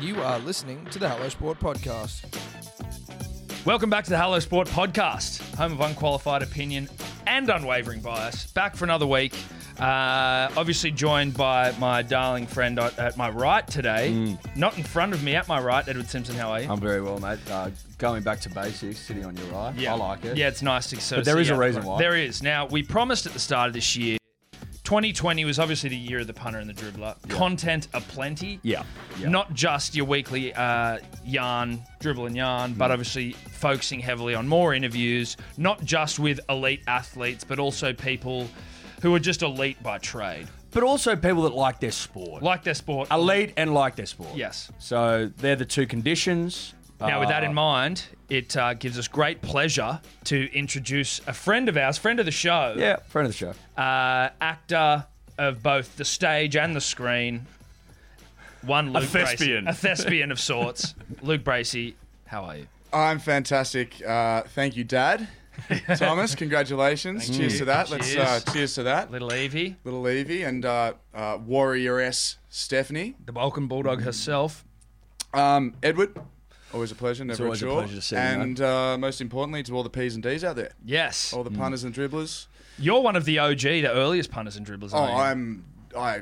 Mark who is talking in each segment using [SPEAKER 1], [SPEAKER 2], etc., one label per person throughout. [SPEAKER 1] You are listening to the Hello Sport Podcast.
[SPEAKER 2] Welcome back to the Hello Sport podcast, home of unqualified opinion and unwavering bias. Back for another week. Uh, obviously, joined by my darling friend at, at my right today. Not in front of me, at my right, Edward Simpson. How are you?
[SPEAKER 3] I'm very well, mate. Uh, going back to basics, sitting on your right. I like it.
[SPEAKER 2] Yeah, it's nice to so
[SPEAKER 3] But there is
[SPEAKER 2] see
[SPEAKER 3] a
[SPEAKER 2] out
[SPEAKER 3] reason
[SPEAKER 2] front.
[SPEAKER 3] why.
[SPEAKER 2] There is. Now, we promised at the start of this year, 2020 was obviously the year of the punter and the dribbler. Content aplenty.
[SPEAKER 3] Yeah. Yeah.
[SPEAKER 2] Not just your weekly uh, yarn, dribble and yarn,
[SPEAKER 3] Mm.
[SPEAKER 2] but obviously focusing heavily on more interviews, not just with elite athletes, but also people who are just elite by trade,
[SPEAKER 3] But also people that like their sport.
[SPEAKER 2] like their sport.
[SPEAKER 3] Elite and like their sport.
[SPEAKER 2] Yes.
[SPEAKER 3] So they're the two conditions.
[SPEAKER 2] Now, with
[SPEAKER 3] Uh.
[SPEAKER 2] that in mind, it uh, gives us great pleasure to introduce a friend of ours, friend of the show.
[SPEAKER 3] Yeah, friend of the show.
[SPEAKER 2] uh, actor of both the stage and the screen. One Luke
[SPEAKER 4] thespian.
[SPEAKER 2] Bracey, a thespian of sorts. Luke Bracey, how are you?
[SPEAKER 5] I'm fantastic. Uh, thank you, Dad. Thomas, congratulations. cheers
[SPEAKER 2] you.
[SPEAKER 5] to that. Let's
[SPEAKER 2] Cheers.
[SPEAKER 5] uh, cheers to that.
[SPEAKER 2] Little Evie,
[SPEAKER 5] Little Evie and uh, uh, warrioress Stephanie.
[SPEAKER 2] the Balkan Bulldog herself.
[SPEAKER 5] Um, Edward, always a pleasure. Never
[SPEAKER 3] always a
[SPEAKER 5] chore.
[SPEAKER 3] pleasure to see you,
[SPEAKER 5] And uh, most importantly, to all the P's and D's out there,
[SPEAKER 2] Yes,
[SPEAKER 3] Oh. Mm.
[SPEAKER 5] all the punters and dribblers.
[SPEAKER 2] you're one of the OG, the earliest punters and dribblers.
[SPEAKER 5] Oh,
[SPEAKER 2] aren't you?
[SPEAKER 5] I'm. I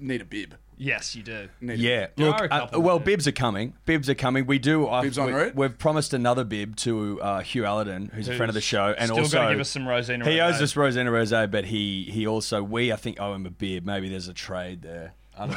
[SPEAKER 5] need a bib.
[SPEAKER 2] Yes, you do.
[SPEAKER 5] Need A bib.
[SPEAKER 3] Yeah.
[SPEAKER 2] There
[SPEAKER 3] Look,
[SPEAKER 2] are a
[SPEAKER 3] uh,
[SPEAKER 2] couple
[SPEAKER 3] well,
[SPEAKER 2] that-
[SPEAKER 3] bibs are coming. Bibs are coming. We do. I-
[SPEAKER 5] Bibs en
[SPEAKER 3] we,
[SPEAKER 5] route?
[SPEAKER 3] We've promised another bib to uh, Hugh Allerton, who's a friend of the show, and
[SPEAKER 2] Still
[SPEAKER 3] also
[SPEAKER 2] gotta give us some Rosina.
[SPEAKER 3] he
[SPEAKER 2] Rosé.
[SPEAKER 3] owes us Rosina Rose, but he he also we I think owe him a bib. Maybe there's a trade there. I don't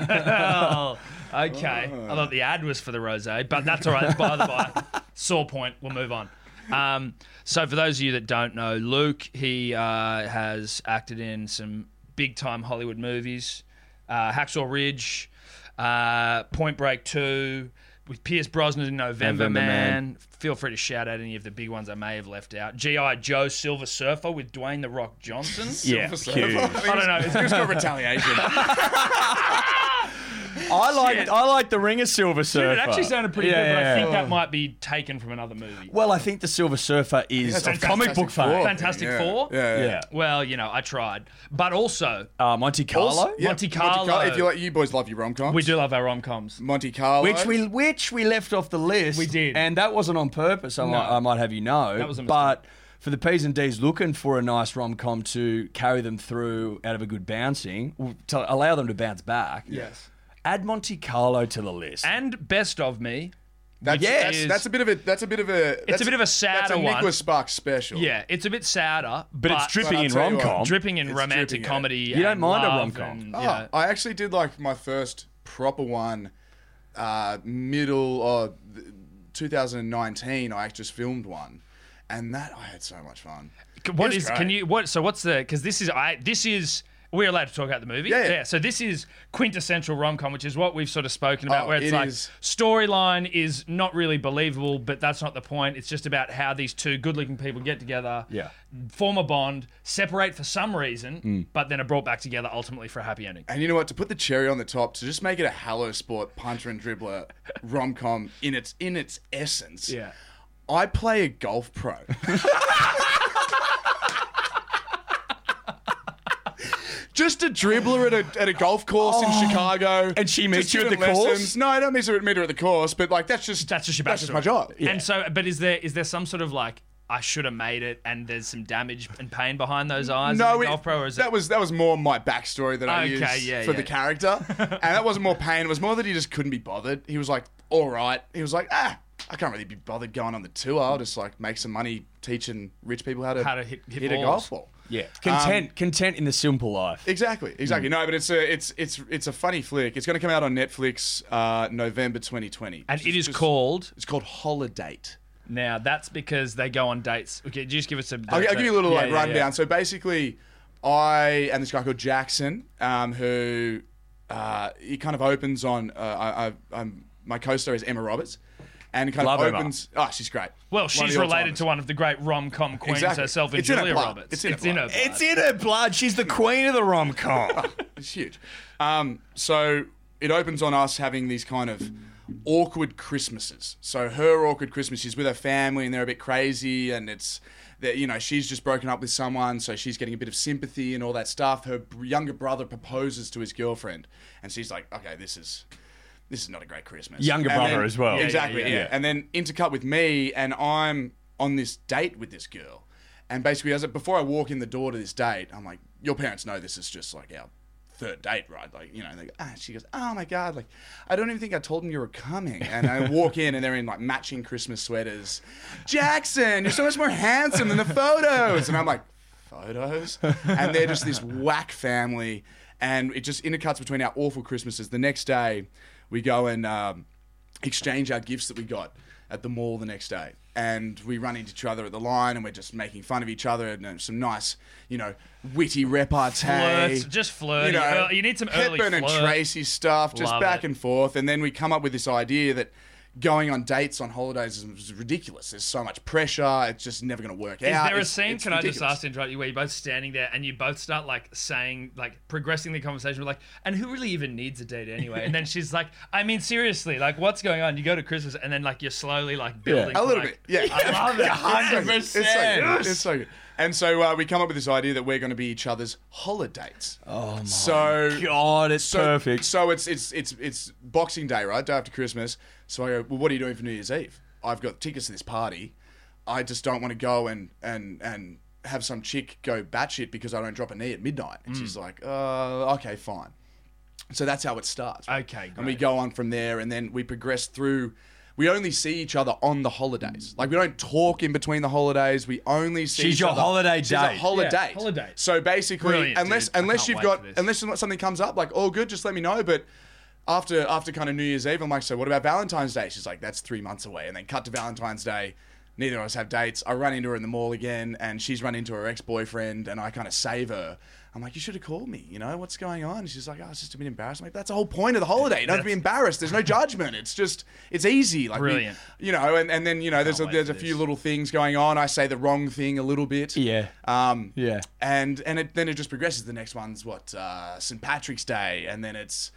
[SPEAKER 2] Oh, okay. I thought the ad was for the rosé, but that's all right. By the by, sore point. We'll move on. Um, so, for those of you that don't know, Luke he uh, has acted in some big time Hollywood movies, uh, Hacksaw Ridge, uh, Point Break Two. With Pierce Brosnan in November,
[SPEAKER 3] November
[SPEAKER 2] man.
[SPEAKER 3] Man.
[SPEAKER 2] Feel free to shout out any of the big ones I may have left out. G.I. Joe, Silver Surfer with Dwayne The Rock Johnson.
[SPEAKER 3] yeah. Huge.
[SPEAKER 2] I don't know.
[SPEAKER 5] It's got retaliation.
[SPEAKER 3] I like I like the Ring of Silver Surfer.
[SPEAKER 2] It actually sounded pretty
[SPEAKER 3] Yeah,
[SPEAKER 2] good, but
[SPEAKER 3] yeah,
[SPEAKER 2] I think
[SPEAKER 3] yeah.
[SPEAKER 2] that might be taken from another movie.
[SPEAKER 3] Well, I think the Silver Surfer is a
[SPEAKER 2] Fantastic
[SPEAKER 3] comic book
[SPEAKER 2] Four.
[SPEAKER 3] fan.
[SPEAKER 2] Fantastic
[SPEAKER 5] yeah.
[SPEAKER 2] Four?
[SPEAKER 5] Yeah. yeah.
[SPEAKER 3] Yeah.
[SPEAKER 2] Well, you know, I tried, but also
[SPEAKER 3] Uh, Monte Carlo,
[SPEAKER 5] Yeah,
[SPEAKER 2] Monte Carlo.
[SPEAKER 5] If you like, you boys love your rom coms.
[SPEAKER 2] we do love our rom coms.
[SPEAKER 5] Monte Carlo.
[SPEAKER 3] which we which we left off the list.
[SPEAKER 2] We did.
[SPEAKER 3] and that wasn't on purpose. I, might, I might have you know.
[SPEAKER 2] That was a mistake.
[SPEAKER 3] but for the P's and D's looking for a nice rom com to carry them through out of a good bouncing, to allow them to bounce back.
[SPEAKER 5] Yes.
[SPEAKER 3] Add Monte Carlo to the list.
[SPEAKER 2] And best of me.
[SPEAKER 5] That's,
[SPEAKER 2] which
[SPEAKER 5] that's,
[SPEAKER 2] is-
[SPEAKER 5] that's a bit of a. That's a bit of a. that's-
[SPEAKER 2] a bit of a
[SPEAKER 5] That's
[SPEAKER 2] sadder
[SPEAKER 5] a
[SPEAKER 2] one.
[SPEAKER 5] Nicholas Sparks special.
[SPEAKER 2] Yeah, it's a bit sadder, but,
[SPEAKER 3] but it's dripping
[SPEAKER 5] I'll
[SPEAKER 3] in
[SPEAKER 5] tell you
[SPEAKER 3] rom com.
[SPEAKER 5] what,
[SPEAKER 2] dripping in
[SPEAKER 5] It's
[SPEAKER 2] romantic
[SPEAKER 5] dripping, yeah.
[SPEAKER 2] comedy.
[SPEAKER 3] You don't
[SPEAKER 2] and
[SPEAKER 3] mind a
[SPEAKER 2] love
[SPEAKER 3] rom-com?
[SPEAKER 2] and,
[SPEAKER 5] Oh,
[SPEAKER 2] you know,
[SPEAKER 5] I actually did like my first proper one, uh, middle of th- 2019. I just filmed one, and that I had so much fun.
[SPEAKER 2] c- what
[SPEAKER 5] It was
[SPEAKER 2] is? Can
[SPEAKER 5] great.
[SPEAKER 2] you? What? So what's the? Because this is. I. This is. We're allowed to talk about the movie.
[SPEAKER 5] Yeah, yeah.
[SPEAKER 2] So this is quintessential rom com, which is what we've sort of spoken about,
[SPEAKER 5] Oh,
[SPEAKER 2] where it's
[SPEAKER 5] it
[SPEAKER 2] like
[SPEAKER 5] is.
[SPEAKER 2] storyline is not really believable, but that's not the point. It's just about how these two good looking people get together,
[SPEAKER 3] Yeah.
[SPEAKER 2] form a bond, separate for some reason,
[SPEAKER 5] Hmm.
[SPEAKER 2] but then are brought back together ultimately for a happy ending.
[SPEAKER 5] And you know what? To put the cherry on the top, to just make it a Hello Sport punter and dribbler rom com in its in its essence.
[SPEAKER 2] Yeah.
[SPEAKER 5] I play a golf pro. Just a dribbler at a, at a golf course in Chicago.
[SPEAKER 3] Oh. And she meets
[SPEAKER 5] Just
[SPEAKER 3] you at
[SPEAKER 5] doing
[SPEAKER 3] the course?
[SPEAKER 5] No, I don't meet her, meet her at the course, but like that's just
[SPEAKER 2] That's just your
[SPEAKER 5] that's just my
[SPEAKER 2] backstory.
[SPEAKER 5] job.
[SPEAKER 2] And so, but is there is there some sort of like I should have made it, and there's some damage and pain behind those eyes? in
[SPEAKER 5] No,
[SPEAKER 2] the
[SPEAKER 5] it-
[SPEAKER 2] golf pro, or is
[SPEAKER 5] that
[SPEAKER 2] it-
[SPEAKER 5] was that was more my backstory that I
[SPEAKER 2] Okay,
[SPEAKER 5] used
[SPEAKER 2] yeah,
[SPEAKER 5] for
[SPEAKER 2] yeah.
[SPEAKER 5] the character, and that wasn't more pain. It was more that he just couldn't be bothered. He was like, "All right," he was like, "Ah, I can't really be bothered going on the tour. I'll just like make some money teaching rich people how to
[SPEAKER 2] How to hit- hit
[SPEAKER 5] a
[SPEAKER 2] balls.
[SPEAKER 5] golf ball."
[SPEAKER 2] Um,
[SPEAKER 3] yeah, content, content in the simple life.
[SPEAKER 5] Exactly, exactly.
[SPEAKER 2] Hmm.
[SPEAKER 5] No, but it's a it's it's it's a funny flick. It's going to come out on Netflix uh, November 2020.
[SPEAKER 2] and it is
[SPEAKER 5] just-
[SPEAKER 2] called
[SPEAKER 5] It's called Holiday.
[SPEAKER 2] now. That's because they go on dates. Okay, just give us a.
[SPEAKER 5] I'll, I'll give you a little
[SPEAKER 2] Yeah,
[SPEAKER 5] like
[SPEAKER 2] yeah,
[SPEAKER 5] rundown.
[SPEAKER 2] yeah.
[SPEAKER 5] So basically, I and this guy called Jackson, um, who uh, he kind of opens on. Uh, I, I, I'm my co-star is Emma Roberts, and he kind
[SPEAKER 3] Love
[SPEAKER 5] of
[SPEAKER 3] Emma.
[SPEAKER 5] opens. Oh, she's great.
[SPEAKER 2] Well,
[SPEAKER 5] One of
[SPEAKER 2] she's
[SPEAKER 5] the
[SPEAKER 2] related
[SPEAKER 5] all-timers.
[SPEAKER 2] to one of the great rom com queens
[SPEAKER 5] Exactly.
[SPEAKER 2] herself, and
[SPEAKER 5] It's in her
[SPEAKER 2] Julia
[SPEAKER 5] blood.
[SPEAKER 2] Roberts.
[SPEAKER 5] It's in her blood.
[SPEAKER 2] blood.
[SPEAKER 3] It's in her blood. She's the queen of the rom com.
[SPEAKER 5] It's huge. Um, so it opens on us having these kind of awkward Christmases. So her awkward Christmas, she's with her family and they're a bit crazy, and it's that you know she's just broken up with someone, so she's getting a bit of sympathy and all that stuff. Her b- younger brother proposes to his girlfriend, and she's like, okay, this is. this is not a great Christmas.
[SPEAKER 3] Younger
[SPEAKER 5] And
[SPEAKER 3] brother
[SPEAKER 5] then-
[SPEAKER 3] as well. Yeah, yeah,
[SPEAKER 5] Exactly.
[SPEAKER 3] yeah,
[SPEAKER 5] Yeah,
[SPEAKER 3] yeah.
[SPEAKER 5] And then intercut with me, and I'm on this date with this girl, and basically as a, before I walk in the door to this date, I'm like, your parents know this is just like our third date, right? Like you know, they go, ah. She goes, oh my god, like I don't even think I told them you were coming, and I walk in and they're in like matching Christmas sweaters. Jackson, you're so much more handsome than the photos, and I'm like. Photos, and they're just this whack family, and it just intercuts between our awful Christmases. The next day, we go and um, exchange our gifts that we got at the mall the next day. And we run into each other at the line and we're just making fun of each other and uh, some nice, you know, witty repartee.
[SPEAKER 2] Flirts, just flirty. Early- you need some early
[SPEAKER 5] Hepburn and
[SPEAKER 2] flirt.
[SPEAKER 5] Tracy stuff, just
[SPEAKER 2] Love
[SPEAKER 5] back
[SPEAKER 2] it.
[SPEAKER 5] and forth. And then we come up with this idea that going on dates on holidays is ridiculous. There's so much pressure. It's just never going to work
[SPEAKER 2] Is
[SPEAKER 5] out.
[SPEAKER 2] there a
[SPEAKER 5] It's-
[SPEAKER 2] scene?
[SPEAKER 5] it's
[SPEAKER 2] Can I just
[SPEAKER 5] ridiculous.
[SPEAKER 2] ask to interrupt you? Where you're both standing there and you both start like saying, like progressing the conversation, like, and who really even needs a date anyway? And then she's like, I mean, seriously, like, what's going on? You go to Christmas and then like you're slowly like building
[SPEAKER 5] A
[SPEAKER 2] to,
[SPEAKER 5] little
[SPEAKER 2] like-
[SPEAKER 5] bit, yeah.
[SPEAKER 2] I love that.
[SPEAKER 5] It's so good. It's so good.
[SPEAKER 2] Yes.
[SPEAKER 5] It's so good. And so uh, we come up with this idea that we're going to be each other's holidays. Oh my so,
[SPEAKER 3] God, it's
[SPEAKER 5] so,
[SPEAKER 3] perfect.
[SPEAKER 5] So it's it's it's it's Boxing Day, right? Day after Christmas. So I go, well, what are you doing for New Year's Eve? I've got tickets to this party. I just don't want to go and and and have some chick go batshit because I don't drop a knee at midnight. And she's like, uh, okay, fine. So that's how it starts. right?
[SPEAKER 2] Okay,
[SPEAKER 5] And we
[SPEAKER 2] great.
[SPEAKER 5] go on from there, and then we progress through. We only see each other on the
[SPEAKER 2] Mm.
[SPEAKER 5] holidays. Like we don't talk in between the holidays. We only see.
[SPEAKER 3] She's
[SPEAKER 5] each
[SPEAKER 3] your
[SPEAKER 5] other-
[SPEAKER 3] holiday
[SPEAKER 5] She's a
[SPEAKER 3] date.
[SPEAKER 5] holiday.
[SPEAKER 2] Yeah, holiday.
[SPEAKER 5] So basically,
[SPEAKER 2] Brilliant,
[SPEAKER 5] unless
[SPEAKER 2] dude. I
[SPEAKER 5] unless
[SPEAKER 2] can't
[SPEAKER 5] you've
[SPEAKER 2] wait
[SPEAKER 5] got
[SPEAKER 2] for this.
[SPEAKER 5] unless something comes up, like all good, just let me know. But after after kind of New Year's Eve, I'm like, so what about Valentine's Day? She's like, that's three months away. And then cut to Valentine's Day. Neither of us have dates. I run into her in the mall again, and she's run into her ex boyfriend, and I kind of save her. I'm like, you should have called me. You know what's going on? And she's like, oh, it's just a bit embarrassed. I'm like, that's the whole point of the holiday. You don't have to be embarrassed. There's no judgment. It's just, it's easy. Like, we-
[SPEAKER 2] Brilliant.
[SPEAKER 5] you know, and, and then you know, there's a,
[SPEAKER 2] wait
[SPEAKER 5] there's
[SPEAKER 2] for
[SPEAKER 5] a few
[SPEAKER 2] this.
[SPEAKER 5] little things going on. I say the wrong thing a little bit.
[SPEAKER 3] Yeah.
[SPEAKER 5] Um,
[SPEAKER 3] Yeah.
[SPEAKER 5] And and it, then it just progresses. The next one's what uh, St Patrick's Day, and then it's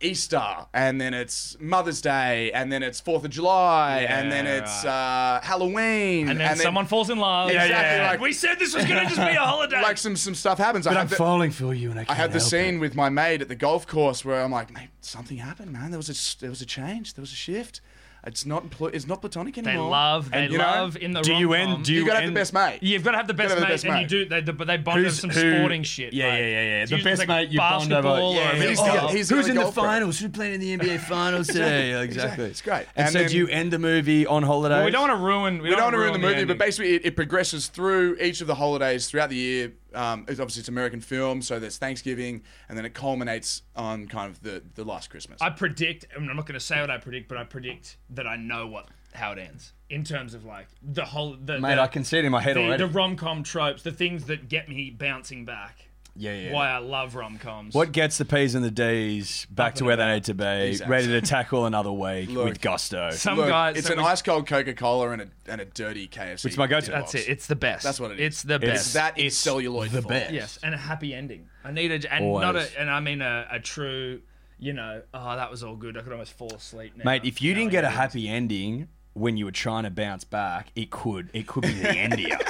[SPEAKER 5] Easter, and then it's Mother's Day, and then it's Fourth of July, and then
[SPEAKER 2] Yeah,
[SPEAKER 5] it's uh, Halloween,
[SPEAKER 2] And then someone falls in love.
[SPEAKER 5] Exactly, like-
[SPEAKER 2] we said this was gonna just be a holiday.
[SPEAKER 5] like some some stuff happens. I
[SPEAKER 3] But
[SPEAKER 5] have
[SPEAKER 3] I'm
[SPEAKER 5] the-
[SPEAKER 3] falling for you, and I
[SPEAKER 5] I
[SPEAKER 3] can't
[SPEAKER 5] had the
[SPEAKER 3] help
[SPEAKER 5] scene
[SPEAKER 3] it.
[SPEAKER 5] with my mate at the golf course where I'm like, mate, something happened, man. There was a there was a change. There was a shift. It's not pl- it's not platonic
[SPEAKER 2] they
[SPEAKER 5] anymore.
[SPEAKER 2] love, they
[SPEAKER 5] And, you know,
[SPEAKER 2] love in the
[SPEAKER 3] Do you
[SPEAKER 2] rom-com.
[SPEAKER 3] end? Do you,
[SPEAKER 5] You gotta have
[SPEAKER 3] end,
[SPEAKER 5] the best mate.
[SPEAKER 2] You've got to have the best,
[SPEAKER 5] gotta
[SPEAKER 2] mate,
[SPEAKER 5] have the best
[SPEAKER 2] and
[SPEAKER 5] mate.
[SPEAKER 2] you do. They, they they bond over
[SPEAKER 3] Who's-
[SPEAKER 2] some
[SPEAKER 3] who-
[SPEAKER 2] sporting shit.
[SPEAKER 3] Yeah,
[SPEAKER 2] like-
[SPEAKER 3] yeah, yeah, yeah.
[SPEAKER 2] It's
[SPEAKER 3] The
[SPEAKER 2] usually
[SPEAKER 3] best
[SPEAKER 2] like
[SPEAKER 3] mate you bond
[SPEAKER 2] basketball
[SPEAKER 3] over.
[SPEAKER 2] Or
[SPEAKER 3] Yeah,
[SPEAKER 2] a
[SPEAKER 3] yeah,
[SPEAKER 5] He's
[SPEAKER 2] basketball.
[SPEAKER 5] the- he's
[SPEAKER 3] Who's
[SPEAKER 5] gonna
[SPEAKER 3] in the
[SPEAKER 5] go for it.
[SPEAKER 3] finals? Who's playing in the NBA finals today? Exactly.
[SPEAKER 5] It's great.
[SPEAKER 3] And,
[SPEAKER 5] And
[SPEAKER 3] so,
[SPEAKER 5] then-
[SPEAKER 3] do you end the movie on holiday?
[SPEAKER 2] Well, we don't want to ruin. We,
[SPEAKER 5] we don't want to ruin the movie,
[SPEAKER 2] ending.
[SPEAKER 5] but basically it, it progresses through each of the holidays throughout the year. Um, it's obviously it's American film, so there's Thanksgiving, and then it culminates on kind of the, the last Christmas.
[SPEAKER 2] I predict, and I'm not going to say what I predict, but I predict that I know what how it ends in terms of like the whole. The,
[SPEAKER 3] Mate,
[SPEAKER 2] the,
[SPEAKER 3] I can see it in my head
[SPEAKER 2] the,
[SPEAKER 3] already.
[SPEAKER 2] the rom com tropes, the things that get me bouncing back.
[SPEAKER 3] Yeah, yeah.
[SPEAKER 2] Why I love rom coms.
[SPEAKER 3] What gets the P's and the D's back to where they need to be,
[SPEAKER 5] Exactly.
[SPEAKER 3] ready to tackle another week with gusto?
[SPEAKER 2] some
[SPEAKER 5] Look,
[SPEAKER 2] guys?
[SPEAKER 5] it's
[SPEAKER 2] so
[SPEAKER 5] an
[SPEAKER 2] we-
[SPEAKER 5] ice cold Coca Cola and a and a dirty KFC.
[SPEAKER 3] Which is my go-to.
[SPEAKER 5] box.
[SPEAKER 2] That's it. It's the best.
[SPEAKER 5] That's what it is.
[SPEAKER 2] It's the best.
[SPEAKER 5] It's that it's celluloid.
[SPEAKER 3] the
[SPEAKER 5] for.
[SPEAKER 3] best.
[SPEAKER 2] Yes, and a happy ending. I need a and
[SPEAKER 3] Always.
[SPEAKER 2] not a and I mean a, a true. You know, oh, that was all good. I could almost fall asleep now.
[SPEAKER 3] Mate, if you didn't
[SPEAKER 2] knowing
[SPEAKER 3] get a
[SPEAKER 2] it was-
[SPEAKER 3] happy ending when you were trying to bounce back, it could it could be the end of you.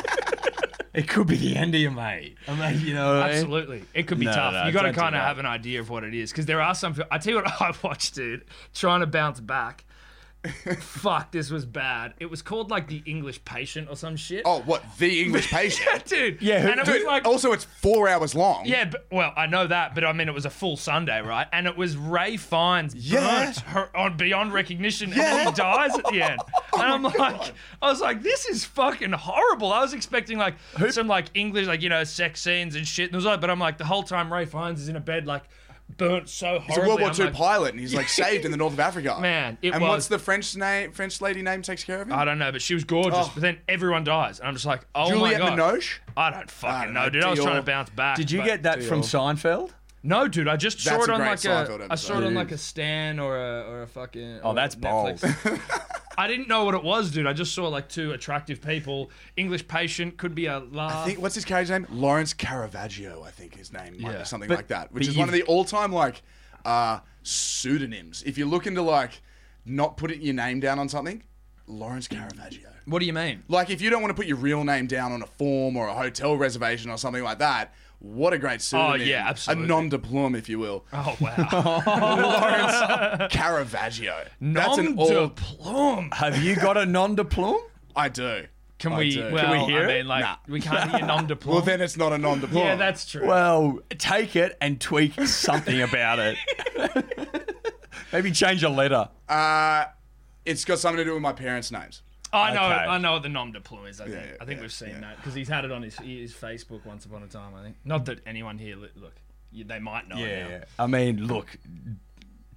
[SPEAKER 3] It could be the end of you, mate. I mean, you know eh? what I mean?
[SPEAKER 2] Absolutely, it could be
[SPEAKER 3] No,
[SPEAKER 2] tough.
[SPEAKER 3] no,
[SPEAKER 2] you got to
[SPEAKER 3] don't do
[SPEAKER 2] kind of
[SPEAKER 3] that.
[SPEAKER 2] have an idea of what it is because there are some. I tell you what, I watched, dude, trying to bounce back. Fuck, this was bad. It was called like the English Patient or some shit.
[SPEAKER 5] Oh, what the English patient?
[SPEAKER 2] dude.
[SPEAKER 3] Yeah, who- oh,
[SPEAKER 2] and it
[SPEAKER 5] Dude,
[SPEAKER 2] was like.
[SPEAKER 5] also, it's four hours long.
[SPEAKER 2] Yeah, but, well, I know that, but I mean, it was a full Sunday, right? And it was Ray Fiennes
[SPEAKER 5] Yeah.
[SPEAKER 2] burnt her on beyond recognition, and then he dies at the end. And I'm like, I was like, this is fucking horrible. I was expecting like some like English, like you know, sex scenes and shit, and it was like, but I'm like, the whole time Ray Fiennes is in a bed, like burnt so
[SPEAKER 5] He's a
[SPEAKER 2] horribly.
[SPEAKER 5] World War
[SPEAKER 2] I'm
[SPEAKER 5] II
[SPEAKER 2] like,
[SPEAKER 5] pilot, and he's like saved in the north of Africa.
[SPEAKER 2] Man, it
[SPEAKER 5] and
[SPEAKER 2] was-
[SPEAKER 5] what's the French name? French lady name takes care of him.
[SPEAKER 2] I don't know, but she was gorgeous.
[SPEAKER 5] Oh.
[SPEAKER 2] But then everyone dies, and I'm just like, oh
[SPEAKER 5] Juliette
[SPEAKER 2] my god.
[SPEAKER 5] Binoche.
[SPEAKER 2] I don't fucking
[SPEAKER 5] I don't
[SPEAKER 2] know,
[SPEAKER 5] know,
[SPEAKER 2] dude. I was
[SPEAKER 5] Dior.
[SPEAKER 2] trying to bounce back.
[SPEAKER 3] Did you
[SPEAKER 2] but-
[SPEAKER 3] get that from
[SPEAKER 5] Deal.
[SPEAKER 3] Seinfeld?
[SPEAKER 2] No, dude, I just saw
[SPEAKER 5] That's
[SPEAKER 2] it
[SPEAKER 5] a
[SPEAKER 2] on
[SPEAKER 5] great
[SPEAKER 2] like
[SPEAKER 5] Seinfeld
[SPEAKER 2] a, I saw
[SPEAKER 5] episode.
[SPEAKER 2] it on
[SPEAKER 3] It
[SPEAKER 2] like a
[SPEAKER 3] is.
[SPEAKER 2] Stan or a or a fucking.
[SPEAKER 3] Oh, that's bold.
[SPEAKER 2] I didn't know what it was, dude. I just saw like two attractive people. English patient could be a laugh.
[SPEAKER 5] I think what's his character's name? Lawrence Caravaggio, I think his name might
[SPEAKER 2] Yeah.
[SPEAKER 5] be something
[SPEAKER 3] But-
[SPEAKER 5] like that, which
[SPEAKER 3] but
[SPEAKER 5] is one of
[SPEAKER 3] you've-
[SPEAKER 5] the all-time like uh, pseudonyms. If you're looking to like not putting your name down on something, Lawrence Caravaggio.
[SPEAKER 2] what do you mean?
[SPEAKER 5] Like if you don't want to put your real name down on a form or a hotel reservation or something like that, What a great pseudonym.
[SPEAKER 2] Oh, yeah, absolutely.
[SPEAKER 5] A non diplôme, if you will.
[SPEAKER 2] Oh wow.
[SPEAKER 5] Lawrence Caravaggio. That's an
[SPEAKER 2] Nom de
[SPEAKER 5] all.
[SPEAKER 2] plume.
[SPEAKER 3] Have you got a non diplôme?
[SPEAKER 5] I do.
[SPEAKER 2] Can
[SPEAKER 5] I
[SPEAKER 2] we?
[SPEAKER 5] do.
[SPEAKER 2] Well,
[SPEAKER 3] Can we hear
[SPEAKER 2] I
[SPEAKER 3] it?
[SPEAKER 2] mean, like
[SPEAKER 5] Nah.
[SPEAKER 2] we can't hear nom de plume.
[SPEAKER 5] Well, then it's not a non diplôme.
[SPEAKER 2] yeah, that's true.
[SPEAKER 3] Well, take it and tweak something about it. Maybe change a letter.
[SPEAKER 5] Uh, it's got something to do with my parents' names.
[SPEAKER 2] I know.
[SPEAKER 3] okay.
[SPEAKER 2] I know what the nom de plume is. I think.
[SPEAKER 5] yeah,
[SPEAKER 2] I think
[SPEAKER 5] yeah,
[SPEAKER 2] we've seen that because he's had it on his, his Facebook once upon a time. I think. Not that anyone here li- look. You, they might know. it now.
[SPEAKER 3] I mean, look.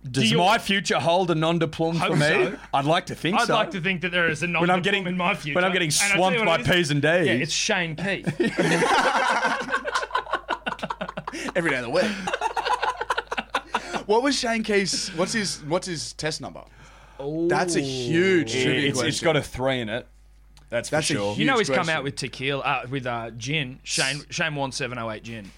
[SPEAKER 3] Does
[SPEAKER 2] you-
[SPEAKER 3] my future hold a non diplôme for
[SPEAKER 2] Hope
[SPEAKER 3] me?
[SPEAKER 2] so.
[SPEAKER 3] I'd like to think
[SPEAKER 2] I'd
[SPEAKER 3] so.
[SPEAKER 2] like to think that there is a nom
[SPEAKER 3] When
[SPEAKER 2] de
[SPEAKER 3] I'm
[SPEAKER 2] plume
[SPEAKER 3] getting-
[SPEAKER 2] in my future.
[SPEAKER 3] when I'm getting
[SPEAKER 2] And I tell
[SPEAKER 3] swamped
[SPEAKER 2] you
[SPEAKER 3] by
[SPEAKER 2] what it is.
[SPEAKER 3] P's and D's.
[SPEAKER 2] Yeah, it's Shane P.
[SPEAKER 5] Every day of the week. what was Shane Keys? What's his What's his test number? That's a huge
[SPEAKER 3] Yeah,
[SPEAKER 5] trivia
[SPEAKER 3] it's- it's
[SPEAKER 5] question.
[SPEAKER 3] got a three in it. That's for
[SPEAKER 5] That's a
[SPEAKER 3] sure.
[SPEAKER 5] huge-
[SPEAKER 2] You know he's come
[SPEAKER 5] question.
[SPEAKER 2] out with tequila, uh, with uh, gin. Shane Shane wants 708 gin.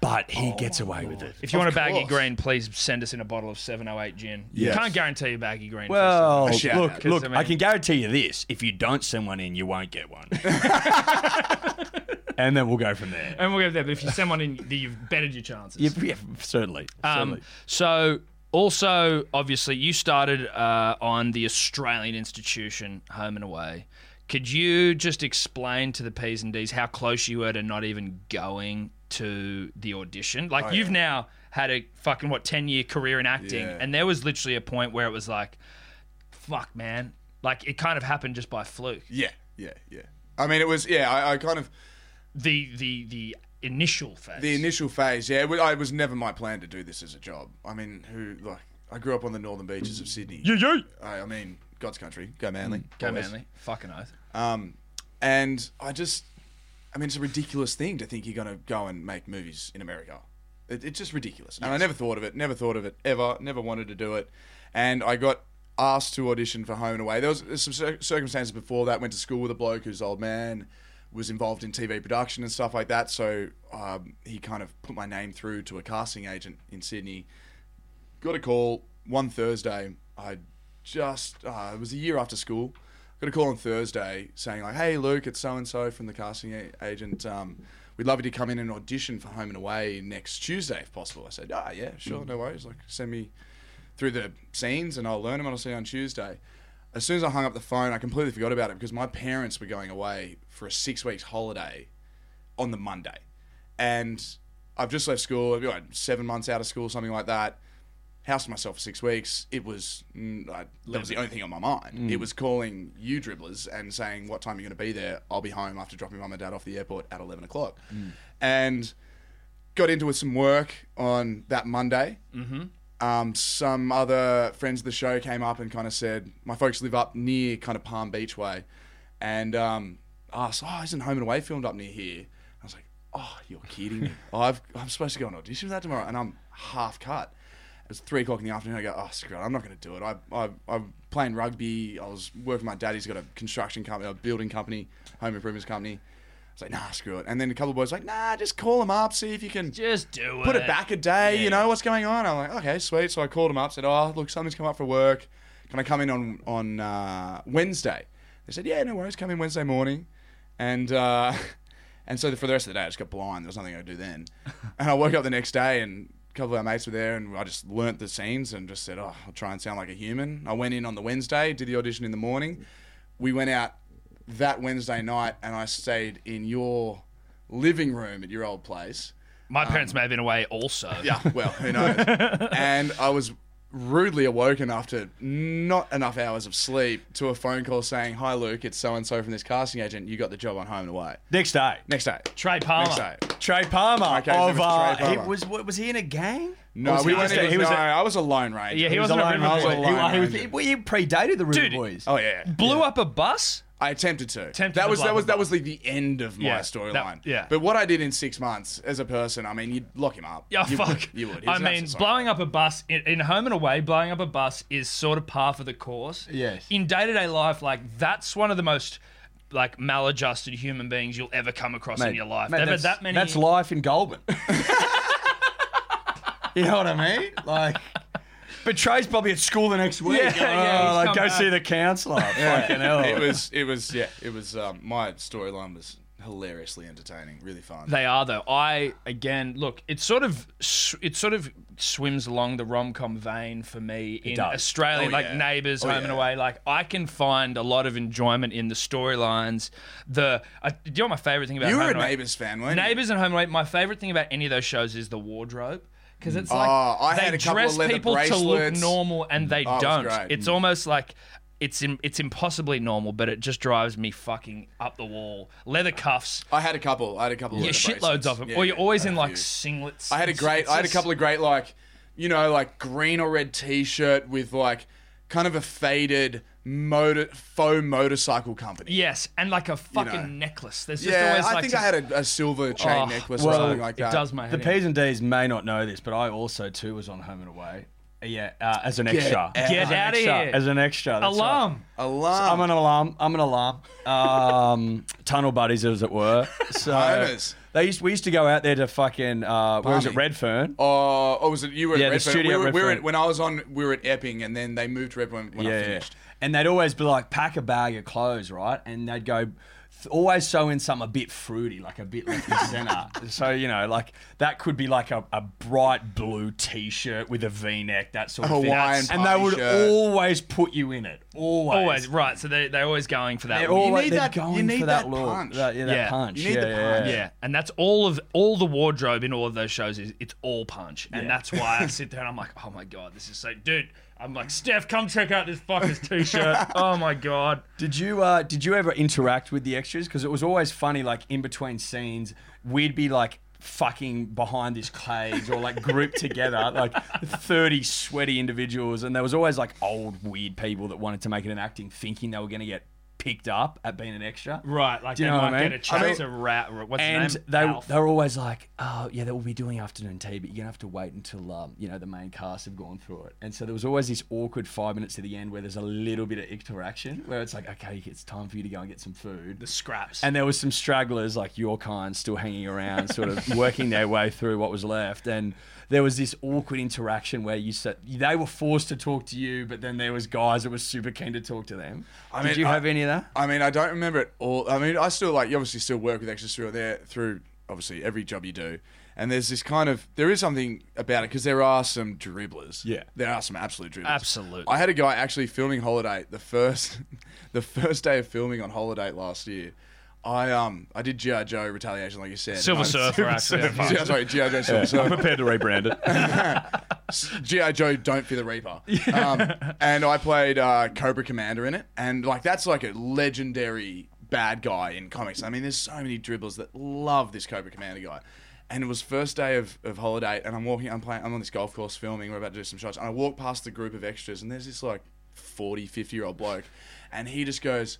[SPEAKER 3] but he gets away with it.
[SPEAKER 2] If you want a baggy
[SPEAKER 5] course.
[SPEAKER 2] green, please send us in a bottle of 708 gin.
[SPEAKER 5] Yes.
[SPEAKER 2] You can't guarantee a baggy green. for
[SPEAKER 3] Well,
[SPEAKER 5] A shout
[SPEAKER 3] look,
[SPEAKER 5] out.
[SPEAKER 3] look,
[SPEAKER 2] I
[SPEAKER 3] I,
[SPEAKER 2] mean-
[SPEAKER 3] can guarantee you this: if you don't send one in, you won't get one. and then we'll go from there.
[SPEAKER 2] And we'll go there. But if you send one in, then you've bettered your chances.
[SPEAKER 3] Yeah, yeah, certainly.
[SPEAKER 2] Um,
[SPEAKER 3] certainly.
[SPEAKER 2] so, also, obviously, you started uh, on the Australian institution, home and away. Could you just explain to the P's and D's how close you were to not even going to the audition?
[SPEAKER 5] Oh,
[SPEAKER 2] Like, you've now had a fucking, what, 10 year career in acting,
[SPEAKER 5] Yeah.
[SPEAKER 2] and there was literally a point where it was like, fuck, man. Like, it kind of happened just by fluke.
[SPEAKER 5] Yeah, yeah, yeah. I mean, it was yeah. I, I kind of
[SPEAKER 2] The, the, the initial phase.
[SPEAKER 5] the initial phase. Yeah, it was, it was never my plan to do this as a job. I mean, who like I grew up on the northern beaches of Sydney. I, I mean, God's country. Go Manly.
[SPEAKER 2] Go
[SPEAKER 5] always.
[SPEAKER 2] manly. Fucking oath.
[SPEAKER 5] Um, and I just, I mean, it's a ridiculous thing to think you're going to go and make movies in America. It, it's just ridiculous. And I never thought of it, never thought of it ever, never wanted to do it. And I got asked to audition for Home and Away. There was some cir- circumstances before that. Went to school with a bloke whose old man was involved in TV production and stuff like that. So um, he kind of put my name through to a casting agent in Sydney got a call one Thursday. I just uh, it was a year after school. Got a call on Thursday saying like, "Hey Luke, it's so and so from the casting a- agent. Um, we'd love you to come in and audition for Home and Away next Tuesday if possible." I said, "Ah, yeah, sure, no worries. Like, send me through the scenes and I'll learn them and I'll see you on Tuesday." As soon as I hung up the phone, I completely forgot about it because my parents were going away for a six weeks holiday on the Monday, and I've just left school. I've been like seven months out of school, something like that housed myself for six weeks. It was mm, I, that was the only thing on my mind. It was calling you dribblers and saying, "What time are you going to be there? I'll be home after dropping mum and dad off the airport at eleven o'clock." And got into with some work on that Monday. Mm-hmm. Um, some other friends of the show came up and kind of said, "My folks live up near kind of Palm Beach way," and um, asked, "Oh, isn't Home and Away filmed up near here?" I was like, "Oh, you're kidding me! I've, I'm supposed to go on audition for that tomorrow, and I'm half cut." It was three o'clock in the afternoon. I go, "Oh, screw it! I'm not going to do it. I, I, I'm playing rugby. I was working. My daddy's got a construction company, a building company, home improvements company." I was like, "Nah, screw it!" And then a couple of boys were like, "Nah, just call him up, see if you can."
[SPEAKER 2] Just do it.
[SPEAKER 5] put it back a day. You know what's going on? I'm like, okay, sweet. So I called him up, said, oh, look, something's come up for work. Can I come in on on uh, Wednesday? They said, yeah, no worries. Come in Wednesday morning, and uh, and so for the rest of the day, I just got blind. There was nothing I could do then, and I woke up the next day and. A couple of our mates were there, and I just learnt the scenes and just said, "Oh, I'll try and sound like a human." I went in on the Wednesday, did the audition in the morning. We went out that Wednesday night, and I stayed in your living room at your old place.
[SPEAKER 2] My parents may have been away also.
[SPEAKER 5] Um, Yeah, well, who knows? and I was rudely awoken after not enough hours of sleep to a phone call saying, "Hi, Luke, it's so and so from this casting agent. You got the job on Home and Away
[SPEAKER 3] Next day,
[SPEAKER 5] next day."
[SPEAKER 2] Trey Palmer.
[SPEAKER 5] Next day.
[SPEAKER 3] Trey Palmer
[SPEAKER 5] Okay,
[SPEAKER 3] of
[SPEAKER 5] it was
[SPEAKER 3] uh,
[SPEAKER 5] Trey
[SPEAKER 3] he
[SPEAKER 5] Palmer.
[SPEAKER 3] was what, was he in a gang? Or
[SPEAKER 5] No,
[SPEAKER 3] was
[SPEAKER 5] we
[SPEAKER 3] he
[SPEAKER 5] weren't.
[SPEAKER 3] just a-
[SPEAKER 5] even-
[SPEAKER 3] he was
[SPEAKER 5] no,
[SPEAKER 3] a-
[SPEAKER 5] I was a lone ranger.
[SPEAKER 2] Yeah, he
[SPEAKER 3] he was
[SPEAKER 2] wasn't a
[SPEAKER 3] a lone
[SPEAKER 2] river
[SPEAKER 3] ranger.
[SPEAKER 5] boy.
[SPEAKER 3] He-
[SPEAKER 5] Lone
[SPEAKER 3] he was-
[SPEAKER 5] ranger.
[SPEAKER 3] well, you predated the River
[SPEAKER 2] Dude,
[SPEAKER 3] Boys.
[SPEAKER 5] Oh yeah, yeah.
[SPEAKER 2] Blew up a bus?
[SPEAKER 5] I attempted to.
[SPEAKER 2] Attempted to
[SPEAKER 5] that was
[SPEAKER 2] blah,
[SPEAKER 5] that was
[SPEAKER 2] blah,
[SPEAKER 5] that was like the end of my
[SPEAKER 2] Yeah,
[SPEAKER 5] storyline.
[SPEAKER 2] that- yeah.
[SPEAKER 5] But what I did in six months as a person, I mean, you'd lock him up.
[SPEAKER 2] Yeah,
[SPEAKER 5] you
[SPEAKER 2] fuck.
[SPEAKER 5] Would, you would. He
[SPEAKER 2] I
[SPEAKER 5] was an
[SPEAKER 2] mean,
[SPEAKER 5] absolute
[SPEAKER 2] blowing up a bus in, in home and away, blowing up a bus is sort of par for the course.
[SPEAKER 3] Yes.
[SPEAKER 2] In day to day life, like that's one of the most like maladjusted human beings you'll ever come across in your life.
[SPEAKER 3] mate,
[SPEAKER 2] They've had
[SPEAKER 3] that's,
[SPEAKER 2] that many.
[SPEAKER 3] That's life in Goulburn. you know what I mean? Like, but Trey's probably at school the next week.
[SPEAKER 2] Yeah, yeah, he's
[SPEAKER 3] Oh, like,
[SPEAKER 2] come
[SPEAKER 3] go
[SPEAKER 2] back.
[SPEAKER 3] see the counsellor. Fucking hell.
[SPEAKER 5] It was. It was. Yeah. It was. Um, my storyline was hilariously entertaining, really fun.
[SPEAKER 2] They are though. I again look. It sort of s- it sort of swims along the rom com vein for me in
[SPEAKER 3] does.
[SPEAKER 2] Australian
[SPEAKER 5] Oh,
[SPEAKER 2] like
[SPEAKER 5] yeah.
[SPEAKER 2] Neighbours,
[SPEAKER 5] Oh,
[SPEAKER 2] Home and
[SPEAKER 5] yeah.
[SPEAKER 2] Away. Like I can find a lot of enjoyment in the storylines. The I, do you know what my favorite thing about
[SPEAKER 5] you
[SPEAKER 2] Home
[SPEAKER 5] were a
[SPEAKER 2] and Away-
[SPEAKER 5] Neighbours fan, weren't you?
[SPEAKER 2] Neighbours and Home and Away. My favorite thing about any of those shows is the wardrobe. Because it's
[SPEAKER 5] Oh,
[SPEAKER 2] like
[SPEAKER 5] I
[SPEAKER 2] they
[SPEAKER 5] had a couple of
[SPEAKER 2] dress
[SPEAKER 5] leather
[SPEAKER 2] people to look
[SPEAKER 5] bracelets. Mm. Oh,
[SPEAKER 2] normal and they
[SPEAKER 5] was
[SPEAKER 2] don't.
[SPEAKER 5] great.
[SPEAKER 2] It's almost like it's im- it's impossibly normal, but it just drives me fucking up the wall. Leather cuffs,
[SPEAKER 5] I had a couple. I had a couple.
[SPEAKER 2] yeah,
[SPEAKER 5] leather
[SPEAKER 2] shitloads
[SPEAKER 5] bracelets.
[SPEAKER 2] of them.
[SPEAKER 5] Yeah,
[SPEAKER 2] or you're
[SPEAKER 5] yeah,
[SPEAKER 2] always
[SPEAKER 5] I
[SPEAKER 2] in
[SPEAKER 5] had a
[SPEAKER 2] like
[SPEAKER 5] few.
[SPEAKER 2] singlets.
[SPEAKER 5] I had a
[SPEAKER 2] It's-
[SPEAKER 5] great.
[SPEAKER 2] it's
[SPEAKER 5] I had a
[SPEAKER 2] just-
[SPEAKER 5] couple of great like, you know, like green or red T-shirt with like kind of a faded motor faux motorcycle company.
[SPEAKER 2] Yes, and like a fucking
[SPEAKER 5] know.
[SPEAKER 2] necklace. There's just
[SPEAKER 5] Yeah,
[SPEAKER 2] always
[SPEAKER 5] I
[SPEAKER 2] like
[SPEAKER 5] think
[SPEAKER 2] some-
[SPEAKER 5] I had a, a silver chain
[SPEAKER 2] Oh,
[SPEAKER 5] necklace
[SPEAKER 3] well,
[SPEAKER 5] or something like
[SPEAKER 2] It
[SPEAKER 5] that.
[SPEAKER 2] does my head.
[SPEAKER 3] The
[SPEAKER 2] in.
[SPEAKER 3] P's and D's may not know this, but I also too was on Home and Away. Yeah, uh, as an extra.
[SPEAKER 5] out.
[SPEAKER 3] As
[SPEAKER 2] Get
[SPEAKER 3] an
[SPEAKER 2] out of
[SPEAKER 3] extra-
[SPEAKER 2] here.
[SPEAKER 3] As an extra. that's right.
[SPEAKER 2] Alarm.
[SPEAKER 5] Alarm.
[SPEAKER 3] I'm an alarm. I'm an alarm. Um, tunnel buddies, as it were. So
[SPEAKER 5] Homers.
[SPEAKER 3] they used. We used to go out there to fucking. Uh, where was it?
[SPEAKER 5] Palmy.
[SPEAKER 3] Redfern.
[SPEAKER 5] Oh, oh, was it you were
[SPEAKER 3] Yeah,
[SPEAKER 5] at
[SPEAKER 3] the
[SPEAKER 5] Redfern?
[SPEAKER 3] studio
[SPEAKER 5] we
[SPEAKER 3] at
[SPEAKER 5] were, we were
[SPEAKER 3] Redfern.
[SPEAKER 5] at, when I was on, we were at Epping, and then they moved to Redfern when I finished.
[SPEAKER 3] And they'd always be like, pack a bag of clothes, right? And they'd go, th- always sew in something a bit fruity, like a bit left and center. so, you know, like that could be like a, a bright blue t shirt with a v neck, that sort of thing.
[SPEAKER 5] Hawaiian
[SPEAKER 3] and they
[SPEAKER 5] party
[SPEAKER 3] would
[SPEAKER 5] shirt.
[SPEAKER 3] always put you in it. Always.
[SPEAKER 2] Always right. So they they're always going for that.
[SPEAKER 3] They're
[SPEAKER 2] look.
[SPEAKER 3] always
[SPEAKER 5] need
[SPEAKER 3] they're
[SPEAKER 5] that- you
[SPEAKER 3] going
[SPEAKER 5] need
[SPEAKER 3] for that,
[SPEAKER 5] that
[SPEAKER 3] look.
[SPEAKER 5] punch.
[SPEAKER 3] That, yeah, that
[SPEAKER 2] Yeah.
[SPEAKER 3] punch.
[SPEAKER 5] You need
[SPEAKER 3] yeah,
[SPEAKER 5] the
[SPEAKER 3] yeah,
[SPEAKER 5] punch.
[SPEAKER 3] yeah.
[SPEAKER 2] Yeah, and that's all of all the wardrobe in all of those shows is it's all punch, and
[SPEAKER 3] Yeah.
[SPEAKER 2] that's why I sit there and I'm like, oh my god, this is so, dude. I'm like, Steph, come check out this fucker's t-shirt. oh my god.
[SPEAKER 3] Did you uh, did you ever interact with the extras? Because it was always funny, like in between scenes, we'd be like fucking behind this cage or like grouped together, like thirty sweaty individuals, and there was always like old weird people that wanted to make it an acting, thinking they were going to get picked up at being an extra.
[SPEAKER 2] Right, like
[SPEAKER 3] Do
[SPEAKER 2] you
[SPEAKER 3] you
[SPEAKER 2] they
[SPEAKER 3] know what
[SPEAKER 2] might
[SPEAKER 3] I mean?
[SPEAKER 2] get a chance
[SPEAKER 5] I mean-
[SPEAKER 2] to rat. What's
[SPEAKER 3] And
[SPEAKER 2] his name?
[SPEAKER 3] they
[SPEAKER 2] Alf.
[SPEAKER 3] they're always like, oh yeah, they'll be doing afternoon tea, but you're gonna have to wait until um, you know the main cast have gone through it. And so there was always this awkward five minutes to the end where there's a little bit of interaction where it's like, okay, it's time for you to go and get some food.
[SPEAKER 2] the scraps.
[SPEAKER 3] And there was some stragglers like your kind still hanging around, sort of working their way through what was left. And there was this awkward interaction where you said they were forced to talk to you, but then there was guys that were super keen to talk to them.
[SPEAKER 5] I
[SPEAKER 3] Did
[SPEAKER 5] mean,
[SPEAKER 3] you
[SPEAKER 5] I-
[SPEAKER 3] have any of that?
[SPEAKER 5] I mean, I don't remember it all. I mean, I still like you obviously still work with extras through there through obviously every job you do. And there's this kind of there is something about it because there are some dribblers.
[SPEAKER 3] Yeah.
[SPEAKER 5] there are some absolute dribblers.
[SPEAKER 2] Absolutely.
[SPEAKER 5] I had a guy actually filming holiday the first, the first day of filming on holiday last year. I um I did GI Joe retaliation like you said.
[SPEAKER 2] Silver
[SPEAKER 5] And I-
[SPEAKER 2] Surfer, actually.
[SPEAKER 5] Yeah, sorry, GI Joe Silver Surfer.
[SPEAKER 3] prepared to rebrand it.
[SPEAKER 5] G.I. Joe, don't fear the Reaper. Um, and I played uh, Cobra Commander in it. And like that's like a legendary bad guy in comics. I mean, there's so many dribblers that love this Cobra Commander guy. And it was first day of, of holiday, and I'm walking, I'm playing, I'm on this golf course filming, we're about to do some shots. And I walk past the group of extras, and there's this like 40, 50 year old bloke, and he just goes,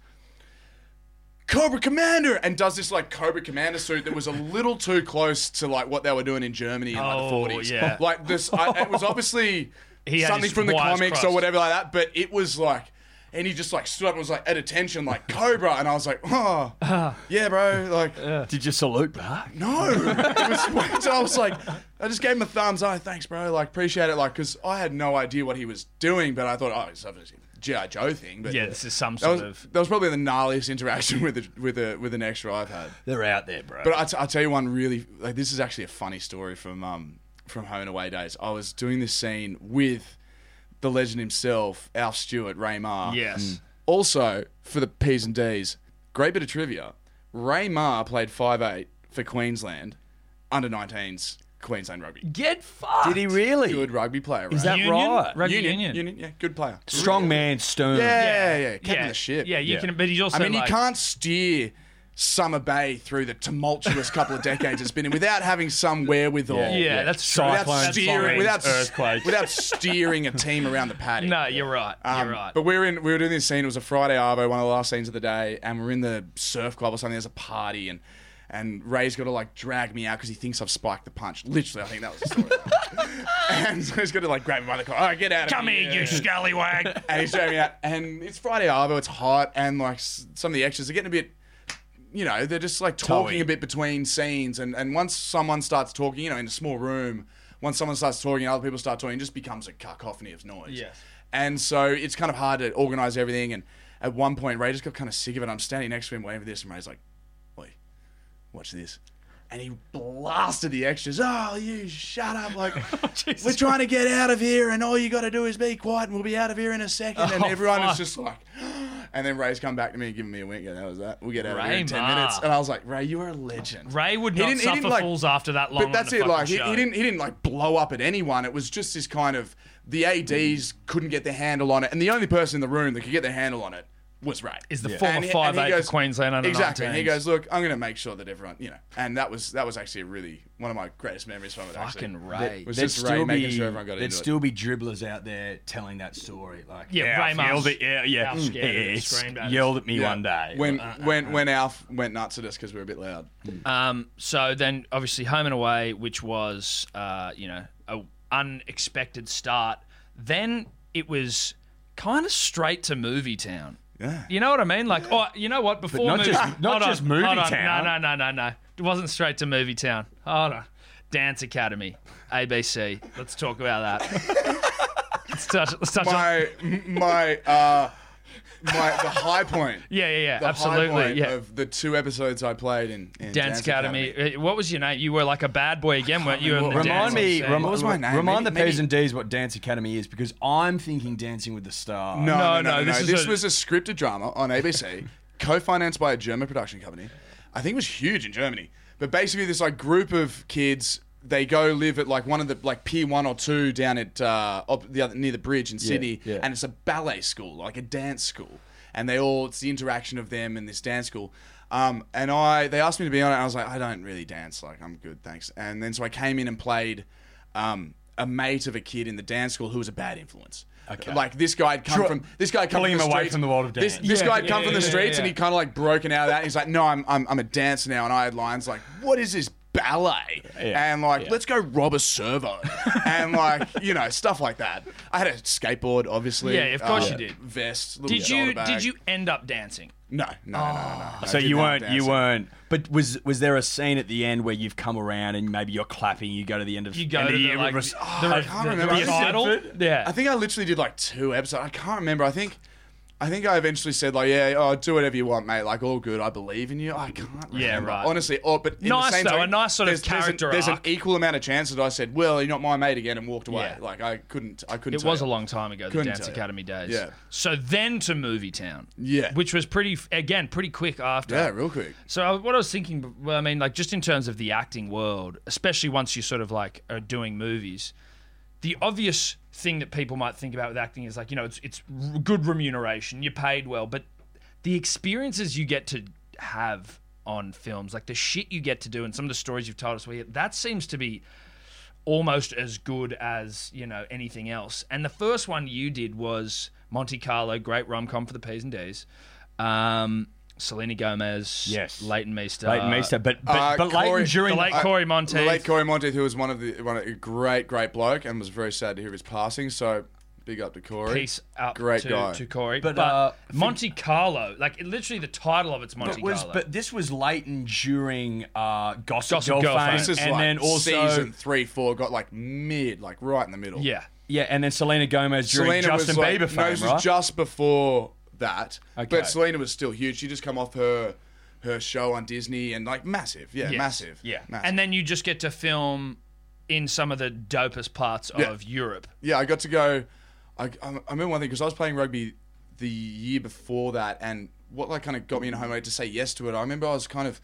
[SPEAKER 5] Cobra Commander and does this like Cobra Commander suit that was a little too close to like what they were doing in Germany in like
[SPEAKER 2] Oh,
[SPEAKER 5] the forties.
[SPEAKER 2] yeah.
[SPEAKER 5] Like this, I, it was obviously
[SPEAKER 2] He had
[SPEAKER 5] something
[SPEAKER 2] his
[SPEAKER 5] from the
[SPEAKER 2] wires
[SPEAKER 5] comics or
[SPEAKER 2] crossed.
[SPEAKER 5] whatever like that, but it was like. And he just like stood up and was like at attention, like Cobra, and I was like, oh, yeah, bro, like
[SPEAKER 3] Did you salute back?
[SPEAKER 5] no. It was- so I was like, I just gave him a thumbs. Oh, thanks, bro. Like, appreciate it. Like, because I had no idea what he was doing, but I thought, oh, it's obviously a GI Joe thing. But
[SPEAKER 2] yeah, this is some
[SPEAKER 5] that
[SPEAKER 2] sort
[SPEAKER 5] was,
[SPEAKER 2] of.
[SPEAKER 5] that was probably the gnarliest interaction with a, with a with an extra I've had.
[SPEAKER 3] They're out there, bro.
[SPEAKER 5] But I t- I'll tell you one really like this is actually a funny story from um from home and away days. I was doing this scene with the legend himself, Alf Stewart, Ray Marr.
[SPEAKER 2] Yes.
[SPEAKER 5] Also for the P's and D's, great bit of trivia. Ray Marr played 5'8 for Queensland under 19s Queensland rugby.
[SPEAKER 2] Get fucked.
[SPEAKER 3] Did he really?
[SPEAKER 5] Good rugby player. Right?
[SPEAKER 3] Is that
[SPEAKER 2] Union?
[SPEAKER 3] right?
[SPEAKER 2] Rugby
[SPEAKER 5] union,
[SPEAKER 2] union.
[SPEAKER 5] union? Yeah, good player.
[SPEAKER 3] Strong man, stern.
[SPEAKER 5] Yeah, yeah, yeah. Captain of the ship.
[SPEAKER 2] Yeah, you
[SPEAKER 3] Yeah.
[SPEAKER 2] can. But he's also.
[SPEAKER 5] I mean,
[SPEAKER 2] like-
[SPEAKER 5] you can't steer Summer Bay through the tumultuous couple of decades it's been in without having some wherewithal.
[SPEAKER 2] Yeah, that's true.
[SPEAKER 5] Without
[SPEAKER 3] Cyclones,
[SPEAKER 5] steering,
[SPEAKER 2] fine.
[SPEAKER 5] without,
[SPEAKER 3] earthquakes.
[SPEAKER 5] without steering a team around the paddock.
[SPEAKER 2] No, you're right. You're
[SPEAKER 5] Um,
[SPEAKER 2] right.
[SPEAKER 5] But we were in, we were doing this scene. It was a Friday arvo, one of the last scenes of the day, and we're in the surf club or something. There's a party, and and Ray's got to like drag me out because he thinks I've spiked the punch. Literally, I think that was the story. and so he's got to like grab me by the collar. All right, get out of
[SPEAKER 2] Come here, you scallywag.
[SPEAKER 5] and he's showing me out. And it's Friday Arvo, it's hot, and like s- some of the extras are getting a bit, you know, they're just like talking
[SPEAKER 3] Toey.
[SPEAKER 5] a bit between scenes. And, and once someone starts talking, you know, in a small room, once someone starts talking and other people start talking, it just becomes a cacophony of noise.
[SPEAKER 2] Yes.
[SPEAKER 5] And so it's kind of hard to organize everything. And at one point, Ray just got kind of sick of it. I'm standing next to him waiting for this, and Ray's like, Oi, watch this. And he blasted the extras. Oh, you shut up! Like we're trying to get out of here, and all you got to do is be quiet, and we'll be out of here in a second. and
[SPEAKER 2] Oh,
[SPEAKER 5] everyone
[SPEAKER 2] fuck.
[SPEAKER 5] is just like. And then Ray's come back to me, giving me a wink, and that was that. We'll get out of here in ten
[SPEAKER 2] Ray Ma.
[SPEAKER 5] minutes. And I was like, Ray, you are a legend.
[SPEAKER 2] Ray would
[SPEAKER 5] He
[SPEAKER 2] not
[SPEAKER 5] didn't- he
[SPEAKER 2] suffer
[SPEAKER 5] didn't, like-
[SPEAKER 2] fools after that long.
[SPEAKER 5] But that's
[SPEAKER 2] on the
[SPEAKER 5] it. Like he,
[SPEAKER 2] fucking show.
[SPEAKER 5] he didn't he didn't like blow up at anyone. It was just this kind of the ads couldn't get their handle on it, and the only person in the room that could get their handle on it was Ray.
[SPEAKER 2] Is the former
[SPEAKER 5] he-
[SPEAKER 2] 5'8"
[SPEAKER 5] he
[SPEAKER 2] for Queensland under
[SPEAKER 5] exactly. And he
[SPEAKER 2] 19s.
[SPEAKER 5] goes, look, I'm going to make sure that everyone, you know, and that was that was actually really one of my greatest memories from it. actually.
[SPEAKER 2] fucking Ray.
[SPEAKER 5] was just Ray making sure everyone got
[SPEAKER 3] there'd
[SPEAKER 5] into it.
[SPEAKER 3] still be dribblers out there telling that story. Like,
[SPEAKER 2] Yeah, Ray
[SPEAKER 3] Alf
[SPEAKER 2] Mars
[SPEAKER 3] yelled at, yeah, yeah,
[SPEAKER 2] Alf scared and
[SPEAKER 3] yes,
[SPEAKER 2] screamed at us.
[SPEAKER 3] yelled at me
[SPEAKER 5] Yeah.
[SPEAKER 3] one day.
[SPEAKER 5] when when when Alf went nuts at us because we were a bit loud.
[SPEAKER 2] Um, so then, obviously, home and away, which was uh, you know a unexpected start. Then it was kind of straight to movie town.
[SPEAKER 5] Yeah.
[SPEAKER 2] You know what I mean? Like, oh, you know what? Before
[SPEAKER 3] not
[SPEAKER 2] movie,
[SPEAKER 3] just- not
[SPEAKER 2] Hold
[SPEAKER 3] just
[SPEAKER 2] on,
[SPEAKER 3] Movie
[SPEAKER 2] hold on.
[SPEAKER 3] Town.
[SPEAKER 2] No, no, no, no, no. It wasn't straight to movie town. Hold on, Dance Academy, ABC. Let's talk about that. let's touch. Let's touch. on-
[SPEAKER 5] My my uh my the high point.
[SPEAKER 2] yeah, yeah, yeah.
[SPEAKER 5] The
[SPEAKER 2] absolutely.
[SPEAKER 5] high point
[SPEAKER 2] yeah.
[SPEAKER 5] of the two episodes I played in, in
[SPEAKER 2] Dance Academy. Uh, What was your name? You were like a bad boy again, weren't you? on the
[SPEAKER 3] Remind
[SPEAKER 2] dance
[SPEAKER 3] me,
[SPEAKER 2] scene?
[SPEAKER 3] rem-
[SPEAKER 5] What was my name?
[SPEAKER 3] remind
[SPEAKER 5] Maybe-
[SPEAKER 3] the P's
[SPEAKER 5] maybe-
[SPEAKER 3] and D's what Dance Academy is because I'm thinking Dancing with the Stars.
[SPEAKER 5] No, no, no. no,
[SPEAKER 2] this
[SPEAKER 5] This,
[SPEAKER 2] is a-
[SPEAKER 5] was a scripted drama on ABC, co-financed by a German production company. I think it was huge in Germany. But basically, this like group of kids, they go live at like one of the like Pier One or Two down at uh, up the other near the bridge in Sydney,
[SPEAKER 3] yeah.
[SPEAKER 5] and it's a ballet school, like a dance school, and they all it's the interaction of them and this dance school. Um, and I they asked me to be on it, and I was like, I don't really dance, like I'm good, thanks. And then so I came in and played. Um, a mate of a kid in the dance school who was a bad influence.
[SPEAKER 3] Okay.
[SPEAKER 5] Like this guy had come
[SPEAKER 3] Sure.
[SPEAKER 5] from this guy had come
[SPEAKER 3] Pulling
[SPEAKER 5] from the
[SPEAKER 3] him away
[SPEAKER 5] streets-
[SPEAKER 3] from the world of
[SPEAKER 5] This,
[SPEAKER 3] dance.
[SPEAKER 5] this
[SPEAKER 2] Yeah,
[SPEAKER 5] guy had come
[SPEAKER 2] yeah,
[SPEAKER 5] from the
[SPEAKER 2] yeah,
[SPEAKER 5] streets
[SPEAKER 2] yeah,
[SPEAKER 5] and
[SPEAKER 2] yeah.
[SPEAKER 5] he kind of like broken out of that. He's like, no, I'm, I'm I'm a dancer now, and I had lines like, what is this ballet?
[SPEAKER 3] Yeah,
[SPEAKER 5] and like,
[SPEAKER 3] yeah.
[SPEAKER 5] let's go rob a servo, and like you know stuff like that. I had a skateboard, obviously.
[SPEAKER 2] Yeah, of course you did.
[SPEAKER 5] Vest. little
[SPEAKER 2] Did you
[SPEAKER 5] shoulder bag.
[SPEAKER 2] did you Oh. end up dancing?
[SPEAKER 5] No, no, no, no, no. no. I
[SPEAKER 3] So
[SPEAKER 5] did
[SPEAKER 3] you
[SPEAKER 5] not
[SPEAKER 3] weren't,
[SPEAKER 5] dance.
[SPEAKER 3] you weren't. But was was there a scene at the end where you've come around and maybe you're clapping? You go to the end of
[SPEAKER 2] You go
[SPEAKER 3] end
[SPEAKER 2] to
[SPEAKER 3] of
[SPEAKER 2] the,
[SPEAKER 3] year
[SPEAKER 2] like,
[SPEAKER 3] res-
[SPEAKER 2] the-
[SPEAKER 5] I can't remember.
[SPEAKER 2] the recital. Yeah.
[SPEAKER 5] I think I literally did like two episodes. I can't remember. I think. I think I eventually said like, yeah, oh, do whatever you want, mate. Like, all good. I believe in you. I can't. Remember.
[SPEAKER 2] Yeah, right.
[SPEAKER 5] Honestly, oh, but in
[SPEAKER 2] Nice,
[SPEAKER 5] the same
[SPEAKER 2] though,
[SPEAKER 5] time,
[SPEAKER 2] a nice sort of
[SPEAKER 5] there's- there's an-
[SPEAKER 2] character
[SPEAKER 5] There's an,
[SPEAKER 2] arc.
[SPEAKER 5] equal amount of chance that I said, well, you're not my mate again, and walked away.
[SPEAKER 2] Yeah.
[SPEAKER 5] Like, I couldn't. I couldn't.
[SPEAKER 2] it
[SPEAKER 5] tell
[SPEAKER 2] was a
[SPEAKER 5] you.
[SPEAKER 2] long time ago, the
[SPEAKER 5] Couldn't
[SPEAKER 2] Dance
[SPEAKER 5] tell you.
[SPEAKER 2] Academy days.
[SPEAKER 5] Yeah.
[SPEAKER 2] So then to Movie Town.
[SPEAKER 5] Yeah.
[SPEAKER 2] Which was pretty again pretty quick after.
[SPEAKER 5] Yeah, real quick.
[SPEAKER 2] So I- what I was thinking, well, I mean, like just in terms of the acting world, especially once you sort of like are doing movies, the obvious thing that people might think about with acting is like you know it's it's r- good remuneration, you're paid well, but the experiences you get to have on films, like the shit you get to do, and some of the stories you've told us, we that seems to be almost as good as you know anything else. And the first one you did was Monte Carlo, great rom com for the P's and D's. Um, Selena Gomez,
[SPEAKER 3] Yes.
[SPEAKER 2] Leighton Meester,
[SPEAKER 3] Leighton Meester, but but,
[SPEAKER 5] Uh,
[SPEAKER 3] but Leighton
[SPEAKER 5] Corey-
[SPEAKER 3] during
[SPEAKER 2] the late Corey Monteith.
[SPEAKER 5] The late Corey Monteith, who was one of the one of, a great, great bloke, and was very sad to hear his passing. So, big up to Corey.
[SPEAKER 2] Peace up
[SPEAKER 5] Great
[SPEAKER 2] to,
[SPEAKER 5] guy.
[SPEAKER 2] to Corey, but,
[SPEAKER 3] But, uh,
[SPEAKER 2] Monte Carlo, like it, literally the title of it's Monte
[SPEAKER 3] But, was,
[SPEAKER 2] Carlo.
[SPEAKER 3] but this was Leighton during uh, Gossip,
[SPEAKER 2] Gossip
[SPEAKER 3] Girl,
[SPEAKER 2] Girl
[SPEAKER 3] fame,
[SPEAKER 2] fame.
[SPEAKER 5] This is
[SPEAKER 3] and
[SPEAKER 5] like
[SPEAKER 3] then also
[SPEAKER 5] season three, four got like mid, like right in the middle.
[SPEAKER 2] yeah,
[SPEAKER 3] yeah, and then Selena Gomez during
[SPEAKER 5] Selena
[SPEAKER 3] Justin
[SPEAKER 5] was like,
[SPEAKER 3] Bieber fame,
[SPEAKER 5] no, this
[SPEAKER 3] right?
[SPEAKER 5] was just before that.
[SPEAKER 3] Okay.
[SPEAKER 5] But Selena was still huge. She just come off her her show on Disney and like massive, yeah,
[SPEAKER 2] Yes.
[SPEAKER 5] massive,
[SPEAKER 3] Yeah.
[SPEAKER 5] massive.
[SPEAKER 2] and then you just get to film in some of the dopest parts
[SPEAKER 5] Yeah.
[SPEAKER 2] of Europe.
[SPEAKER 5] yeah, I got to go. I, I, I remember one thing because I was playing rugby the year before that, and what like kind of got me in home rate to say yes to it. I remember I was kind of,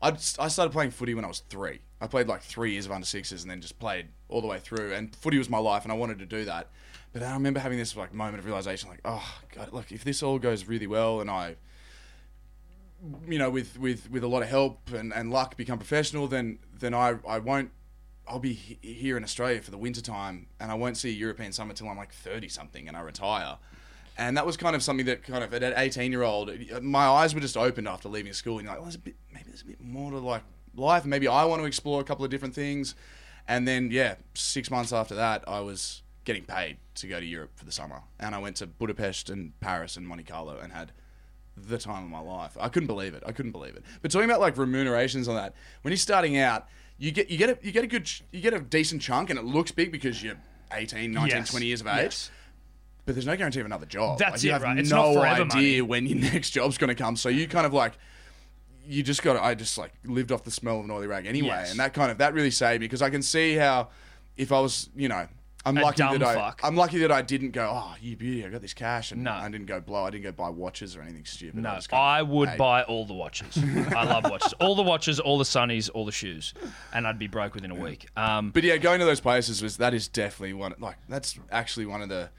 [SPEAKER 5] I'd, I started playing footy when I was three. I played like three years of under sixes, and then just played all the way through. And footy was my life, and I wanted to do that. But I remember having this like moment of realization, like, oh god, look, if this all goes really well, and I you know, with with with a lot of help and, and luck, become professional, then then I I won't. I'll be he- here in Australia for the winter time, and I won't see a European summer till I'm like thirty something, and I retire. And that was kind of something that kind of at an eighteen year old, my eyes were just opened after leaving school, and you're like, well, there's a bit, maybe there's a bit more to like life. Maybe I want to explore a couple of different things. And then yeah, six months after that, I was getting paid to go to Europe for the summer, and I went to Budapest and Paris and Monte Carlo, and had the time of my life. I couldn't believe it. I couldn't believe it. But talking about like remunerations on that, when you're starting out, you get you get a you get a good ch- you get a decent chunk, and it looks big because you're 18, 19,
[SPEAKER 2] Yes.
[SPEAKER 5] 20 years of age.
[SPEAKER 2] Yes.
[SPEAKER 5] But there's no guarantee of another job.
[SPEAKER 2] That's
[SPEAKER 5] you
[SPEAKER 2] it,
[SPEAKER 5] have
[SPEAKER 2] right? It's
[SPEAKER 5] no
[SPEAKER 2] not forever
[SPEAKER 5] idea when your next job's going to come. So you kind of like you just got to, I just like lived off the smell of an oily rag anyway.
[SPEAKER 2] Yes.
[SPEAKER 5] And that kind of, that really saved me because I can see how if I was, you know, I'm
[SPEAKER 2] A
[SPEAKER 5] lucky
[SPEAKER 2] dumb
[SPEAKER 5] that I,
[SPEAKER 2] fuck.
[SPEAKER 5] I'm lucky that I didn't go, oh, you beauty, I got this cash. And
[SPEAKER 2] No.
[SPEAKER 5] I didn't go blow, I didn't go buy watches or anything stupid.
[SPEAKER 2] No,
[SPEAKER 5] just kinda
[SPEAKER 2] I would
[SPEAKER 5] paid.
[SPEAKER 2] buy all the watches. I love watches. All the watches, all the sunnies, all the shoes, and I'd be broke within a week. Um,
[SPEAKER 5] But yeah, going to those places was that is definitely one like that's actually one of the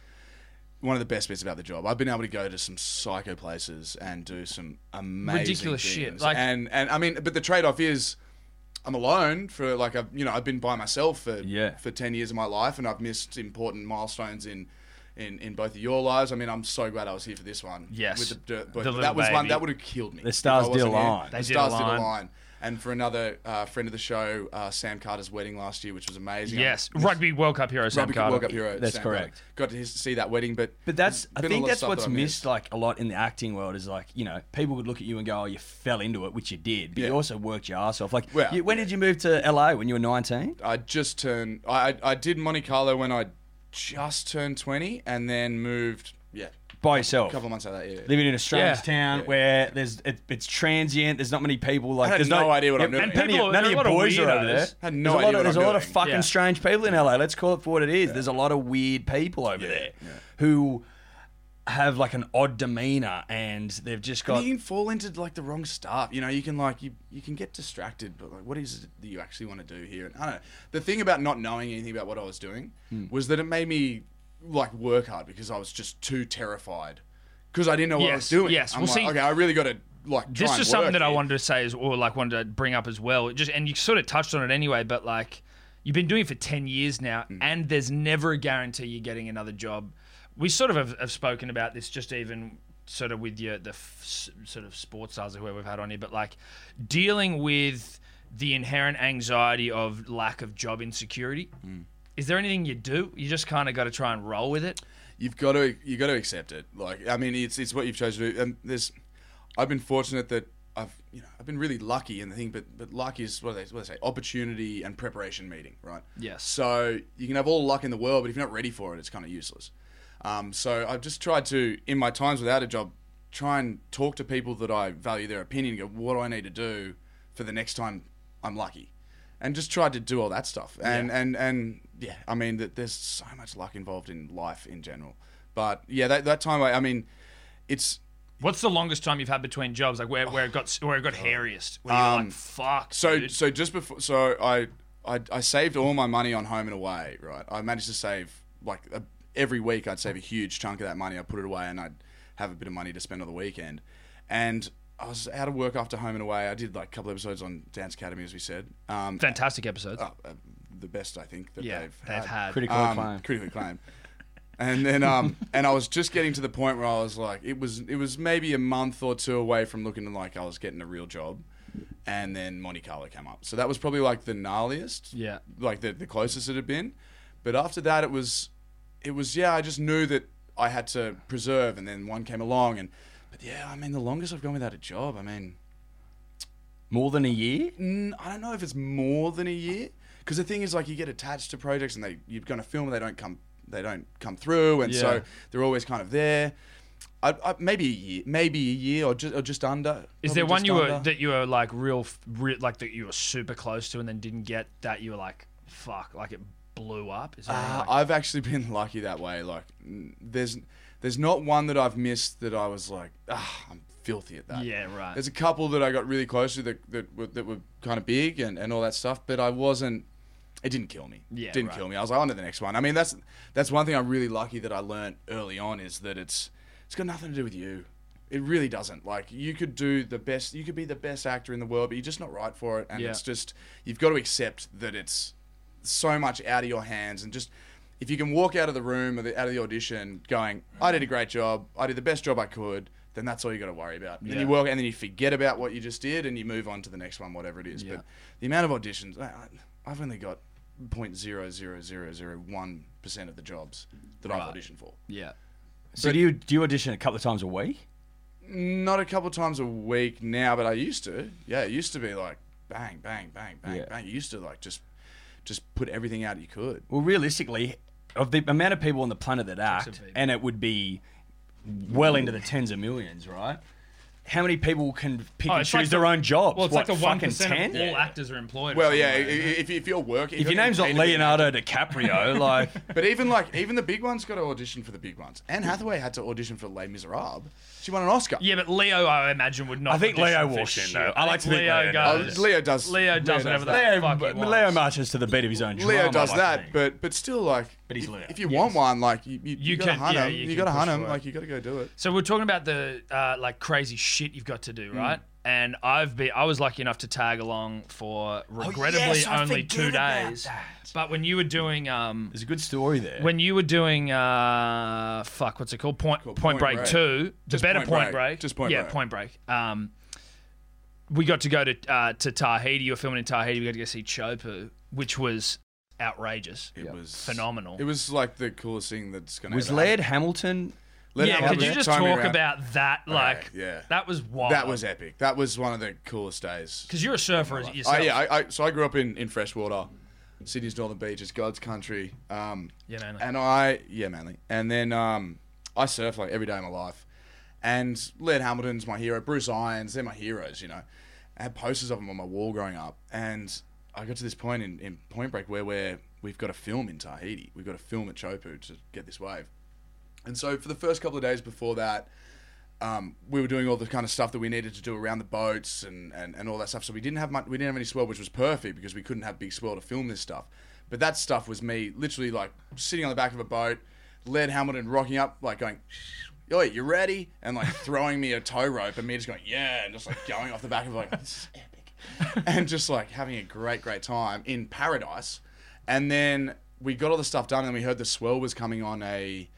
[SPEAKER 5] one of the best bits about the job. I've been able to go to some psycho places and do some amazing
[SPEAKER 2] Ridiculous shit,
[SPEAKER 5] things.
[SPEAKER 2] like-
[SPEAKER 5] and and I mean, but the trade off is I'm alone for like I've you know I've been by myself for
[SPEAKER 3] Yeah.
[SPEAKER 5] for ten years of my life, and I've missed important milestones in. In, in both of your lives, I mean, I'm so glad I was here for this one.
[SPEAKER 2] Yes.
[SPEAKER 5] with the, dirt, but
[SPEAKER 2] The little
[SPEAKER 5] that was one
[SPEAKER 2] baby.
[SPEAKER 5] that would have killed me.
[SPEAKER 3] The
[SPEAKER 5] if I
[SPEAKER 3] stars did
[SPEAKER 5] wasn't here.
[SPEAKER 3] align.
[SPEAKER 2] They
[SPEAKER 5] the
[SPEAKER 2] did
[SPEAKER 5] stars
[SPEAKER 2] align.
[SPEAKER 5] did align. And for another uh, friend of the show, uh, Sam Carter's wedding last year, which was amazing.
[SPEAKER 2] yes, rugby World Cup hero Sam
[SPEAKER 5] Rugby
[SPEAKER 2] Carter.
[SPEAKER 5] World Cup hero.
[SPEAKER 3] That's
[SPEAKER 5] uh, Sam
[SPEAKER 3] correct.
[SPEAKER 5] Carter. Got to his- see that wedding, but
[SPEAKER 3] But that's I
[SPEAKER 5] there's been a
[SPEAKER 3] think
[SPEAKER 5] lot of
[SPEAKER 3] that's
[SPEAKER 5] stuff
[SPEAKER 3] what's
[SPEAKER 5] that I
[SPEAKER 3] missed like a lot in the acting world is like you know people would look at you and go oh you fell into it which you did but
[SPEAKER 5] Yeah.
[SPEAKER 3] you also worked your ass off like
[SPEAKER 5] Well,
[SPEAKER 3] you, when did you move to LA when you were 19
[SPEAKER 5] I just turned. I I I did Monte Carlo when I just turned twenty, and then moved. Yeah,
[SPEAKER 3] by
[SPEAKER 5] a
[SPEAKER 3] yourself
[SPEAKER 5] couple of months out of that year.
[SPEAKER 3] living in a strange
[SPEAKER 2] Yeah.
[SPEAKER 3] town
[SPEAKER 5] Yeah.
[SPEAKER 3] where there's it, it's transient there's not many people like
[SPEAKER 5] had
[SPEAKER 3] there's
[SPEAKER 5] no idea what I'm doing.
[SPEAKER 3] and none of your-
[SPEAKER 2] And people-
[SPEAKER 3] none
[SPEAKER 2] there
[SPEAKER 3] of
[SPEAKER 2] are
[SPEAKER 3] your
[SPEAKER 2] a lot of
[SPEAKER 3] boys are over there
[SPEAKER 2] weirdos.
[SPEAKER 5] Had no
[SPEAKER 3] there's a lot
[SPEAKER 5] idea
[SPEAKER 3] of,
[SPEAKER 5] what
[SPEAKER 3] there's
[SPEAKER 5] I'm
[SPEAKER 3] a lot of
[SPEAKER 5] doing.
[SPEAKER 3] fucking
[SPEAKER 2] Yeah.
[SPEAKER 3] strange people in LA let's call it for what it is there's a lot of weird people over there who have like an odd demeanor and they've just got
[SPEAKER 5] And you can fall into like the wrong stuff. You know, you can like you you can get distracted, but like, what is it that you actually want to do here? And I don't know. The thing about not knowing anything about what I was doing
[SPEAKER 2] Hmm.
[SPEAKER 5] was that it made me like work hard because I was just too terrified because I didn't know what I was
[SPEAKER 2] Yes,
[SPEAKER 5] doing.
[SPEAKER 2] yes.
[SPEAKER 5] I'm
[SPEAKER 2] Well,
[SPEAKER 5] like,
[SPEAKER 2] see,
[SPEAKER 5] okay, I really got to like. Try
[SPEAKER 2] this
[SPEAKER 5] and
[SPEAKER 2] is something
[SPEAKER 5] work
[SPEAKER 2] that I
[SPEAKER 5] here.
[SPEAKER 2] wanted to say is, or like wanted to bring up as well. It Just and you sort of touched on it anyway, but like you've been doing it for ten years now,
[SPEAKER 5] Mm.
[SPEAKER 2] and there's never a guarantee you're getting another job. We sort of have, have spoken about this, just even sort of with your the f- s- sort of sports stars or whoever we've had on here, but like dealing with the inherent anxiety of lack of job insecurity.
[SPEAKER 5] Mm.
[SPEAKER 2] Is there anything you do? You just kind of got to try and roll with it.
[SPEAKER 5] you've got to you got to accept it. Like I mean, it's it's what you've chosen to do. And there's, I've been fortunate that I've you know I've been really lucky in the thing. But but luck is what do they what do they say opportunity and preparation meeting, right?
[SPEAKER 2] Yes.
[SPEAKER 5] So you can have all the luck in the world, but if you're not ready for it, it's kind of useless. Um, so I've just tried to in my times without a job, try and talk to people that I value their opinion. Go, what do I need to do for the next time I'm lucky? And just tried to do all that stuff, and and and yeah, I mean that there's so much luck involved in life in general, but yeah, that, that time I, I mean, it's
[SPEAKER 2] What's the longest time you've had between jobs? Like where, where it got where it got hairiest? Where you're like, fuck.
[SPEAKER 5] Oh. Um, So
[SPEAKER 2] dude."
[SPEAKER 5] so just before so I, I I saved all my money on home and away. Right, I managed to save like a, every week I'd save a huge chunk of that money. I would put it away and I'd have a bit of money to spend on the weekend. And I was out of work after home and away. I did like a couple episodes on Dance Academy, as we said. Um,
[SPEAKER 2] fantastic episodes.
[SPEAKER 3] Oh,
[SPEAKER 5] uh, uh, the best I think that
[SPEAKER 2] yeah,
[SPEAKER 5] they've,
[SPEAKER 2] they've had.
[SPEAKER 3] critical
[SPEAKER 5] um,
[SPEAKER 3] acclaim
[SPEAKER 5] Critically acclaimed. And then, um, and I was just getting to the point where I was like, it was, it was maybe a month or two away from looking like I was getting a real job, and then Monte Carlo came up, so that was probably like the gnarliest,
[SPEAKER 2] Yeah.
[SPEAKER 5] like the the closest it had been, but after that it was, it was yeah, I just knew that I had to preserve, and then one came along, and but yeah, I mean the longest I've gone without a job, I mean
[SPEAKER 3] more than a year
[SPEAKER 5] Mm, I don't know if it's more than a year because the thing is like you get attached to projects and they you're going to film and they don't come they don't come through and
[SPEAKER 3] Yeah.
[SPEAKER 5] so they're always kind of there. I, I, maybe a year, maybe a year or just or just under.
[SPEAKER 2] Is there
[SPEAKER 5] probably
[SPEAKER 2] one
[SPEAKER 5] just
[SPEAKER 2] you were
[SPEAKER 5] under.
[SPEAKER 2] that you were like real, f- re- like that you were super close to and then didn't get that you were like fuck, like it blew up? Is there any,
[SPEAKER 5] Uh,
[SPEAKER 2] like-
[SPEAKER 5] I've actually been lucky that way. Like n- there's there's not one that I've missed that I was like ah I'm filthy at that.
[SPEAKER 2] yeah, right.
[SPEAKER 5] There's a couple that I got really close to that that were, that were kind of big and, and all that stuff, but I wasn't. It didn't kill me.
[SPEAKER 2] Yeah,
[SPEAKER 5] didn't
[SPEAKER 2] right.
[SPEAKER 5] kill me. I was like, on to the next one. I mean, that's that's one thing I'm really lucky that I learned early on is that it's it's got nothing to do with you. It really doesn't. Like you could do the best, you could be the best actor in the world, but you're just not right for it. And
[SPEAKER 2] Yeah.
[SPEAKER 5] it's just you've got to accept that it's so much out of your hands and just. If you can walk out of the room or the, out of the audition going, I did a great job, I did the best job I could, then that's all you got to worry about. And
[SPEAKER 2] Yeah.
[SPEAKER 5] you work, and then you forget about what you just did, and you move on to the next one, whatever it is.
[SPEAKER 2] Yeah.
[SPEAKER 5] But the amount of auditions, I, I- I've only got point zero zero zero zero one percent of the jobs that I've
[SPEAKER 2] Right.
[SPEAKER 5] auditioned for.
[SPEAKER 2] yeah,
[SPEAKER 3] so do you do you audition a couple of times a week
[SPEAKER 5] Not a couple times a week now, but I used to. Yeah, it used to be like bang, bang, bang, bang,
[SPEAKER 3] Yeah.
[SPEAKER 5] bang. You used to like just, just put everything out you could.
[SPEAKER 3] Well, realistically, of the amount of people on the planet that act,
[SPEAKER 2] people.
[SPEAKER 3] and it would be well into the tens of millions, right? how many people can pick
[SPEAKER 2] Oh,
[SPEAKER 3] and
[SPEAKER 2] it's
[SPEAKER 3] choose
[SPEAKER 2] like
[SPEAKER 3] their
[SPEAKER 2] the-
[SPEAKER 3] own jobs?
[SPEAKER 2] Well, it's
[SPEAKER 3] what,
[SPEAKER 2] like the one
[SPEAKER 3] fucking
[SPEAKER 2] percent
[SPEAKER 3] ten?
[SPEAKER 2] of all actors are employed. or
[SPEAKER 5] Well,
[SPEAKER 2] something
[SPEAKER 5] yeah, i- i-
[SPEAKER 2] like that.
[SPEAKER 5] if, if you're working,
[SPEAKER 3] If your name's not Leonardo DiCaprio, like
[SPEAKER 5] But even like even the big ones got to audition for the big ones. Anne Hathaway had to audition for Les Miserables. She won an Oscar.
[SPEAKER 2] Hmm. Yeah, but Leo, I imagine, would not.
[SPEAKER 3] I think
[SPEAKER 2] audition
[SPEAKER 3] Leo
[SPEAKER 2] for
[SPEAKER 3] walks in,
[SPEAKER 2] shit.
[SPEAKER 3] though. I like to think
[SPEAKER 2] Leo
[SPEAKER 3] Leo
[SPEAKER 5] Uh,
[SPEAKER 2] goes.
[SPEAKER 5] Leo does.
[SPEAKER 2] Leo does whatever the
[SPEAKER 3] Leo,
[SPEAKER 2] fuck he
[SPEAKER 3] but
[SPEAKER 2] wants.
[SPEAKER 3] Leo marches to the beat of his own drum.
[SPEAKER 5] Leo
[SPEAKER 3] I like
[SPEAKER 5] does
[SPEAKER 3] to
[SPEAKER 5] that,
[SPEAKER 3] think.
[SPEAKER 5] but but still like.
[SPEAKER 3] But he's
[SPEAKER 5] if-
[SPEAKER 3] Leo.
[SPEAKER 5] If you want one, like you, you, you,
[SPEAKER 2] You
[SPEAKER 5] gotta
[SPEAKER 2] can-
[SPEAKER 5] hunt
[SPEAKER 2] yeah,
[SPEAKER 5] 'em.
[SPEAKER 2] you
[SPEAKER 5] You,
[SPEAKER 2] can
[SPEAKER 5] gotta
[SPEAKER 2] push
[SPEAKER 5] hunt
[SPEAKER 2] for
[SPEAKER 5] him.
[SPEAKER 2] it.
[SPEAKER 5] Like you gotta go do it.
[SPEAKER 2] So we're talking about the uh, like crazy shit you've got to
[SPEAKER 3] Hmm.
[SPEAKER 2] do, right? And I've been I was lucky enough to tag along for regrettably
[SPEAKER 3] Oh, yes, I
[SPEAKER 2] only
[SPEAKER 3] forget
[SPEAKER 2] two
[SPEAKER 3] about
[SPEAKER 2] days. But when you were doing um
[SPEAKER 3] there's a good story there.
[SPEAKER 2] when you were doing uh fuck what's it called point
[SPEAKER 5] Called
[SPEAKER 2] Point
[SPEAKER 5] Point
[SPEAKER 2] break,
[SPEAKER 5] Break.
[SPEAKER 2] 2 the
[SPEAKER 5] Just
[SPEAKER 2] better
[SPEAKER 5] Point
[SPEAKER 2] point break.
[SPEAKER 5] Break. Just Point
[SPEAKER 2] yeah,
[SPEAKER 5] Break.
[SPEAKER 2] point break um we got to go to uh, to Tahiti you were filming in Tahiti we got to go see Chopu which was outrageous
[SPEAKER 5] It was
[SPEAKER 2] phenomenal
[SPEAKER 5] It was like the coolest thing that's gonna.
[SPEAKER 3] was
[SPEAKER 5] ever happen.
[SPEAKER 3] Laird Hamilton?
[SPEAKER 5] Laird
[SPEAKER 2] yeah could
[SPEAKER 5] Hamilton,
[SPEAKER 2] you just
[SPEAKER 5] Tommy
[SPEAKER 2] talk
[SPEAKER 5] Rath-
[SPEAKER 2] about Oh. that like
[SPEAKER 5] yeah.
[SPEAKER 2] that was wild
[SPEAKER 5] That was epic. That was one of the coolest days.
[SPEAKER 2] Because you're a surfer
[SPEAKER 5] Oh
[SPEAKER 2] yourself.
[SPEAKER 5] yeah, I, I, so I grew up in, in freshwater, Sydney's northern beaches, God's country. Um,
[SPEAKER 2] Yeah, Manly.
[SPEAKER 5] And I yeah, manly. And then um, I surf like every day of my life. And Laird Hamilton's my hero. Bruce Irons, they're my heroes. You know, I had posters of them on my wall growing up. And I got to this point in, in Point Break where we're, we've got to film in Tahiti. We've got to film at Chopu to get this wave. And so for the first couple of days before that, um, we were doing all the kind of stuff that we needed to do around the boats and, and, and all that stuff. So we didn't have much, we didn't have any swell, which was perfect because we couldn't have big swell to film this stuff. But that stuff was me literally like sitting on the back of a boat, Led Hamilton rocking up, like going, "Yo, you ready?" and like throwing me a tow rope, and me just going, "Yeah," and just like going off the back of like, "This is epic," and just like having a great great time in paradise. And then we got all the stuff done, and we heard the swell was coming on a.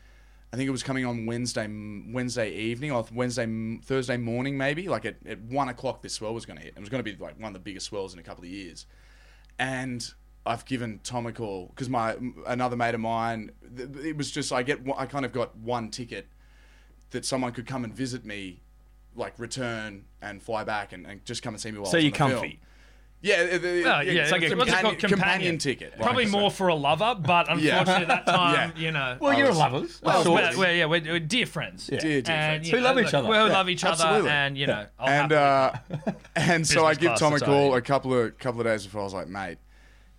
[SPEAKER 5] I think it was coming on Wednesday Wednesday evening or Wednesday Thursday morning maybe. Like at, at one o'clock, this swell was going to hit. It was going to be like one of the biggest swells in a couple of years. And I've given Tom a call because my another mate of mine. th- It was just I get one- I kind of got one ticket that someone could come and visit me, like return and fly back and, and just come and see me while
[SPEAKER 3] So
[SPEAKER 5] I was
[SPEAKER 3] you're
[SPEAKER 5] on the film.
[SPEAKER 3] comfy.
[SPEAKER 5] Yeah, it- it-
[SPEAKER 2] Oh,
[SPEAKER 5] it-
[SPEAKER 2] yeah,
[SPEAKER 5] it's like a
[SPEAKER 2] what's it
[SPEAKER 5] companion,
[SPEAKER 2] called?
[SPEAKER 5] companion ticket. like,
[SPEAKER 2] Probably
[SPEAKER 5] so-
[SPEAKER 2] more for a lover, but unfortunately that time,
[SPEAKER 5] Yeah.
[SPEAKER 2] you know.
[SPEAKER 3] Well, you're
[SPEAKER 5] was-
[SPEAKER 3] lovers.
[SPEAKER 2] Well,
[SPEAKER 3] Sort
[SPEAKER 2] we're,
[SPEAKER 3] of.
[SPEAKER 2] we're- yeah, we're, we're dear friends.
[SPEAKER 3] Yeah.
[SPEAKER 5] Dear, dear friends.
[SPEAKER 2] you
[SPEAKER 3] Who love each other.
[SPEAKER 2] We all
[SPEAKER 5] Yeah,
[SPEAKER 2] love each other,
[SPEAKER 5] absolutely.
[SPEAKER 2] and you know. I'll
[SPEAKER 5] and
[SPEAKER 2] happily-
[SPEAKER 5] uh, and so I
[SPEAKER 2] Business
[SPEAKER 5] give
[SPEAKER 2] class,
[SPEAKER 5] Tom a
[SPEAKER 2] that's
[SPEAKER 5] call
[SPEAKER 2] alright.
[SPEAKER 5] a couple of couple of days before. I was like, mate,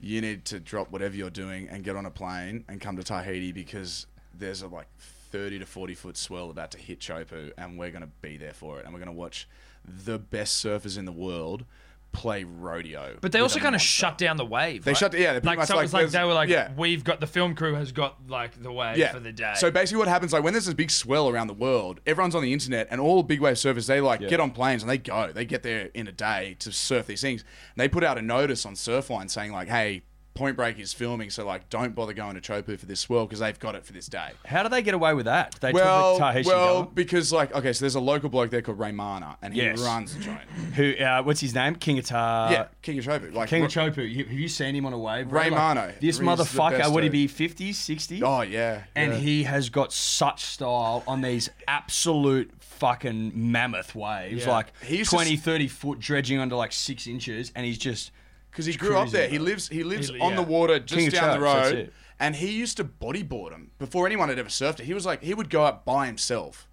[SPEAKER 5] you need to drop whatever you're doing and get on a plane and come to Tahiti because there's a like thirty to forty foot swell about to hit Chopu, and we're gonna be there for it, and we're gonna watch the best surfers in the world play rodeo.
[SPEAKER 2] but they
[SPEAKER 5] with
[SPEAKER 2] also
[SPEAKER 5] a
[SPEAKER 2] kind of
[SPEAKER 5] monster.
[SPEAKER 2] shut down the wave.
[SPEAKER 5] They
[SPEAKER 2] right?
[SPEAKER 5] shut- yeah, they pretty
[SPEAKER 2] like
[SPEAKER 5] much,
[SPEAKER 2] so it
[SPEAKER 5] like,
[SPEAKER 2] was like
[SPEAKER 5] there's-
[SPEAKER 2] they were like,
[SPEAKER 5] yeah.
[SPEAKER 2] we've got the film crew has got like the wave for the day.
[SPEAKER 5] So basically, what happens like when there's this big swell around the world, everyone's on the internet, and all big wave surfers they like get on planes and they go. They get there in a day to surf these things. And they put out a notice on Surfline saying like, "Hey, Point Break is filming, so like don't bother going to Chopu for this swell because they've got it for this day."
[SPEAKER 3] How do they get away with that? They took
[SPEAKER 5] Well,
[SPEAKER 3] the Tahitian
[SPEAKER 5] well,
[SPEAKER 3] government,
[SPEAKER 5] because like okay, so there's a local bloke there called Raymana, and he
[SPEAKER 3] Yes.
[SPEAKER 5] runs the joint.
[SPEAKER 3] who? Uh, what's his name? King of Ta.
[SPEAKER 5] yeah, King of Chopu, like
[SPEAKER 3] King
[SPEAKER 5] Ra-
[SPEAKER 3] of Chopu. You, have you seen him on a wave? bro?
[SPEAKER 5] Ray
[SPEAKER 3] Like,
[SPEAKER 5] Mano.
[SPEAKER 3] This
[SPEAKER 5] He's the
[SPEAKER 3] motherfucker.
[SPEAKER 5] best
[SPEAKER 3] Would he be
[SPEAKER 5] dude.
[SPEAKER 3] 50s, 60s?
[SPEAKER 5] Oh yeah,
[SPEAKER 3] and
[SPEAKER 5] yeah.
[SPEAKER 3] he has got such style on these absolute fucking mammoth waves,
[SPEAKER 2] Yeah.
[SPEAKER 3] like
[SPEAKER 5] He used to
[SPEAKER 3] 20,
[SPEAKER 5] s-
[SPEAKER 3] 30 foot dredging under like six inches, and he's just
[SPEAKER 5] because he grew up
[SPEAKER 3] cruising,
[SPEAKER 5] there. He
[SPEAKER 3] bro.
[SPEAKER 5] lives he lives
[SPEAKER 2] He-
[SPEAKER 5] on the
[SPEAKER 2] yeah.
[SPEAKER 5] water just
[SPEAKER 3] King of
[SPEAKER 5] down the
[SPEAKER 3] Chokes, that's
[SPEAKER 5] road,
[SPEAKER 3] it.
[SPEAKER 5] and he used to bodyboard him before anyone had ever surfed it. He was like he would go up by himself,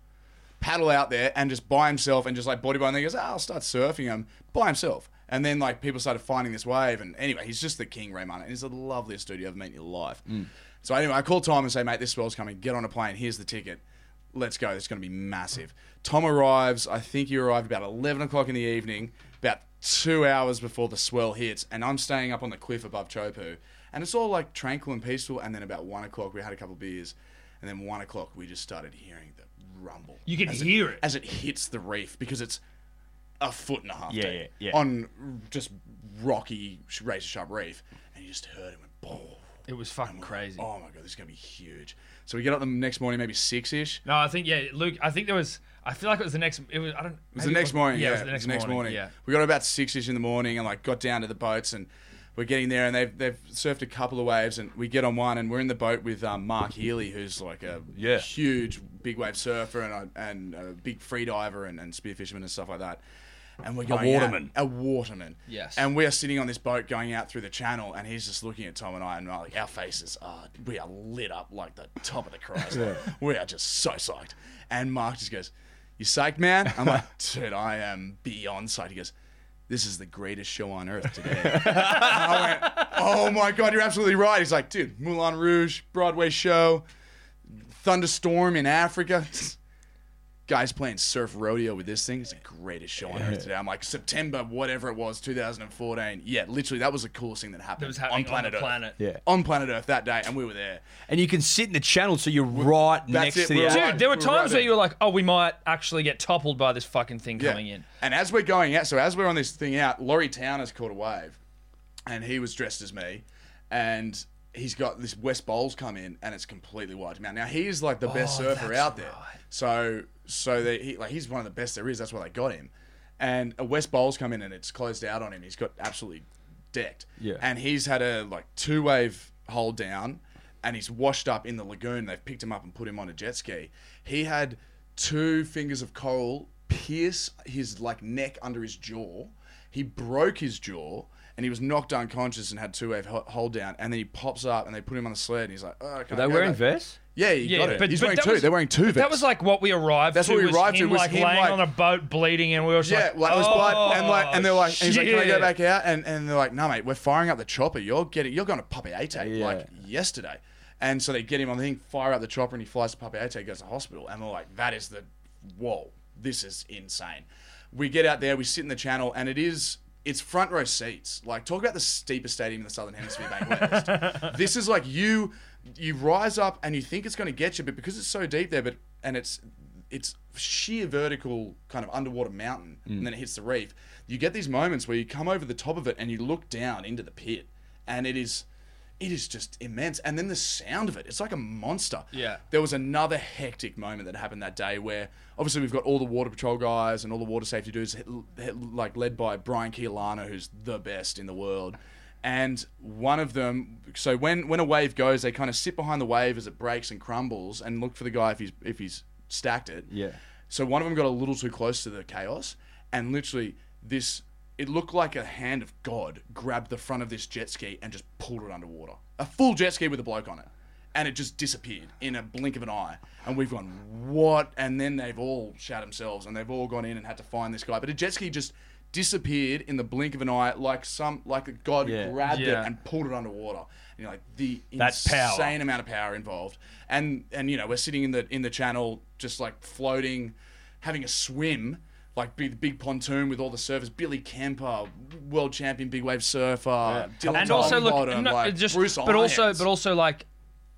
[SPEAKER 5] paddle out there, and just by himself, and just like bodyboard. And then he goes, "Ah, "I'll start surfing him by himself." And then like people started finding this wave, and anyway, he's just the king, Raymond, and he's the loveliest dude you ever met in your life. So anyway, I call Tom and say, "Mate, this swell's coming. Get on a plane. Here's the ticket." Let's go. It's going to be massive. Tom arrives. I think he arrived about 11 o'clock in the evening, about two hours before the swell hits. And I'm staying up on the cliff above Chopu. And it's all like tranquil and peaceful. And then about one o'clock, we had a couple beers. And then one o'clock, we just started hearing the rumble.
[SPEAKER 2] You can
[SPEAKER 5] as
[SPEAKER 2] hear it.
[SPEAKER 5] As it hits the reef because it's a foot and a half
[SPEAKER 3] Yeah,
[SPEAKER 5] deep
[SPEAKER 3] yeah, yeah.
[SPEAKER 5] on just rocky, razor sharp reef. And you just heard it went boom.
[SPEAKER 2] it was fucking crazy.
[SPEAKER 5] Oh my God, this is going to be huge. So we get up the next morning, maybe six ish.
[SPEAKER 2] No, I think yeah, Luke. I think there was. I feel like it was the next. It was. I don't.
[SPEAKER 5] It was the next morning. Yeah,
[SPEAKER 2] it was the next, morning, Yeah.
[SPEAKER 5] we got about six ish in the morning and like got down to the boats and we're getting there and they've they've surfed a couple of waves and we get on one and we're in the boat with um, Mark Healy who's like a
[SPEAKER 3] Yeah.
[SPEAKER 5] huge big wave surfer and a, and a big free diver and, and spear fisherman and stuff like that. And we're going out-
[SPEAKER 3] waterman.
[SPEAKER 5] a waterman.
[SPEAKER 2] Yes.
[SPEAKER 5] And we're sitting on this boat going out through the channel, and he's just looking at Tom and I, and we're like, our faces are, we are lit up like the top of the Christ. We are just so psyched. And Mark just goes, you psyched, man? I'm like, dude, I am beyond psyched. He goes, this is the greatest show on earth today. And I went, oh my God, you're absolutely right. He's like, dude, Moulin Rouge, Broadway show, thunderstorm in Africa. Guys playing surf rodeo with this thing. It's the greatest show on earth today. I'm like, September, whatever it was, 2014. Yeah, literally, that was the coolest thing that happened
[SPEAKER 2] It was happening on, the
[SPEAKER 5] Earth.
[SPEAKER 2] planet.
[SPEAKER 3] Yeah.
[SPEAKER 5] On planet Earth that day, and we were there.
[SPEAKER 3] And you can sit in the channel, so you're right next
[SPEAKER 5] it,
[SPEAKER 3] to the
[SPEAKER 5] we're
[SPEAKER 3] action.
[SPEAKER 5] right.
[SPEAKER 2] Dude, there were
[SPEAKER 5] We're
[SPEAKER 2] times
[SPEAKER 5] right
[SPEAKER 2] where
[SPEAKER 5] in.
[SPEAKER 2] you were like, oh, we might actually get toppled by this fucking thing coming in.
[SPEAKER 5] And as we're going out, so as we're on this thing out, Laurie Town has caught a wave, and he was dressed as me, and he's got this West Bowls come in, and it's completely wiped him out. Now he is like the best
[SPEAKER 2] Oh,
[SPEAKER 5] surfer
[SPEAKER 2] that's
[SPEAKER 5] out there,
[SPEAKER 2] right.
[SPEAKER 5] so so they, he like he's one of the best there is. That's why they got him. And a West Bowls come in, and it's closed out on him. He's got absolutely decked.
[SPEAKER 3] Yeah.
[SPEAKER 5] And he's had a like two wave hold down, and he's washed up in the lagoon. They've picked him up and put him on a jet ski. He had two fingers of coral pierce his like neck under his jaw. He broke his jaw. And he was knocked unconscious and had two wave ho- hold down, and then he pops up and they put him on the sled, and he's like, "Oh, I can't
[SPEAKER 3] Are they
[SPEAKER 5] go
[SPEAKER 3] wearing
[SPEAKER 5] back."
[SPEAKER 3] vests?
[SPEAKER 5] Yeah, he
[SPEAKER 2] Yeah,
[SPEAKER 5] got it.
[SPEAKER 2] but-
[SPEAKER 5] He's
[SPEAKER 2] but
[SPEAKER 5] wearing
[SPEAKER 2] that
[SPEAKER 5] two.
[SPEAKER 2] was-
[SPEAKER 5] They're wearing two vests.
[SPEAKER 2] That was like what we arrived
[SPEAKER 5] That's
[SPEAKER 2] to.
[SPEAKER 5] what we
[SPEAKER 2] was
[SPEAKER 5] arrived to,
[SPEAKER 2] him,
[SPEAKER 5] was
[SPEAKER 2] like
[SPEAKER 5] him,
[SPEAKER 2] laying
[SPEAKER 5] like-
[SPEAKER 2] on a boat, bleeding, and we were just
[SPEAKER 5] Yeah,
[SPEAKER 2] like, oh,
[SPEAKER 5] like it was blood, and like, and they're like, and he's like, "Can I go
[SPEAKER 2] shit."
[SPEAKER 5] back out?" And and they're like, "No, mate, we're firing up the chopper. You're getting, you're going to Papeete
[SPEAKER 3] Yeah.
[SPEAKER 5] like yesterday." And so they get him on the thing, fire up the chopper, and he flies to Papeete, goes to hospital, and we're like, "That is the whoa, this is insane." We get out there, we sit in the channel, and it is. It's front row seats. Like talk about the steepest stadium in the Southern Hemisphere being west. this is like you, you rise up and you think it's going to get you, but because it's so deep there, but and it's it's sheer vertical kind of underwater mountain and then it hits the reef you get these moments where you come over the top of it and you look down into the pit and it is it is just immense and then the sound of it it's like a monster
[SPEAKER 2] Yeah.
[SPEAKER 5] there was another hectic moment that happened that day where obviously we've got all the water patrol guys and all the water safety dudes he- he- like led by brian Keelana, who's the best in the world and one of them so when when a wave goes they kind of sit behind the wave as it breaks and crumbles and look for the guy if he's if he's stacked it
[SPEAKER 3] Yeah.
[SPEAKER 5] so one of them got a little too close to the chaos, and literally this. It looked like a hand of God grabbed the front of this jet ski and just pulled it underwater. A full jet ski with a bloke on it. And it just disappeared in a blink of an eye. And we've gone, what? And then they've all shot themselves and they've all gone in and had to find this guy. But a jet ski just disappeared in the blink of an eye, like some, like God
[SPEAKER 3] Yeah.
[SPEAKER 5] grabbed
[SPEAKER 2] Yeah.
[SPEAKER 5] it and pulled it underwater. And you're like, the
[SPEAKER 3] That's power.
[SPEAKER 5] insane insane amount of power involved. And and you know, we're sitting in the in the channel, just like floating, having a swim, like big, big pontoon with all the surfers. Billy Kemper, world champion big wave surfer, Dylan
[SPEAKER 2] and also look,
[SPEAKER 5] Longbottom,
[SPEAKER 2] no,
[SPEAKER 5] like
[SPEAKER 2] just
[SPEAKER 5] Bruce
[SPEAKER 2] but also
[SPEAKER 5] Irons.
[SPEAKER 2] but also like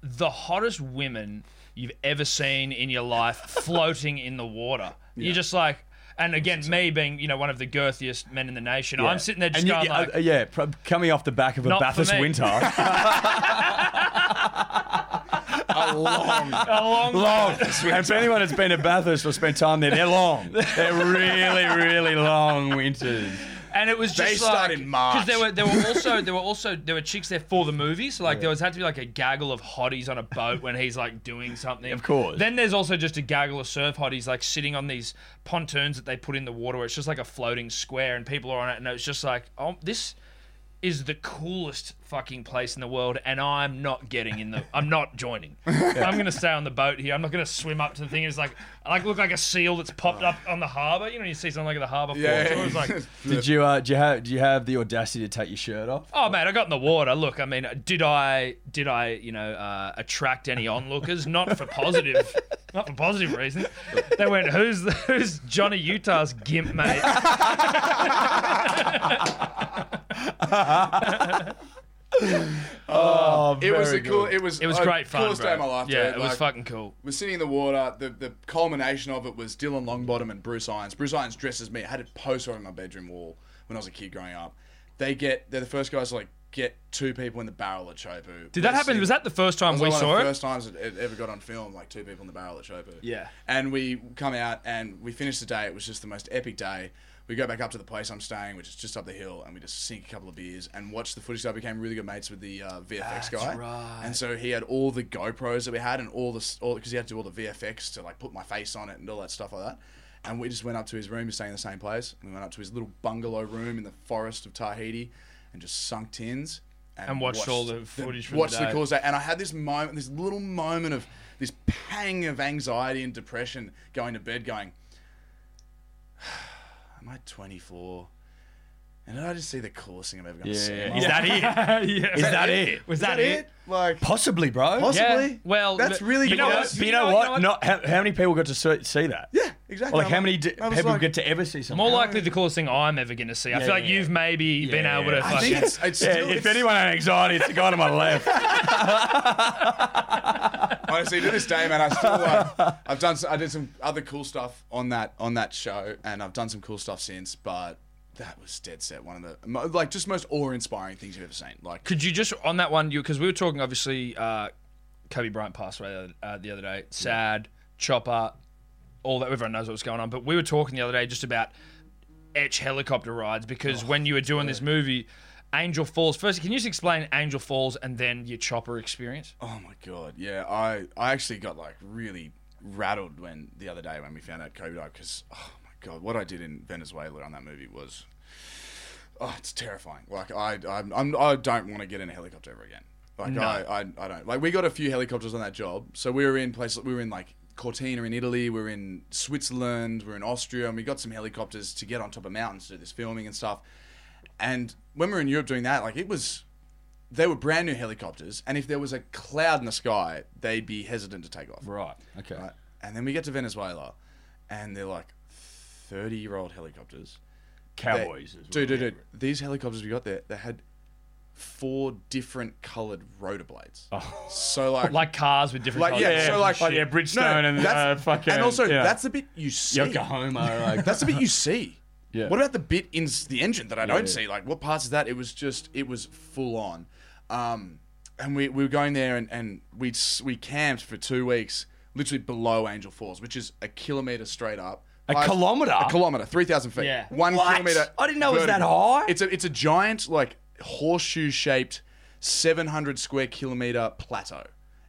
[SPEAKER 2] the hottest women you've ever seen in your life floating in the water. You're just like, and again, me being you know one of the girthiest men in the nation, I'm sitting there just
[SPEAKER 3] and you-
[SPEAKER 2] going
[SPEAKER 3] yeah,
[SPEAKER 2] like,
[SPEAKER 3] uh, yeah, prob- coming off the back of a
[SPEAKER 2] Not for
[SPEAKER 3] Bathurst
[SPEAKER 2] me.
[SPEAKER 3] winter.
[SPEAKER 5] a long,
[SPEAKER 2] along
[SPEAKER 3] long. and for anyone that's been to Bathurst or spent time there, they're long. They're really, really long winters.
[SPEAKER 2] and it was just
[SPEAKER 5] They
[SPEAKER 2] like,
[SPEAKER 5] start in March.
[SPEAKER 2] because there were there were also there were also there were chicks there for the movie, so like there was had to be like a gaggle of hotties on a boat when he's like doing something. Of
[SPEAKER 3] course.
[SPEAKER 2] Then there's also just a gaggle of surf hotties like sitting on these pontoons that they put in the water, where it's just like a floating square, and people are on it, and it's just like, oh, this is the coolest fucking place in the world and I'm not getting in the I'm not joining. I'm gonna stay on the boat here. I'm not gonna swim up to the thing. It's like I like look like a seal that's popped up on the harbour. You know, you see something like at the harbour
[SPEAKER 5] yeah.
[SPEAKER 2] floor. So it was like
[SPEAKER 3] Did you uh, do you have do you have the audacity to take your shirt off?
[SPEAKER 2] Oh man, I got in the water. Look, I mean, did I did I you know uh, attract any onlookers? Not for positive, not for positive reasons. They went, who's who's Johnny Utah's gimp mate?
[SPEAKER 3] Oh,
[SPEAKER 5] it was
[SPEAKER 3] very
[SPEAKER 5] a cool.
[SPEAKER 3] good.
[SPEAKER 5] It was
[SPEAKER 2] It was
[SPEAKER 5] uh,
[SPEAKER 2] great fun.
[SPEAKER 5] Coolest
[SPEAKER 2] bro.
[SPEAKER 5] day of my life.
[SPEAKER 2] Yeah,
[SPEAKER 5] dude.
[SPEAKER 2] it was
[SPEAKER 5] Like,
[SPEAKER 2] fucking cool.
[SPEAKER 5] We're sitting in the water. The the culmination of it was Dylan Longbottom and Bruce Irons. Bruce Irons dresses me. I had a poster on my bedroom wall when I was a kid growing up. They get they're the first guys to like get two people in the barrel at Chopu.
[SPEAKER 2] Did that happen? Was that the first time we
[SPEAKER 5] one
[SPEAKER 2] saw
[SPEAKER 5] of
[SPEAKER 2] it?
[SPEAKER 5] the first times it- it ever got on film, like two people in the barrel at Chopu.
[SPEAKER 3] Yeah.
[SPEAKER 5] And we come out and we finish the day. It was just the most epic day. We go back up to the place I'm staying, which is just up the hill, and we just sink a couple of beers and watch the footage. So I became really good mates with the uh, VFX guy,
[SPEAKER 3] right.
[SPEAKER 5] and so he had all the GoPros that we had and all the because he had to do all the VFX to like put my face on it and all that stuff like that. And we just went up to his room, he's staying in the same place. We went up to his little bungalow room in the forest of Tahiti, and just sunk tins
[SPEAKER 2] And watched all the footage from the
[SPEAKER 5] watched
[SPEAKER 2] day.
[SPEAKER 5] coolest day. And I had this moment, this little moment of this pang of anxiety and depression going to bed, going, am I 24? And did I just see the coolest thing I've ever gone to see? in my
[SPEAKER 3] Is
[SPEAKER 5] life?
[SPEAKER 3] that it? Is
[SPEAKER 2] Is
[SPEAKER 3] that it?
[SPEAKER 2] Was that,
[SPEAKER 5] Is
[SPEAKER 2] it?
[SPEAKER 5] Like,
[SPEAKER 3] Possibly, bro.
[SPEAKER 5] Possibly.
[SPEAKER 2] Yeah.
[SPEAKER 5] Really?
[SPEAKER 2] Well,
[SPEAKER 5] That's
[SPEAKER 2] but-
[SPEAKER 5] really
[SPEAKER 2] you know
[SPEAKER 5] good.
[SPEAKER 2] what?
[SPEAKER 3] But you know what? Not how, how many people got to see, see that?
[SPEAKER 5] yeah, exactly.
[SPEAKER 3] Or like
[SPEAKER 5] I'm
[SPEAKER 3] how many d- people
[SPEAKER 5] I was like-
[SPEAKER 3] get to ever see something?
[SPEAKER 2] More likely the coolest thing I'm ever going to see. I feel like
[SPEAKER 3] yeah,
[SPEAKER 2] you've
[SPEAKER 3] yeah.
[SPEAKER 2] maybe been
[SPEAKER 3] yeah,
[SPEAKER 2] able
[SPEAKER 3] yeah.
[SPEAKER 2] to
[SPEAKER 3] I
[SPEAKER 5] I
[SPEAKER 2] fucking.
[SPEAKER 5] think it's, it's
[SPEAKER 3] Yeah,
[SPEAKER 5] still,
[SPEAKER 3] if
[SPEAKER 5] it's-
[SPEAKER 3] anyone had anxiety, it's the guy to my left.
[SPEAKER 5] honestly to this day, man, I still like, I've done some, I did some other cool stuff on that on that show, and I've done some cool stuff since. But that was dead set one of the mo- like just most awe inspiring things you've ever seen. Like,
[SPEAKER 2] Could you just on that one? You because we were talking obviously. Uh, Kobe Bryant passed away the other, uh, the other day. Sad. Chopper. All that everyone knows what's going on. But we were talking the other day just about etch helicopter rides because when you were doing this movie, Angel Falls. First, can you just explain Angel Falls and then your Chopper experience?
[SPEAKER 5] oh my god, yeah, I I actually got like really rattled when the other day when we found out Kobe died because oh my god, what I did in Venezuela on that movie was oh, it's terrifying. Like I, I'm, I'm, I don't want to get in a helicopter ever again. Like I, I, I don't. Like we got a few helicopters on that job, so we were in places. We were in like Cortina in Italy. We were in Switzerland. We were in Austria, and we got some helicopters to get on top of mountains to do this filming and stuff. And when we were in Europe doing that, like it was, they were brand new helicopters, and if there was a cloud in the sky, they'd be hesitant to take off.
[SPEAKER 3] Right. Okay.
[SPEAKER 5] Right? And then we get to Venezuela, and they're like thirty-year-old helicopters. They-
[SPEAKER 3] Cowboys. is
[SPEAKER 5] Dude,
[SPEAKER 3] what
[SPEAKER 5] dude, dude. These helicopters we got there, they had four different coloured rotor blades. So like,
[SPEAKER 2] Like cars with different.
[SPEAKER 5] like,
[SPEAKER 2] colours.
[SPEAKER 5] yeah,
[SPEAKER 3] Oh. yeah,
[SPEAKER 5] so like,
[SPEAKER 3] like, yeah, Bridgestone and,
[SPEAKER 5] that's-
[SPEAKER 3] uh, fucking-
[SPEAKER 5] and also
[SPEAKER 3] yeah.
[SPEAKER 5] that's the bit you see.
[SPEAKER 3] Yokohama. Like,
[SPEAKER 5] That's the bit you see.
[SPEAKER 3] Yeah.
[SPEAKER 5] What about the bit in s- the engine that I don't
[SPEAKER 3] yeah.
[SPEAKER 5] see? Like, what parts of that? It was just, it was full on. Um, and we, we were going there and, and we we camped for two weeks, literally below Angel Falls, which is a kilometer straight up.
[SPEAKER 3] A
[SPEAKER 5] Highest-
[SPEAKER 3] kilometer?
[SPEAKER 5] A kilometer, 3,000 feet.
[SPEAKER 2] Yeah.
[SPEAKER 5] One
[SPEAKER 3] What?
[SPEAKER 5] kilometer.
[SPEAKER 3] I didn't know it was that
[SPEAKER 5] vertical.
[SPEAKER 3] high.
[SPEAKER 5] It's a, it's a giant, like, horseshoe shaped, 700 square kilometer plateau.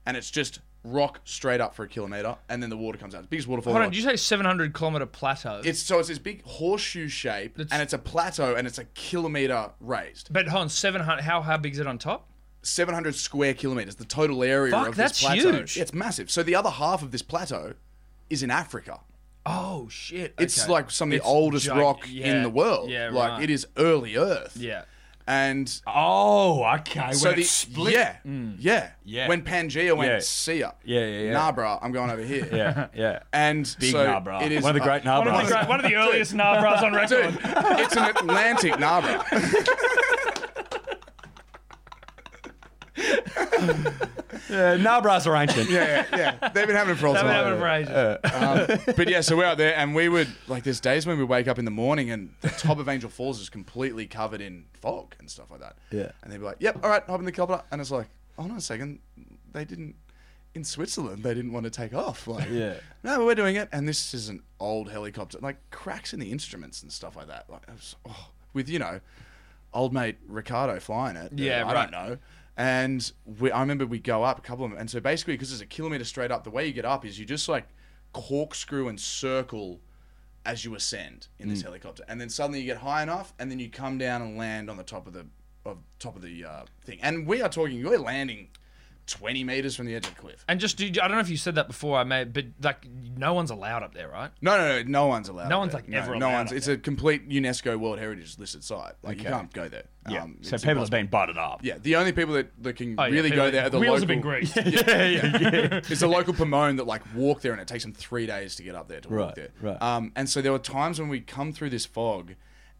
[SPEAKER 5] And it's just rock straight up for a kilometer. And then the water comes out. It's the biggest waterfall.
[SPEAKER 2] Hold
[SPEAKER 5] I've
[SPEAKER 2] on. Did you say 700 kilometer plateau?
[SPEAKER 5] it's so it's this big horseshoe shape, and it's a plateau, and it's a kilometer raised,
[SPEAKER 2] but hold on. 700. How how big is it on top?
[SPEAKER 5] seven hundred square kilometers. The total area
[SPEAKER 2] Fuck,
[SPEAKER 5] of
[SPEAKER 2] that's
[SPEAKER 5] this plateau.
[SPEAKER 2] huge.
[SPEAKER 5] Yeah, it's massive. So the other half of this plateau is in Africa.
[SPEAKER 2] Oh shit.
[SPEAKER 5] It's
[SPEAKER 2] okay.
[SPEAKER 5] like some of the
[SPEAKER 2] It's
[SPEAKER 5] oldest
[SPEAKER 2] gig-
[SPEAKER 5] rock
[SPEAKER 2] yeah,
[SPEAKER 5] in the world.
[SPEAKER 2] yeah,
[SPEAKER 5] like
[SPEAKER 2] right.
[SPEAKER 5] it is early Earth.
[SPEAKER 2] Yeah.
[SPEAKER 5] and
[SPEAKER 3] oh, okay.
[SPEAKER 5] so
[SPEAKER 3] when
[SPEAKER 5] the
[SPEAKER 3] it's split. Mm.
[SPEAKER 5] yeah, yeah,
[SPEAKER 3] Yeah.
[SPEAKER 5] When Pangea went,
[SPEAKER 3] Yeah.
[SPEAKER 5] see ya.
[SPEAKER 3] Yeah, yeah, yeah.
[SPEAKER 5] Nah, bruh, I'm going over here.
[SPEAKER 3] Yeah. Yeah.
[SPEAKER 5] And
[SPEAKER 3] Big
[SPEAKER 5] so
[SPEAKER 3] nah, bro.
[SPEAKER 5] it is
[SPEAKER 3] One of the great nah,
[SPEAKER 2] One of the,
[SPEAKER 3] bros.
[SPEAKER 2] great, one of the earliest Nabras on record.
[SPEAKER 5] Dude, it's an Atlantic nah, bruh.
[SPEAKER 3] Yeah, nah, bros are ancient.
[SPEAKER 5] yeah, yeah. They've been having it for all
[SPEAKER 2] That
[SPEAKER 5] time.
[SPEAKER 2] would happen for ages.
[SPEAKER 5] Um, but yeah, so we're out there, and we would like. There's days when we wake up in the morning, and the top of Angel Falls is completely covered in fog and stuff like that.
[SPEAKER 3] Yeah.
[SPEAKER 5] And they'd be like, "Yep, all right, hop in the helicopter," and it's like, "Hold on a second, they didn't." In Switzerland, they didn't want to take off. Like,
[SPEAKER 3] Yeah.
[SPEAKER 5] no, we're doing it, and this is an old helicopter, like cracks in the instruments and stuff like that. Like, it was, oh, with you know, old mate Ricardo flying it.
[SPEAKER 2] Yeah, right.
[SPEAKER 5] I don't know. And we, I remember we go up a couple of them, and so basically, because it's a kilometer straight up, the way you get up is you just like corkscrew and circle as you ascend in
[SPEAKER 3] Mm.
[SPEAKER 5] this helicopter, and then suddenly you get high enough, and then you come down and land on the top of the of top of the uh, thing. And we are talking, we're landing twenty meters from the edge of the cliff.
[SPEAKER 2] And just, do- I don't know if you said that before, I may, but like, no one's allowed up there, right?
[SPEAKER 5] No, no, no, no one's allowed.
[SPEAKER 2] No
[SPEAKER 5] up
[SPEAKER 2] one's,
[SPEAKER 5] there.
[SPEAKER 2] like, ever
[SPEAKER 5] no
[SPEAKER 2] allowed
[SPEAKER 5] one's.
[SPEAKER 2] up
[SPEAKER 5] It's a complete UNESCO World Heritage listed site. Like you
[SPEAKER 3] Okay.
[SPEAKER 5] can't go there.
[SPEAKER 3] Yeah.
[SPEAKER 5] Um,
[SPEAKER 3] so
[SPEAKER 5] it's
[SPEAKER 3] people
[SPEAKER 5] impossible.
[SPEAKER 3] have been butted up.
[SPEAKER 5] Yeah, the only people that, that can
[SPEAKER 2] Oh, yeah,
[SPEAKER 5] really
[SPEAKER 2] people-
[SPEAKER 5] go there are the
[SPEAKER 2] wheels have
[SPEAKER 5] local.
[SPEAKER 2] been greased.
[SPEAKER 3] Yeah, yeah, yeah.
[SPEAKER 5] It's the local Pomone that like walk there, and it takes them three days to get up there to walk
[SPEAKER 3] Right,
[SPEAKER 5] there.
[SPEAKER 3] right.
[SPEAKER 5] Um, and so there were times when we come through this fog,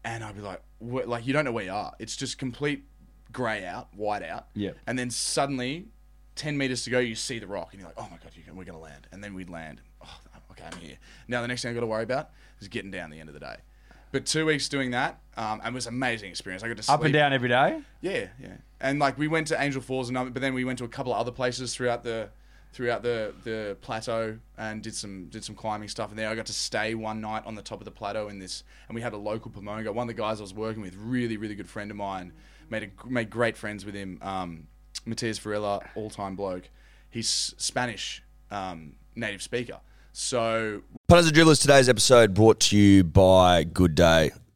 [SPEAKER 5] and I'd be like, wh- like you don't know where you are. It's just complete grey out, white out.
[SPEAKER 3] Yeah.
[SPEAKER 5] And then suddenly, ten meters to go, you see the rock, and you're like, oh my god, you can, we're gonna land. And then we'd land. Oh, okay, I'm here. Now the next thing I got to worry about is getting down at the end of the day. But two weeks doing that, um, and it was an amazing experience. I got to sleep
[SPEAKER 3] Up and down every day.
[SPEAKER 5] yeah, yeah. And like we went to Angel Falls and other- but then we went to a couple of other places throughout the throughout the the plateau and did some did some climbing stuff and there I got to stay one night on the top of the plateau in this and we had a local Pomonga. One of the guys I was working with, really, really good friend of mine, made a made great friends with him, um, Matias Varela, all time bloke. He's Spanish um, native speaker. So
[SPEAKER 4] Punters and Dribblers, today's episode brought to you by Good Day.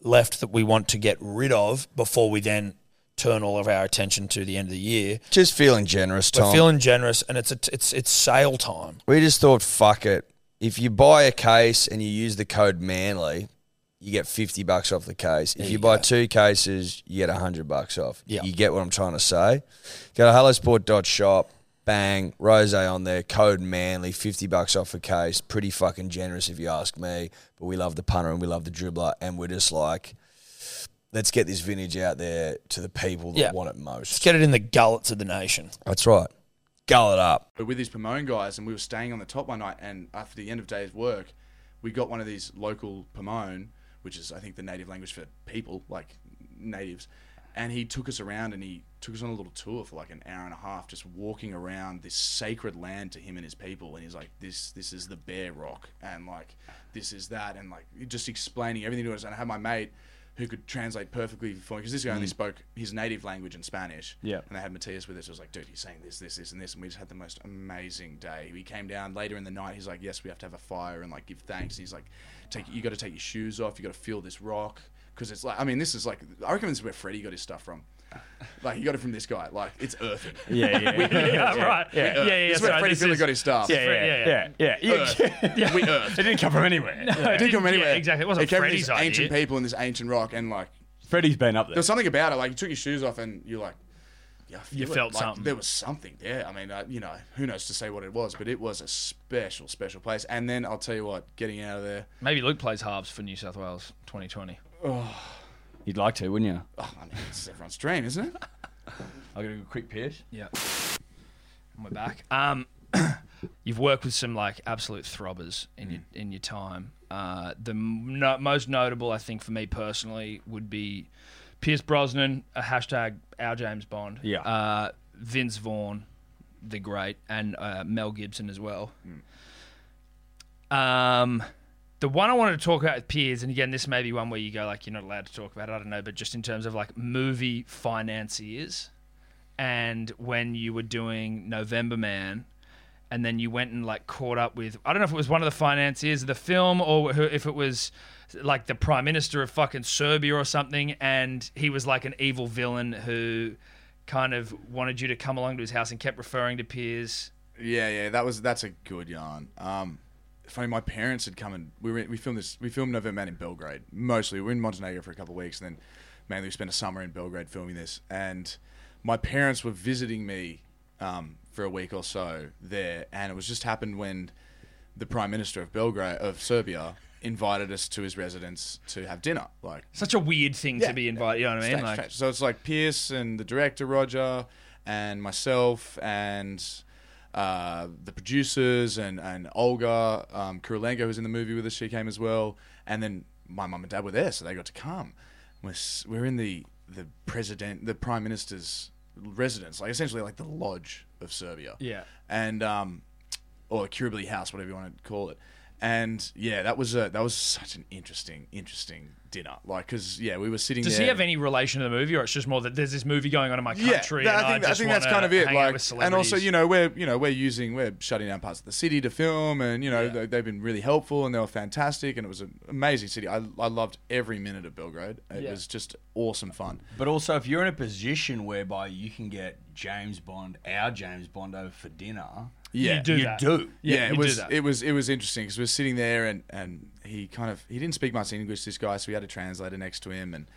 [SPEAKER 6] left that we want to get rid of before we then turn all of our attention to the end of the year.
[SPEAKER 4] Just feeling generous, Tom.
[SPEAKER 6] We're feeling generous, and it's a t- it's it's sale time.
[SPEAKER 4] we just thought, fuck it. If you buy a case and you use the code Manly, you get 50 bucks off the case. If you, buy two cases, you get 100 bucks off.
[SPEAKER 6] Yeah.
[SPEAKER 4] You get what I'm trying to say. Go to hellosport.shop, bang, rose on there, code Manly, 50 bucks off a case. Pretty fucking generous if you ask me. But we love the punter and we love the dribbler. And we're just like, let's get this vintage out there to the people that
[SPEAKER 6] Yeah.
[SPEAKER 4] want it most.
[SPEAKER 6] Let's get it in the gullets of the nation.
[SPEAKER 4] That's right. Gull it up.
[SPEAKER 5] But with these Pomone guys, and we were staying on the top one night, and after the end of day's work, we got one of these local Pomone, which is I think the native language for people, like natives. And he took us around, and he took us on a little tour for like an hour and a half, just walking around this sacred land to him and his people. And he's like, "This, this is the Bear Rock, and like, this is that," and like, just explaining everything to us. And I had my mate who could translate perfectly for me because this guy only spoke his native language in Spanish.
[SPEAKER 3] Yeah.
[SPEAKER 5] And they had Matthias with us. It was like, dude, he's saying this, this, this, and this. And we just had the most amazing day. We came down later in the night. He's like, yes, we have to have a fire and like give thanks. And he's like, take you got to take your shoes off. You got to feel this rock because it's like, I mean, this is like, I reckon this is where Freddie got his stuff from. Like he got it from this guy. Like it's earthy.
[SPEAKER 3] Yeah, yeah,
[SPEAKER 2] Yeah, right. Yeah, yeah, yeah.
[SPEAKER 5] This is
[SPEAKER 2] sorry,
[SPEAKER 5] where Freddie
[SPEAKER 2] this
[SPEAKER 5] Fiddler
[SPEAKER 2] is-
[SPEAKER 5] got his stuff.
[SPEAKER 2] Yeah, yeah, yeah.
[SPEAKER 3] yeah, yeah. yeah.
[SPEAKER 5] yeah. We earth.
[SPEAKER 3] It didn't come from anywhere.
[SPEAKER 5] It didn't come
[SPEAKER 2] Yeah,
[SPEAKER 5] anywhere.
[SPEAKER 2] exactly. It wasn't
[SPEAKER 5] came from
[SPEAKER 2] Freddie's
[SPEAKER 5] these ancient
[SPEAKER 2] idea.
[SPEAKER 5] people and this ancient rock and like
[SPEAKER 3] Freddie's been up there.
[SPEAKER 5] there was something about it. Like you took your shoes off and you're like, yeah, I feel
[SPEAKER 2] You
[SPEAKER 5] it.
[SPEAKER 2] felt
[SPEAKER 5] Like,
[SPEAKER 2] something.
[SPEAKER 5] There was something there. I mean, I, you know, who knows to say what it was, but it was a special, special place. And then I'll tell you what, getting out of there,
[SPEAKER 2] Maybe Luke plays halves for New South Wales 2020.
[SPEAKER 3] You'd like to, wouldn't you?
[SPEAKER 5] oh, I mean, it's everyone's dream, isn't it?
[SPEAKER 3] I'll get a quick piss.
[SPEAKER 2] Yeah. And we're back. Um, you've worked with some like absolute throbbers in your in your time. Uh, the m- no, most notable, I think, for me personally, would be Pierce Brosnan, a hashtag our James Bond.
[SPEAKER 3] Yeah.
[SPEAKER 2] Uh, Vince Vaughn, the great, and uh, Mel Gibson as well. Um, the one I wanted to talk about with Piers, and again, this may be one where you go like you're not allowed to talk about it. I don't know, but just in terms of like movie financiers, and when you were doing November Man, and then you went and like caught up with I don't know if it was one of the financiers of the film or who- if it was like the prime minister of fucking Serbia or something, and he was like an evil villain who kind of wanted you to come along to his house and kept referring to Piers.
[SPEAKER 5] Yeah, yeah, that was that's a good yarn. Um, if only my parents had come and we were, we filmed this we filmed November Man in Belgrade mostly. We were in Montenegro for a couple of weeks and then mainly we spent a summer in Belgrade filming this. And my parents were visiting me um, for a week or so there, and it was just happened when the Prime Minister of Belgrade of Serbia invited us to his residence to have dinner. Like
[SPEAKER 2] Such a weird thing to be invited. You know what I mean?
[SPEAKER 5] Strange,
[SPEAKER 2] like,
[SPEAKER 5] strange. So it's like Pierce and the director Roger and myself and uh, the producers and and Olga um, Kurilenko who's in the movie with us. She came as well, and then my mum and dad were there, so they got to come. We're s- we're in the the president, the prime minister's residence, like essentially like the lodge of Serbia.
[SPEAKER 2] Yeah.
[SPEAKER 5] and um, or Kiribati House, whatever you want to call it. And yeah, that was a, that was such an interesting, interesting dinner. Like, cause yeah, we were sitting.
[SPEAKER 2] does
[SPEAKER 5] there
[SPEAKER 2] he have any relation to the movie, or it's just more that there's this movie going on in my country?
[SPEAKER 5] that-
[SPEAKER 2] and
[SPEAKER 5] I think,
[SPEAKER 2] just
[SPEAKER 5] think that's
[SPEAKER 2] wanna
[SPEAKER 5] kind of it.
[SPEAKER 2] hang out
[SPEAKER 5] Like,
[SPEAKER 2] with
[SPEAKER 5] and also,
[SPEAKER 2] celebrities.
[SPEAKER 5] you know, we're you know we're using we're shutting down parts of the city to film, and you know they, they've been really helpful and they were fantastic, and it was an amazing city. I, I loved every minute of Belgrade. It was just awesome fun.
[SPEAKER 3] But also, if you're in a position whereby you can get James Bond, our James Bond, over for dinner,
[SPEAKER 5] Yeah,
[SPEAKER 2] you do
[SPEAKER 3] you
[SPEAKER 2] that.
[SPEAKER 3] do.
[SPEAKER 5] yeah,
[SPEAKER 2] you
[SPEAKER 5] it
[SPEAKER 2] do
[SPEAKER 5] was
[SPEAKER 2] that.
[SPEAKER 5] it was it was interesting because we were sitting there and and he kind of he didn't speak much English this guy so we had a translator next to him and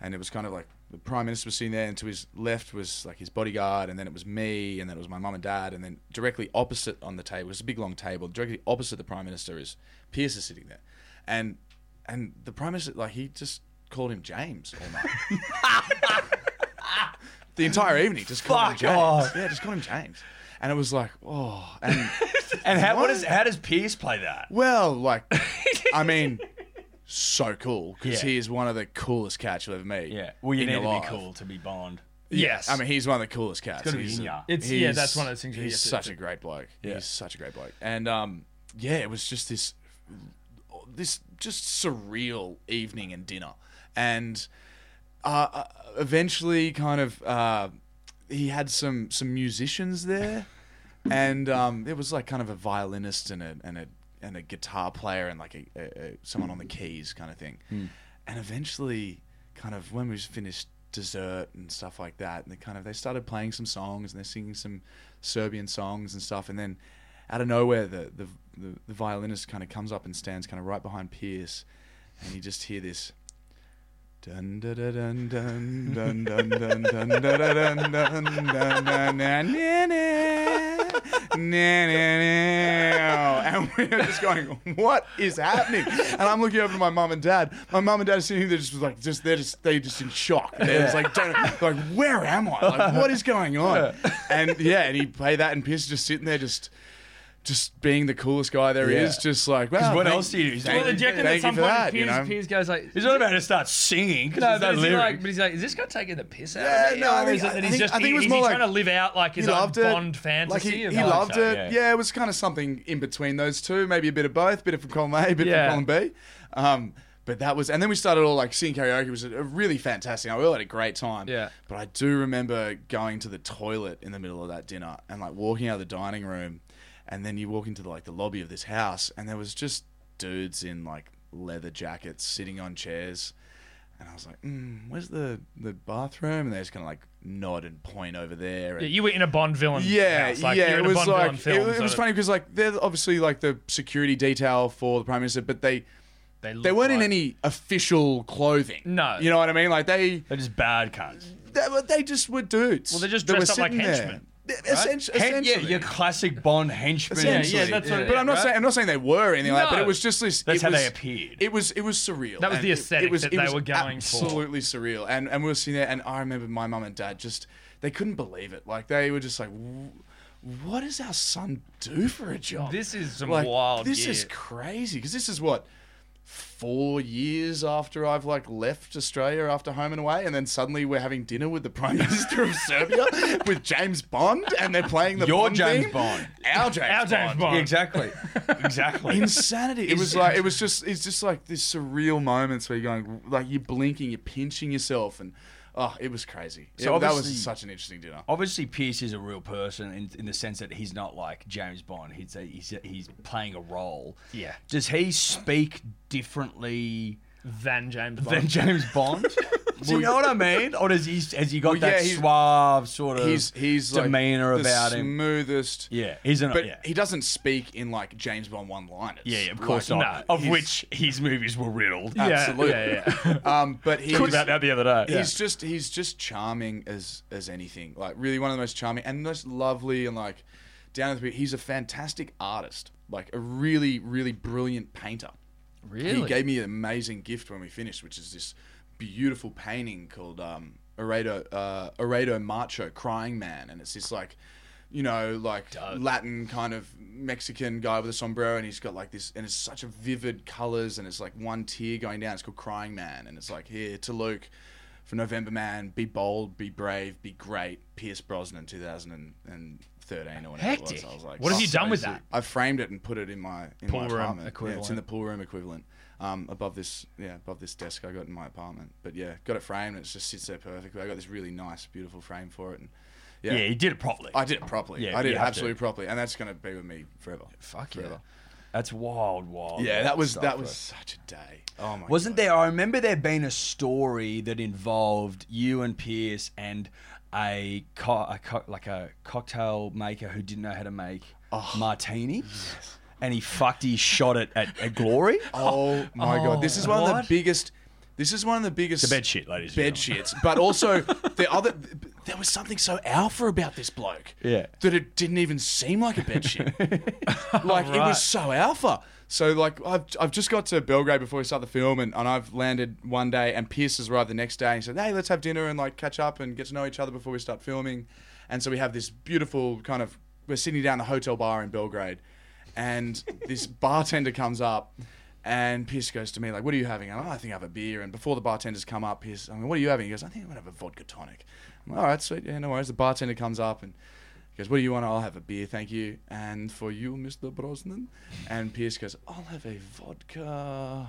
[SPEAKER 5] and it was kind of like the prime minister was sitting there and to his left was like his bodyguard and then it was me and then it was my mum and dad and then directly opposite on the table it's a big long table directly opposite the prime minister is Pierce is sitting there and and the prime minister like he just called him James all night. The entire evening, just called him
[SPEAKER 3] Fuck
[SPEAKER 5] James.
[SPEAKER 3] off.
[SPEAKER 5] Yeah, just called him James, and it was like, oh, and
[SPEAKER 3] And how, what is, how does Pierce play that?
[SPEAKER 5] well, like, I mean, so cool because
[SPEAKER 3] Yeah.
[SPEAKER 5] he is one of the coolest cats you'll ever meet.
[SPEAKER 3] Yeah. Well, you
[SPEAKER 5] in
[SPEAKER 3] need
[SPEAKER 5] your
[SPEAKER 3] to
[SPEAKER 5] life.
[SPEAKER 3] be cool to be Bond.
[SPEAKER 2] yes.
[SPEAKER 5] I mean, he's one of the coolest cats.
[SPEAKER 3] gotta be
[SPEAKER 5] He's
[SPEAKER 3] in
[SPEAKER 5] a-
[SPEAKER 3] ya.
[SPEAKER 2] It's- yeah, that's one of those things where you
[SPEAKER 5] He's
[SPEAKER 2] have to-
[SPEAKER 5] such a great bloke. He's such a great bloke. And um, yeah, it was just this, this just surreal evening and dinner, and uh, uh, eventually, kind of, uh, he had some some musicians there. and um, it was like kind of a violinist and a and a and a guitar player and like a, a, a someone on the keys kind of thing. And eventually, kind of when we finished dessert and stuff like that, and they kind of they started playing some songs and they're singing some Serbian songs and stuff, and then out of nowhere, the the the, the violinist kind of comes up and stands kind of right behind Pierce, and you just hear this. Dun dun dun dun dun dun dun dun dun dun dun dun dun dun na, na, na, na, na, na. and we we're just going, what is happening? And I'm looking over to my mum and dad. My mum and dad are sitting there, just like, just they're just they just in shock. They're just like, don't, like, where am I? Like, what is going on? And yeah, and he played that, and Pierce just sitting there, just. Just being the coolest guy there is,
[SPEAKER 3] Yeah.
[SPEAKER 5] just like well,
[SPEAKER 3] what
[SPEAKER 5] Oh, thank-
[SPEAKER 3] else do you do?
[SPEAKER 2] well, do you reckon at
[SPEAKER 5] thank you
[SPEAKER 2] some
[SPEAKER 5] for
[SPEAKER 2] point
[SPEAKER 5] that,
[SPEAKER 2] Piers,
[SPEAKER 5] you know?
[SPEAKER 2] Piers goes like,
[SPEAKER 3] He's not about to start singing because
[SPEAKER 2] no,
[SPEAKER 3] no,
[SPEAKER 2] but,
[SPEAKER 3] that
[SPEAKER 2] is he like,
[SPEAKER 3] lyric.
[SPEAKER 2] but he's like, is this guy taking the piss out
[SPEAKER 5] Yeah,
[SPEAKER 2] of me?
[SPEAKER 5] no, I
[SPEAKER 2] Or is it
[SPEAKER 5] think-
[SPEAKER 2] that
[SPEAKER 5] I
[SPEAKER 2] he's
[SPEAKER 5] think-
[SPEAKER 2] just,
[SPEAKER 5] I think it was
[SPEAKER 2] is
[SPEAKER 5] more
[SPEAKER 2] he
[SPEAKER 5] like-
[SPEAKER 2] trying to live out like his
[SPEAKER 5] he
[SPEAKER 2] own
[SPEAKER 5] loved it.
[SPEAKER 2] Bond
[SPEAKER 5] Like
[SPEAKER 2] fantasy?
[SPEAKER 5] he,
[SPEAKER 2] of
[SPEAKER 5] he
[SPEAKER 2] like-
[SPEAKER 5] loved
[SPEAKER 3] so,
[SPEAKER 5] it.
[SPEAKER 3] yeah.
[SPEAKER 5] Yeah. it was kind of something in between those two, maybe a bit of both, bit of column A, bit
[SPEAKER 2] Yeah.
[SPEAKER 5] from column B. Um, but that was, and then we started all like seeing karaoke It was a, a really fantastic. night. We all had a great time.
[SPEAKER 2] Yeah.
[SPEAKER 5] But I do remember going to the toilet in the middle of that dinner and like walking out of the dining room, and then you walk into like the lobby of this house, and there was just dudes in like leather jackets sitting on chairs. And I was like, mm, "Where's the, the bathroom?" And they just kind of like nod and point over there. And
[SPEAKER 2] Yeah, you were in a Bond villain.
[SPEAKER 5] yeah,
[SPEAKER 2] house, like,
[SPEAKER 5] yeah,
[SPEAKER 2] you're in a
[SPEAKER 5] it was
[SPEAKER 2] Bond
[SPEAKER 5] like
[SPEAKER 2] villain film,
[SPEAKER 5] it, it
[SPEAKER 2] so
[SPEAKER 5] was funny because like they're obviously like the security detail for the prime minister, but they
[SPEAKER 2] They,
[SPEAKER 5] they
[SPEAKER 2] look
[SPEAKER 5] weren't in
[SPEAKER 2] like-
[SPEAKER 5] any official clothing.
[SPEAKER 2] No.
[SPEAKER 5] you know what I mean. Like they
[SPEAKER 3] They're just bad cunts.
[SPEAKER 5] they, were- they just were dudes. Well,
[SPEAKER 2] they just dressed up like henchmen,
[SPEAKER 5] Essentially,
[SPEAKER 3] Hen- yeah,
[SPEAKER 5] essentially.
[SPEAKER 3] your classic Bond henchman.
[SPEAKER 5] Essentially.
[SPEAKER 2] that's what-
[SPEAKER 5] but I'm not
[SPEAKER 2] right?
[SPEAKER 5] saying I'm not saying they were anything like that. But
[SPEAKER 2] No.
[SPEAKER 5] it was just this.
[SPEAKER 3] That's
[SPEAKER 5] it
[SPEAKER 3] how
[SPEAKER 5] was-
[SPEAKER 3] they appeared.
[SPEAKER 5] It was it was surreal.
[SPEAKER 2] That was
[SPEAKER 5] and
[SPEAKER 2] the
[SPEAKER 5] it-
[SPEAKER 2] aesthetic
[SPEAKER 5] it was,
[SPEAKER 2] that
[SPEAKER 5] it
[SPEAKER 2] they
[SPEAKER 5] was
[SPEAKER 2] were going for.
[SPEAKER 5] absolutely surreal. And and we were sitting there, and I remember my mum and dad just they couldn't believe it. Like they were just like. "W- What does our son do for a job?
[SPEAKER 2] This is some
[SPEAKER 5] like,
[SPEAKER 2] wild
[SPEAKER 5] This
[SPEAKER 2] gear.
[SPEAKER 5] is crazy because this is what four years after I've like left Australia after Home and Away, and then suddenly we're having dinner with the Prime Minister of Serbia with James Bond, and they're playing the
[SPEAKER 3] Your
[SPEAKER 5] Bond
[SPEAKER 3] James
[SPEAKER 5] theme.
[SPEAKER 3] Bond.
[SPEAKER 5] our James
[SPEAKER 2] Our James
[SPEAKER 5] Bond.
[SPEAKER 2] Bond.
[SPEAKER 3] Exactly. Exactly.
[SPEAKER 5] Insanity. It was like it was just it's just like these surreal moments where you're going like you're blinking, you're pinching yourself, and oh, it was crazy.
[SPEAKER 3] So
[SPEAKER 5] It- that
[SPEAKER 3] obviously-
[SPEAKER 5] was such an interesting dinner.
[SPEAKER 3] Obviously, Pierce is a real person in, in the sense that he's not like James Bond. He's a, he's a, he's playing a role.
[SPEAKER 2] Yeah.
[SPEAKER 3] Does he speak differently
[SPEAKER 2] Van James Bond.
[SPEAKER 3] than James Bond? Do you know what I mean? Or does he has he got
[SPEAKER 5] Well, yeah,
[SPEAKER 3] that
[SPEAKER 5] he's-
[SPEAKER 3] suave sort of
[SPEAKER 5] He's he's like
[SPEAKER 3] demeanor
[SPEAKER 5] the
[SPEAKER 3] about him?
[SPEAKER 5] smoothest.
[SPEAKER 3] Yeah, he's an
[SPEAKER 5] But
[SPEAKER 3] yeah.
[SPEAKER 5] he doesn't speak in like James Bond one liners.
[SPEAKER 3] yeah, yeah, of course
[SPEAKER 5] like,
[SPEAKER 3] not.
[SPEAKER 5] no,
[SPEAKER 3] of
[SPEAKER 5] he's-
[SPEAKER 3] which his movies were riddled.
[SPEAKER 2] Yeah,
[SPEAKER 5] Absolutely.
[SPEAKER 2] Yeah, yeah.
[SPEAKER 5] Um, but he's
[SPEAKER 3] Talked about that the other day.
[SPEAKER 5] He's just he's just charming as as anything. Like really one of the most charming and most lovely and like down with He's a fantastic artist. Like a really really brilliant painter.
[SPEAKER 2] Really?
[SPEAKER 5] He gave me an amazing gift when we finished, which is this beautiful painting called um, Oredo, uh, Oredo Macho, Crying Man. And it's this, like, you know, like Latin kind of Mexican guy with a sombrero, and he's got like this, and it's such a vivid colors, and it's like one tear going down. It's called Crying Man, and it's like here to Luke for November Man, be bold, be brave, be great. Pierce Brosnan, 2013 or whatever it was.
[SPEAKER 2] Hectic.
[SPEAKER 5] I was like, "Oh,
[SPEAKER 2] What have you done with
[SPEAKER 5] sick.
[SPEAKER 2] that?
[SPEAKER 5] I framed it and put it in my in
[SPEAKER 2] Pool
[SPEAKER 5] my
[SPEAKER 2] room
[SPEAKER 5] apartment. Yeah, it's in
[SPEAKER 2] equivalent.
[SPEAKER 5] the pool room equivalent. Um, above this, yeah, above this desk I got in my apartment. But yeah, got it framed. and It just sits there perfectly. I got this really nice, beautiful frame for it, and yeah,
[SPEAKER 3] yeah, he did it properly.
[SPEAKER 5] I did it properly.
[SPEAKER 3] Yeah,
[SPEAKER 5] I did
[SPEAKER 3] you
[SPEAKER 5] it
[SPEAKER 3] have to.
[SPEAKER 5] absolutely properly, and that's gonna be with me forever. Fuck forever.
[SPEAKER 3] That's wild, wild.
[SPEAKER 5] Yeah,
[SPEAKER 3] wild
[SPEAKER 5] that was
[SPEAKER 3] stuff,
[SPEAKER 5] that
[SPEAKER 3] bro.
[SPEAKER 5] was such a day. Oh my.
[SPEAKER 3] Wasn't there? I remember there being a story that involved you and Pierce and a, co- a co- like a cocktail maker who didn't know how to make
[SPEAKER 5] Oh.
[SPEAKER 3] martinis, and he fucked. He shot it at, at Glory.
[SPEAKER 5] Oh my god! This is one of
[SPEAKER 3] What?
[SPEAKER 5] the biggest. This is one of the biggest.
[SPEAKER 3] The bed shit, ladies and
[SPEAKER 5] Bed shits, but also the other. There was something so alpha about this bloke.
[SPEAKER 3] Yeah.
[SPEAKER 5] That it didn't even seem like a bed shit. like it was so alpha. So like I've, I've just got to Belgrade before we start the film and, and I've landed one day and Pierce has arrived the next day and he said, Hey, let's have dinner and like catch up and get to know each other before we start filming. And so we have this beautiful kind of we're sitting down the hotel bar in Belgrade and this bartender comes up and Pierce goes to me like, "What are you having?" I'm like, "Oh, "I think I have a beer." And before the bartenders come up, Pierce, I mean, "What are you having?" He goes, "I think I'm gonna have a vodka tonic." I'm like, "All right, sweet, yeah, no worries." The bartender comes up and he goes, "What do you want?" I'll have a beer, thank you. And for you, Mr. Brosnan. And Pierce goes, "I'll have a vodka,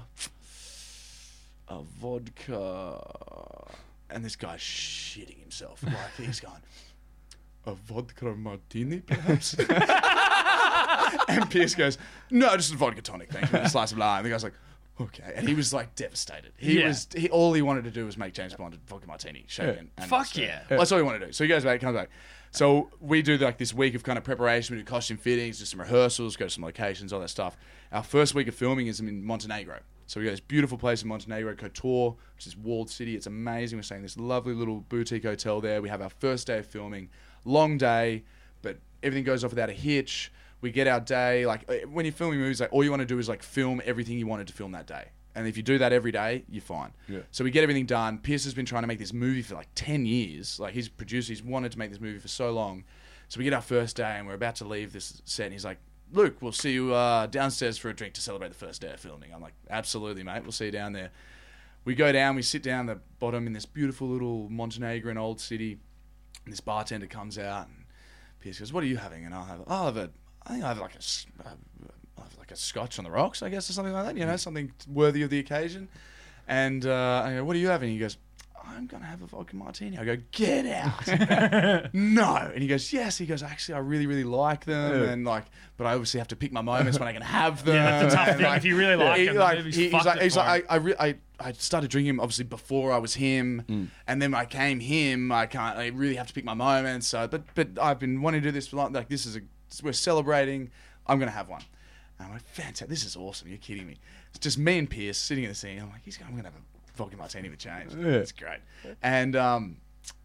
[SPEAKER 5] a vodka." And this guy's shitting himself. Like he's going, "A vodka martini, perhaps." And Pierce goes, "No, just a vodka tonic, thank you." And a slice of lime. The guy's like, "Okay," and he was like devastated. He
[SPEAKER 2] Yeah.
[SPEAKER 5] was he, all he wanted to do was make James Bond a vodka martini, shake it. And
[SPEAKER 2] Fuck
[SPEAKER 5] so-
[SPEAKER 2] yeah.
[SPEAKER 5] Well, that's all he wanted to do. So he goes back, comes back. So we do like this week of kind of preparation. We do costume fittings, do some rehearsals, go to some locations, all that stuff. Our first week of filming is in Montenegro. So we go to this beautiful place in Montenegro, Kotor, which is walled city. It's amazing. We're staying in this lovely little boutique hotel there. We have our first day of filming. Long day, but everything goes off without a hitch. We get our day. Like eh, when you're filming movies, like all you want to do is like film everything you wanted to film that day. And if you do that every day, you're fine. Yeah. So we get everything done. Pierce has been trying to make this movie for like ten years. Like he's produced, he's wanted to make this movie for so long. So we get our first day, and we're about to leave this set, and he's like, "Luke, we'll see you uh, downstairs for a drink to celebrate the first day of filming." I'm like, "Absolutely, mate. We'll see you down there." We go down, we sit down the bottom in this beautiful little Montenegrin old city. And this bartender comes out and Pierce goes, "What are you having?" And I'll have, I'll have a, I think I have like a, s- uh, I'll have like a scotch on the rocks, I guess, or something like that. You
[SPEAKER 2] Mm.
[SPEAKER 5] know, something worthy of the occasion. And uh, I go, "What are you having?" He goes, "I'm gonna have a vodka martini." I go, "Get out!" no, and he goes, "Yes." He goes, "Actually, I really, really like them, and like, but I obviously have to pick my moments when I can have them."
[SPEAKER 2] Yeah, that's a tough
[SPEAKER 5] And,
[SPEAKER 2] thing. If you really like
[SPEAKER 5] he,
[SPEAKER 2] them, the
[SPEAKER 5] like,
[SPEAKER 2] movie's
[SPEAKER 5] he- he's
[SPEAKER 2] fucked
[SPEAKER 5] like,
[SPEAKER 2] it
[SPEAKER 5] he's
[SPEAKER 2] for
[SPEAKER 5] like,
[SPEAKER 2] him.
[SPEAKER 5] I, I, re- I, I started drinking him obviously before I was him, and then I came him. I can't. I really have to pick my moments. So, but but I've been wanting to do this for long. Like this is a we're celebrating. I'm gonna have one. And I'm like, fantastic. This is awesome. You're kidding me. It's just me and Pierce sitting in the scene. I'm like, he's I'm gonna have a fucking martini with James. It's great. And um,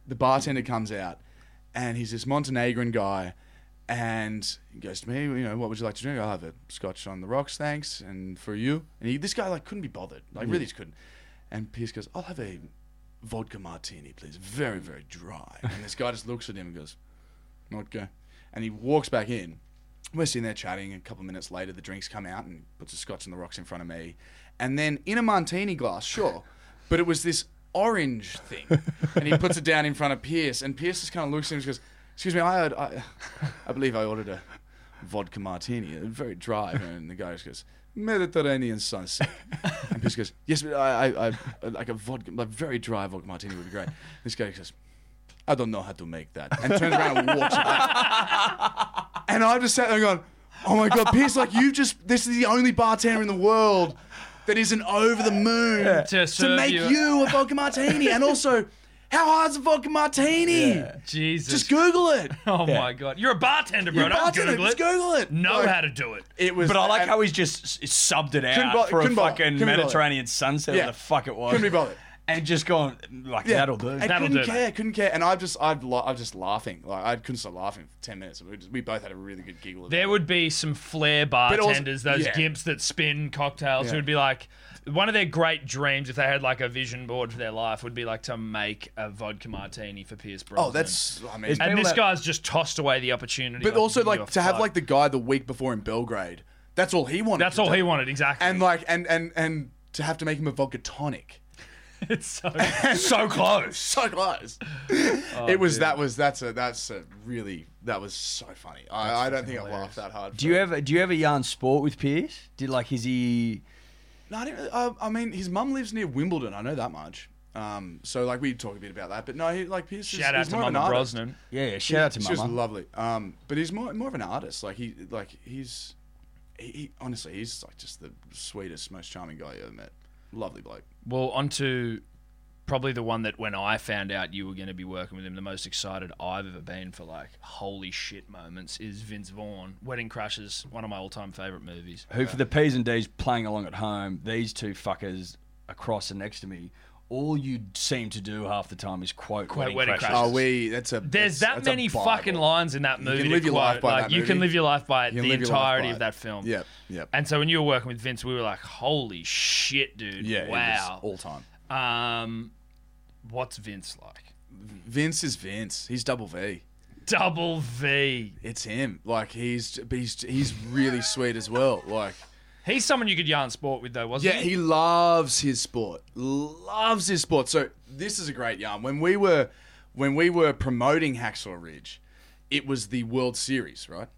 [SPEAKER 5] the bartender comes out, and he's this Montenegrin guy. And he goes to me, you know, what would you like to drink? I'll have a scotch on the rocks, thanks, and for you. And he, this guy like couldn't be bothered, like really just couldn't. And Pierce goes, I'll have a vodka martini, please, very very dry. And this guy just looks at him and goes, okay. And he walks back in. We're sitting there chatting. A couple of minutes later, the drinks come out and puts a scotch on the rocks in front of me, and then in a martini glass, sure, but it was this orange thing, and he puts it down in front of Pierce, and Pierce just kind of looks at him and just goes, "Excuse me, I, had- I, I believe I ordered a vodka martini, uh, very dry," and the guy just goes. Mediterranean sunset, and Pierce goes, "Yes, but I, I, I like a vodka, like very dry vodka martini would be great." This guy goes, "I don't know how to make that," and turns around and walks away. And I'm just sat there going, oh my God, Pierce, like you've just, this is the only bartender in the world that isn't over the moon
[SPEAKER 2] To
[SPEAKER 5] to,
[SPEAKER 2] serve
[SPEAKER 5] make
[SPEAKER 2] you-
[SPEAKER 5] you. a vodka martini. and also, how hard's a vodka martini?
[SPEAKER 2] Jesus.
[SPEAKER 5] Just Google it.
[SPEAKER 2] oh my god. You're a bartender, bro.
[SPEAKER 5] You're
[SPEAKER 2] Don't
[SPEAKER 5] bartending,
[SPEAKER 2] Google it.
[SPEAKER 5] Just Google it.
[SPEAKER 2] know
[SPEAKER 5] Like,
[SPEAKER 2] how to do it.
[SPEAKER 5] It was,
[SPEAKER 3] But I like
[SPEAKER 5] and
[SPEAKER 3] how he's just s- subbed it
[SPEAKER 5] Couldn't
[SPEAKER 3] out
[SPEAKER 5] bother-
[SPEAKER 3] for a
[SPEAKER 5] couldn't bother-
[SPEAKER 3] fucking
[SPEAKER 5] couldn't be bothered.
[SPEAKER 3] Mediterranean sunset,
[SPEAKER 5] Yeah.
[SPEAKER 3] what the fuck it was.
[SPEAKER 5] Couldn't be bothered.
[SPEAKER 3] And just going, like, that'll do.
[SPEAKER 5] I
[SPEAKER 2] That'll
[SPEAKER 5] couldn't
[SPEAKER 2] do,
[SPEAKER 5] care, couldn't care, and I've just, I've, lo- I've just laughing. Like I couldn't stop laughing for ten minutes. We, just, we both had a really good giggle.
[SPEAKER 2] There would be some flair
[SPEAKER 5] also-
[SPEAKER 2] bartenders, those
[SPEAKER 5] yeah.
[SPEAKER 2] gimps that spin cocktails, who would be like, one of their great dreams, if they had like a vision board for their life, would be like to make a vodka martini for Pierce Brosnan.
[SPEAKER 5] Oh, that's, I mean,
[SPEAKER 2] And this guy's just tossed away the opportunity.
[SPEAKER 5] but
[SPEAKER 2] like,
[SPEAKER 5] also
[SPEAKER 2] give you
[SPEAKER 5] like
[SPEAKER 2] a
[SPEAKER 5] to have
[SPEAKER 2] fuck.
[SPEAKER 5] like the guy the week before in Belgrade. That's all he wanted.
[SPEAKER 2] That's
[SPEAKER 5] to
[SPEAKER 2] all
[SPEAKER 5] do.
[SPEAKER 2] he wanted, exactly.
[SPEAKER 5] And like, and and and to have to make him a vodka tonic.
[SPEAKER 2] it's so.
[SPEAKER 3] so close.
[SPEAKER 5] so close. it was that was that's a that's a really that was so funny. I, I don't think I laughed that hard.
[SPEAKER 3] Do you ever do you ever yarn sport with Pierce? Did like is he
[SPEAKER 5] No, I, didn't, really- uh, I, I mean his mum lives near Wimbledon. I know that much. Um, so like we talk a bit about that, but no, he, like Pierce. is-
[SPEAKER 2] Shout out
[SPEAKER 5] he's
[SPEAKER 2] to
[SPEAKER 5] more of an
[SPEAKER 2] Mama
[SPEAKER 5] artist.
[SPEAKER 2] Brosnan.
[SPEAKER 3] Yeah, yeah, shout out to
[SPEAKER 5] She was
[SPEAKER 3] Mama.
[SPEAKER 5] lovely. Um, but he's more more of an artist. Like he like he's he, he honestly he's like just the sweetest, most charming guy you ever met. Lovely bloke.
[SPEAKER 2] Well, onto probably the one that when I found out you were going to be working with him, the most excited I've ever been for like holy shit moments is Vince Vaughn. Wedding Crashes, one of my all time favorite movies.
[SPEAKER 3] Who for the P's and D's playing along at home, these two fuckers across and next to me, all you seem to do half the time is quote
[SPEAKER 2] Quote
[SPEAKER 3] quote
[SPEAKER 2] Wedding
[SPEAKER 3] wedding
[SPEAKER 2] Crashes.
[SPEAKER 3] crashes.
[SPEAKER 5] Oh, we that's a
[SPEAKER 2] There's
[SPEAKER 5] that's-
[SPEAKER 2] that
[SPEAKER 5] that's a
[SPEAKER 2] many
[SPEAKER 5] Bible.
[SPEAKER 2] fucking lines in that movie.
[SPEAKER 5] live
[SPEAKER 2] to
[SPEAKER 5] your
[SPEAKER 2] quote.
[SPEAKER 5] life by
[SPEAKER 2] like,
[SPEAKER 5] that
[SPEAKER 2] You can
[SPEAKER 5] movie.
[SPEAKER 2] live your life by it,
[SPEAKER 5] You can
[SPEAKER 2] the
[SPEAKER 5] live your life
[SPEAKER 2] entirety
[SPEAKER 5] by
[SPEAKER 2] of
[SPEAKER 5] it.
[SPEAKER 2] that film.
[SPEAKER 5] Yep, yep.
[SPEAKER 2] And so when you were working with Vince, we were like, holy shit, dude.
[SPEAKER 5] Yeah, wow,
[SPEAKER 2] wow.
[SPEAKER 5] all time.
[SPEAKER 2] um, what's Vince like?
[SPEAKER 5] Vince is Vince. He's double V.
[SPEAKER 2] Double V.
[SPEAKER 5] It's him. Like he's but he's he's really sweet as well. Like
[SPEAKER 2] He's someone you could yarn sport with, though, wasn't
[SPEAKER 5] yeah,
[SPEAKER 2] he?
[SPEAKER 5] he loves his sport. Loves his sport. So this is a great yarn. When we were when we were promoting Hacksaw Ridge, it was the World Series, right?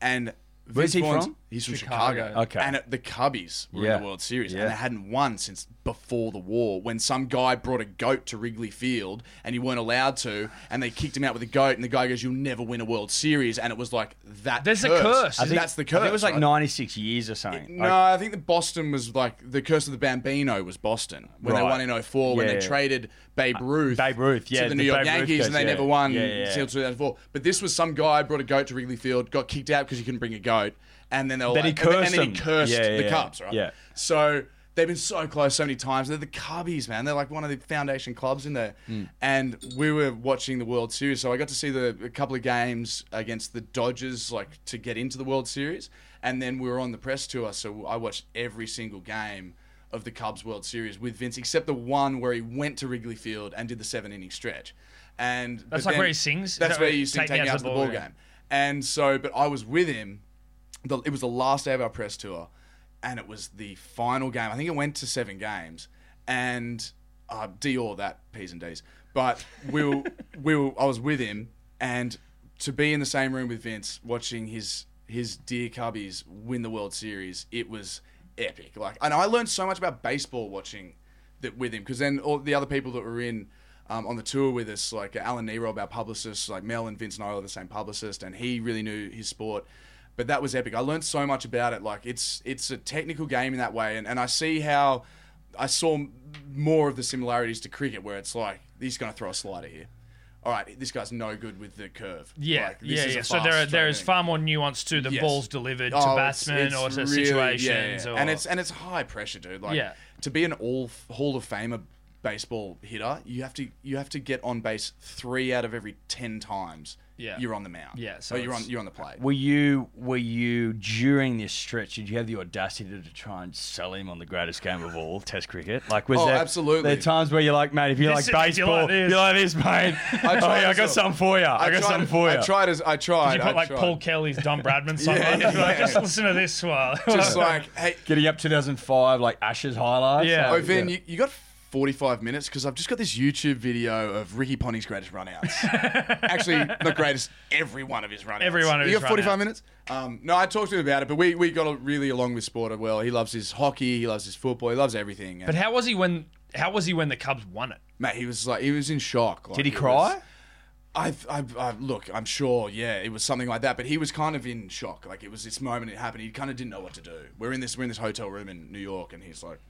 [SPEAKER 5] And
[SPEAKER 3] Where's
[SPEAKER 5] Vince
[SPEAKER 3] he
[SPEAKER 5] Vaughn's-
[SPEAKER 3] from?
[SPEAKER 5] He's from
[SPEAKER 2] Chicago.
[SPEAKER 5] Chicago.
[SPEAKER 3] Okay.
[SPEAKER 5] And it, the Cubbies were
[SPEAKER 3] Yeah.
[SPEAKER 5] in the World Series,
[SPEAKER 3] Yeah.
[SPEAKER 5] and they hadn't won since before the war, when some guy brought a goat to Wrigley Field, and he weren't allowed to, and they kicked him out with a goat, and the guy goes, "You'll never win a World Series," and it was like that.
[SPEAKER 2] There's a curse. I think-
[SPEAKER 5] that's the curse.
[SPEAKER 3] I think it was like
[SPEAKER 5] right?
[SPEAKER 3] 96 years or something.
[SPEAKER 5] No, I think the Boston was like the curse of the Bambino was Boston when they
[SPEAKER 3] Right.
[SPEAKER 5] won in 04 when
[SPEAKER 3] Yeah,
[SPEAKER 5] they
[SPEAKER 3] yeah.
[SPEAKER 5] traded Babe Ruth,
[SPEAKER 3] Babe Ruth, yeah,
[SPEAKER 5] to the
[SPEAKER 3] the
[SPEAKER 5] New York
[SPEAKER 3] Babe Ruth
[SPEAKER 5] Yankees and
[SPEAKER 3] curse,
[SPEAKER 5] they
[SPEAKER 3] yeah.
[SPEAKER 5] never won
[SPEAKER 3] Yeah, yeah.
[SPEAKER 5] until 2004. But this was some guy brought a goat to Wrigley Field, got kicked out because he couldn't bring a goat, and then they were
[SPEAKER 3] Then he
[SPEAKER 5] like, and then-
[SPEAKER 3] cursed
[SPEAKER 5] and then he
[SPEAKER 3] them.
[SPEAKER 5] cursed
[SPEAKER 3] Yeah,
[SPEAKER 5] the
[SPEAKER 3] yeah,
[SPEAKER 5] Cubs, right?
[SPEAKER 3] yeah.
[SPEAKER 5] So they've been so close so many times. They're the Cubbies, man. They're like one of the foundation clubs in there.
[SPEAKER 3] Hmm.
[SPEAKER 5] And we were watching the World Series, so I got to see the a couple of games against the Dodgers, like to get into the World Series. And then we were on the press tour, so I watched every single game of the Cubs World Series with Vince, except the one where he went to Wrigley Field and did the seven inning stretch. And
[SPEAKER 2] That's
[SPEAKER 5] but
[SPEAKER 2] like where he sings? Is
[SPEAKER 5] That's
[SPEAKER 2] that
[SPEAKER 5] where
[SPEAKER 2] where
[SPEAKER 5] you sing "Take Me Out to the Ball Game." And so, but I was with him the, it was the last day of our press tour, and it was the final game. I think it went to seven games, and uh, Dior that P's and D's. But we were, we were, I was with him, and to be in the same room with Vince, watching his his dear Cubbies win the World Series, it was epic. Like, and I learned so much about baseball watching that with him because then all the other people that were in um, on the tour with us, like Alan Nerob, our publicist, like Mel and Vince and I are the same publicist, and he really knew his sport. But that was epic. I learned so much about it. Like it's it's a technical game in that way, and, and I see how I saw m- more of the similarities to cricket, where it's like he's going to throw a slider here. All right, this guy's no good with the curve.
[SPEAKER 2] Yeah,
[SPEAKER 5] Like, this
[SPEAKER 2] yeah,
[SPEAKER 5] is a
[SPEAKER 2] yeah. So
[SPEAKER 5] fast
[SPEAKER 2] there, are, there
[SPEAKER 5] straight
[SPEAKER 2] is
[SPEAKER 5] inning.
[SPEAKER 2] far more nuance to the
[SPEAKER 5] Yes.
[SPEAKER 2] balls delivered to
[SPEAKER 5] Oh, it's-
[SPEAKER 2] batsmen
[SPEAKER 5] it's
[SPEAKER 2] or to
[SPEAKER 5] really- yeah,
[SPEAKER 2] situations.
[SPEAKER 5] yeah.
[SPEAKER 2] Or,
[SPEAKER 5] and it's and it's high pressure, dude. Like
[SPEAKER 2] Yeah.
[SPEAKER 5] to be an all Hall of Famer baseball hitter, you have to you have to get on base three out of every ten times.
[SPEAKER 2] Yeah.
[SPEAKER 5] you're on the mound.
[SPEAKER 2] Yeah, so
[SPEAKER 5] so you're on
[SPEAKER 2] it's-
[SPEAKER 5] you're on the plate.
[SPEAKER 3] Were you were you during this stretch? Did you have the audacity to try and sell him on the greatest game of all, Test cricket? Like, was
[SPEAKER 5] Oh,
[SPEAKER 3] there,
[SPEAKER 5] absolutely.
[SPEAKER 3] There are times where you're like, mate, if you
[SPEAKER 2] This
[SPEAKER 3] like
[SPEAKER 2] is- if you
[SPEAKER 3] baseball,
[SPEAKER 2] like this."
[SPEAKER 3] you're like this, mate. I, oh,
[SPEAKER 5] tried
[SPEAKER 3] yeah, I
[SPEAKER 5] as well.
[SPEAKER 3] got something for you. I, got
[SPEAKER 5] tried,
[SPEAKER 3] something for you.
[SPEAKER 5] I tried as I tried.
[SPEAKER 2] you put
[SPEAKER 5] I
[SPEAKER 2] like
[SPEAKER 5] tried.
[SPEAKER 2] Paul Kelly's Don Bradman song.
[SPEAKER 5] Yeah,
[SPEAKER 2] on,
[SPEAKER 5] yeah,
[SPEAKER 2] like,
[SPEAKER 5] yeah.
[SPEAKER 2] Just listen to this one.
[SPEAKER 5] Just like hey,
[SPEAKER 3] Getting up 2005, like Ashes highlights.
[SPEAKER 2] Yeah.
[SPEAKER 5] oh
[SPEAKER 3] Like,
[SPEAKER 5] Vin, you, you got. 45 minutes because I've just got this YouTube video of Ricky Ponting's greatest runouts. Actually, not greatest, every one of his runouts.
[SPEAKER 2] Every one of
[SPEAKER 5] you
[SPEAKER 2] his
[SPEAKER 5] got 45
[SPEAKER 2] runouts.
[SPEAKER 5] minutes? Um, no, I talked to him about it, but we, we got a- really along with sport as well. He loves his hockey, he loves his football, he loves everything.
[SPEAKER 2] but how was he when? How was he when the Cubs won it?
[SPEAKER 5] Mate, he was like, he was in shock. Like,
[SPEAKER 3] Did he
[SPEAKER 5] it
[SPEAKER 3] cry?
[SPEAKER 5] was- I, I, I look. I'm sure. Yeah, it was something like that. But he was kind of in shock. Like it was this moment it happened. He kind of didn't know what to do. We're in this. We're in this hotel room in New York, and he's like,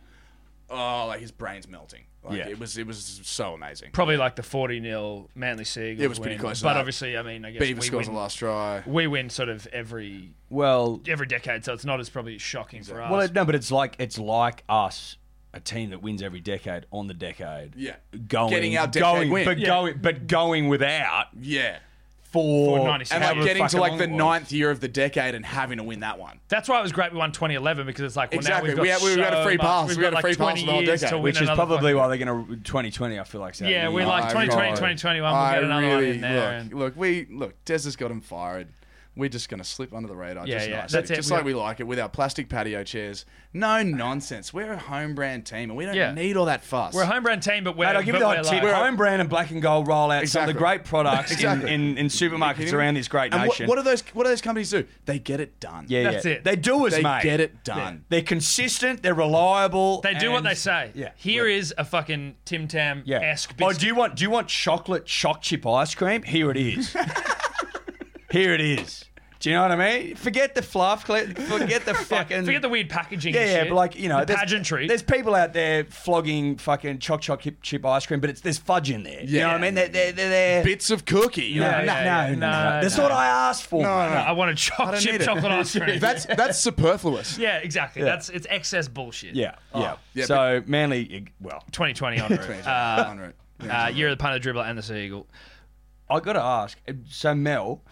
[SPEAKER 5] oh, like his brain's melting. Like
[SPEAKER 3] Yeah.
[SPEAKER 5] it was. It was so amazing.
[SPEAKER 2] Probably like the 40 0 Manly Seagulls.
[SPEAKER 5] It was pretty
[SPEAKER 2] win.
[SPEAKER 5] close to
[SPEAKER 2] But
[SPEAKER 5] that.
[SPEAKER 2] obviously, I mean, I guess
[SPEAKER 5] Beaver
[SPEAKER 2] we
[SPEAKER 5] scores
[SPEAKER 2] win,
[SPEAKER 5] the last try.
[SPEAKER 2] we win sort of every
[SPEAKER 3] Well,
[SPEAKER 2] every decade, so it's not as probably shocking for us.
[SPEAKER 3] well, it- no, but it's like it's like us, a team that wins every decade on the decade.
[SPEAKER 5] Yeah.
[SPEAKER 3] going
[SPEAKER 5] Getting our decade
[SPEAKER 3] going,
[SPEAKER 5] win.
[SPEAKER 3] but
[SPEAKER 5] Yeah.
[SPEAKER 3] going, but going without
[SPEAKER 5] Yeah.
[SPEAKER 3] for,
[SPEAKER 2] For 96.
[SPEAKER 5] And
[SPEAKER 2] How
[SPEAKER 5] like getting to
[SPEAKER 3] fucking
[SPEAKER 5] like the
[SPEAKER 3] long it was.
[SPEAKER 5] ninth year of the decade and having to win that one.
[SPEAKER 2] That's why it was great we won 2011 because it's like, well, now
[SPEAKER 5] Exactly. We
[SPEAKER 2] we've got
[SPEAKER 5] had- we
[SPEAKER 2] so
[SPEAKER 5] had a free
[SPEAKER 2] much-
[SPEAKER 5] pass.
[SPEAKER 2] We've
[SPEAKER 5] We
[SPEAKER 2] got
[SPEAKER 5] had a
[SPEAKER 2] like
[SPEAKER 5] free pass
[SPEAKER 2] 20
[SPEAKER 5] the whole
[SPEAKER 2] years
[SPEAKER 5] decade.
[SPEAKER 2] to win
[SPEAKER 3] which is
[SPEAKER 2] another
[SPEAKER 3] probably
[SPEAKER 2] fucking-
[SPEAKER 3] why they're going to 2020. I feel like is
[SPEAKER 2] Yeah,
[SPEAKER 3] our
[SPEAKER 2] we're
[SPEAKER 3] year.
[SPEAKER 2] like
[SPEAKER 5] I
[SPEAKER 2] 2020,
[SPEAKER 5] know.
[SPEAKER 2] 2021, we'll
[SPEAKER 5] I
[SPEAKER 2] get another one in there.
[SPEAKER 5] Look,
[SPEAKER 2] and-
[SPEAKER 5] look, we look. Des has got him fired. We're just going to slip under the radar.
[SPEAKER 2] Yeah,
[SPEAKER 5] just
[SPEAKER 2] yeah,
[SPEAKER 5] nicely,
[SPEAKER 2] that's it.
[SPEAKER 5] Just
[SPEAKER 2] We
[SPEAKER 5] like
[SPEAKER 2] are-
[SPEAKER 5] we like it with our plastic patio chairs. No nonsense. We're a home brand team and we don't
[SPEAKER 2] Yeah.
[SPEAKER 5] need all that fuss.
[SPEAKER 2] we're a home brand team, but we're,
[SPEAKER 3] Mate, I'll give
[SPEAKER 2] but
[SPEAKER 3] you the
[SPEAKER 2] we're
[SPEAKER 3] hot tip.
[SPEAKER 2] like-
[SPEAKER 3] Home brand and black and gold rollouts some of the
[SPEAKER 5] Exactly.
[SPEAKER 3] great products
[SPEAKER 5] Exactly.
[SPEAKER 3] in, in, in supermarkets around this great
[SPEAKER 5] and
[SPEAKER 3] nation.
[SPEAKER 5] What, what do those What do those companies do? They get it done.
[SPEAKER 3] yeah,
[SPEAKER 2] That's
[SPEAKER 3] yeah.
[SPEAKER 2] it.
[SPEAKER 3] They do us,
[SPEAKER 5] they
[SPEAKER 3] mate.
[SPEAKER 5] get it done.
[SPEAKER 3] They're consistent. They're reliable.
[SPEAKER 2] They do what
[SPEAKER 3] and-
[SPEAKER 2] they say.
[SPEAKER 3] Yeah.
[SPEAKER 2] Here is a fucking Tim Tam
[SPEAKER 3] Yeah.
[SPEAKER 2] esque
[SPEAKER 3] Oh, do you want do you want chocolate choc chip ice cream? Here it is. Here it is. Do you know what I mean? Forget the fluff. cl- Forget the fucking.
[SPEAKER 2] Forget the weird packaging.
[SPEAKER 3] Yeah,
[SPEAKER 2] and
[SPEAKER 3] yeah,
[SPEAKER 2] shit.
[SPEAKER 3] but like you know,
[SPEAKER 2] the
[SPEAKER 3] there's,
[SPEAKER 2] pageantry.
[SPEAKER 3] There's people out there flogging fucking choc choc chip, chip ice cream, but it's there's fudge in there. you know what I mean? They're they're they're, they're
[SPEAKER 5] Bits of cookie. you
[SPEAKER 3] no,
[SPEAKER 5] know?
[SPEAKER 2] yeah,
[SPEAKER 3] no,
[SPEAKER 2] yeah,
[SPEAKER 3] no,
[SPEAKER 2] no,
[SPEAKER 3] no,
[SPEAKER 2] no.
[SPEAKER 3] That's what I asked for.
[SPEAKER 5] No, no, no.
[SPEAKER 2] I want a choc
[SPEAKER 5] don't
[SPEAKER 2] chip
[SPEAKER 5] need it.
[SPEAKER 2] chocolate ice cream.
[SPEAKER 5] That's that's superfluous.
[SPEAKER 2] yeah, exactly. That's it's excess bullshit.
[SPEAKER 3] Yeah,
[SPEAKER 2] Oh.
[SPEAKER 3] yeah.
[SPEAKER 5] Yeah,
[SPEAKER 3] so Manly, well,
[SPEAKER 2] 2020 on route.
[SPEAKER 5] On route.
[SPEAKER 2] uh, year of the punter, dribbler, and the seagull. Oh,
[SPEAKER 3] I got to ask. uh, So Mel,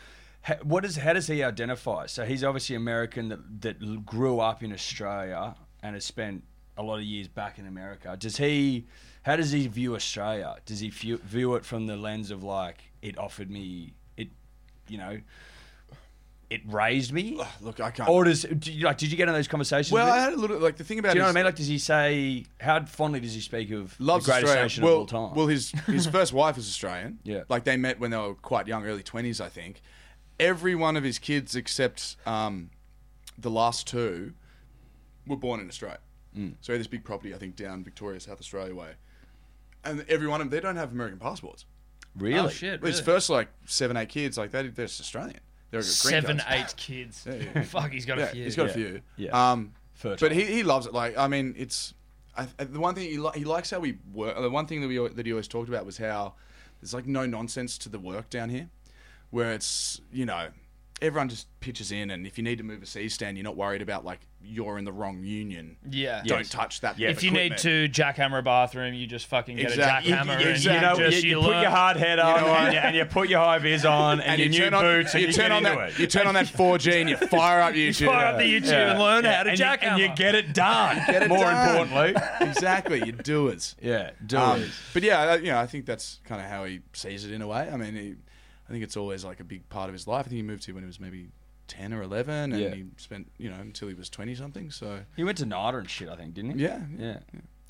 [SPEAKER 3] ha- what is how does he identify? So he's obviously American that that grew up in Australia and has spent a lot of years back in America. Does he? How does he view Australia? Does he view, view it from the lens of like it offered me it, you know, it raised me,
[SPEAKER 2] uh,
[SPEAKER 5] Look, I can't.
[SPEAKER 3] or does do you, like did you get in those conversations?
[SPEAKER 5] well,
[SPEAKER 3] with
[SPEAKER 5] I
[SPEAKER 3] him?
[SPEAKER 5] had a little like the thing about
[SPEAKER 3] do you know
[SPEAKER 5] his-
[SPEAKER 3] what I mean? Like, does he say how fondly does he speak of
[SPEAKER 5] loves
[SPEAKER 3] the greatest
[SPEAKER 5] Australia.
[SPEAKER 3] nation
[SPEAKER 5] well,
[SPEAKER 3] of all time?
[SPEAKER 5] Well, his his first wife is Australian.
[SPEAKER 3] Yeah.
[SPEAKER 5] like they met when they were quite young, early twenties, I think. Every one of his kids, except um, the last two, were born in Australia.
[SPEAKER 3] Mm.
[SPEAKER 5] So he had this big property, I think, down Victoria, South Australia way, and every one of them they don't have American passports.
[SPEAKER 3] really?
[SPEAKER 2] Oh shit! Really?
[SPEAKER 5] His first like seven, eight kids, like they they're just Australian. They're green
[SPEAKER 2] Seven,
[SPEAKER 5] cards.
[SPEAKER 2] eight kids.
[SPEAKER 5] yeah.
[SPEAKER 2] Fuck, he's got a
[SPEAKER 5] Yeah,
[SPEAKER 2] few.
[SPEAKER 5] he's got
[SPEAKER 3] Yeah.
[SPEAKER 5] a few.
[SPEAKER 3] Yeah.
[SPEAKER 5] Um,
[SPEAKER 3] Fertile.
[SPEAKER 5] But he, he loves it. Like I mean, it's I, I- the one thing he, li- he likes how we work. The one thing that we al- that he always talked about was how there's like no nonsense to the work down here, where it's you know everyone just pitches in, and if you need to move a C stand, you're not worried about like you're in the wrong union.
[SPEAKER 2] Yeah.
[SPEAKER 5] Don't
[SPEAKER 2] Yes.
[SPEAKER 5] touch that.
[SPEAKER 2] if you need to jackhammer a bathroom, you just fucking get
[SPEAKER 5] Exactly.
[SPEAKER 2] a jackhammer.
[SPEAKER 5] You-
[SPEAKER 2] and
[SPEAKER 5] you know,
[SPEAKER 2] just,
[SPEAKER 3] you, you
[SPEAKER 2] learn.
[SPEAKER 3] put your hard head on
[SPEAKER 5] what?
[SPEAKER 3] and, you, and you put your high vis on and,
[SPEAKER 5] And you,
[SPEAKER 3] your new
[SPEAKER 5] turn on,
[SPEAKER 3] boots
[SPEAKER 5] you
[SPEAKER 3] and you,
[SPEAKER 5] turn
[SPEAKER 3] get
[SPEAKER 5] on
[SPEAKER 3] into
[SPEAKER 5] that.
[SPEAKER 3] it.
[SPEAKER 5] You turn on that 4G and you fire up YouTube.
[SPEAKER 2] Fire up the YouTube and learn how to
[SPEAKER 3] and,
[SPEAKER 2] jackhammer.
[SPEAKER 3] you, and you get it done.
[SPEAKER 5] Get it
[SPEAKER 3] more
[SPEAKER 5] done.
[SPEAKER 3] importantly,
[SPEAKER 5] Exactly, you doers.
[SPEAKER 3] yeah, do
[SPEAKER 5] Um,
[SPEAKER 3] it.
[SPEAKER 5] but yeah, I- you know, I think that's kind of how he sees it in a way. I mean, he, I think it's always like a big part of his life. I think he moved here when he was maybe ten or eleven, and
[SPEAKER 3] Yeah.
[SPEAKER 5] he spent you know until he was twenty something. So
[SPEAKER 3] He went to NIDA and shit, I think, didn't he?
[SPEAKER 5] yeah, Oh,
[SPEAKER 3] yeah.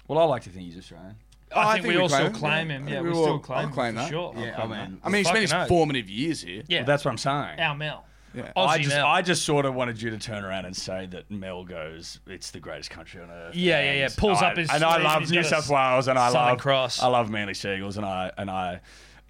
[SPEAKER 3] Well, I like to think he's Australian.
[SPEAKER 2] I, think we, all still
[SPEAKER 5] him.
[SPEAKER 2] claim him.
[SPEAKER 5] I
[SPEAKER 2] Yeah, we
[SPEAKER 5] think all-
[SPEAKER 2] still claim
[SPEAKER 5] I'll
[SPEAKER 2] him.
[SPEAKER 5] claim
[SPEAKER 2] for
[SPEAKER 5] that.
[SPEAKER 2] Sure.
[SPEAKER 3] Yeah, I mean-
[SPEAKER 5] I mean, he spent his
[SPEAKER 2] Fucking oath.
[SPEAKER 5] formative years here.
[SPEAKER 2] Yeah,
[SPEAKER 3] Well, that's what I'm saying.
[SPEAKER 2] our Mel.
[SPEAKER 5] Yeah.
[SPEAKER 2] Aussie
[SPEAKER 3] I just,
[SPEAKER 2] Mel.
[SPEAKER 3] I just sort of wanted you to turn around and say that Mel goes, "It's the greatest country on earth."
[SPEAKER 2] Yeah, yeah, yeah.
[SPEAKER 3] and
[SPEAKER 2] Pulls
[SPEAKER 3] I-
[SPEAKER 2] up his
[SPEAKER 3] and I
[SPEAKER 2] sleeve and
[SPEAKER 3] love
[SPEAKER 2] he's
[SPEAKER 3] New
[SPEAKER 2] got a
[SPEAKER 3] South Wales, and I
[SPEAKER 2] Southern
[SPEAKER 3] love
[SPEAKER 2] Cross.
[SPEAKER 3] I love Manly Seagulls, and I and I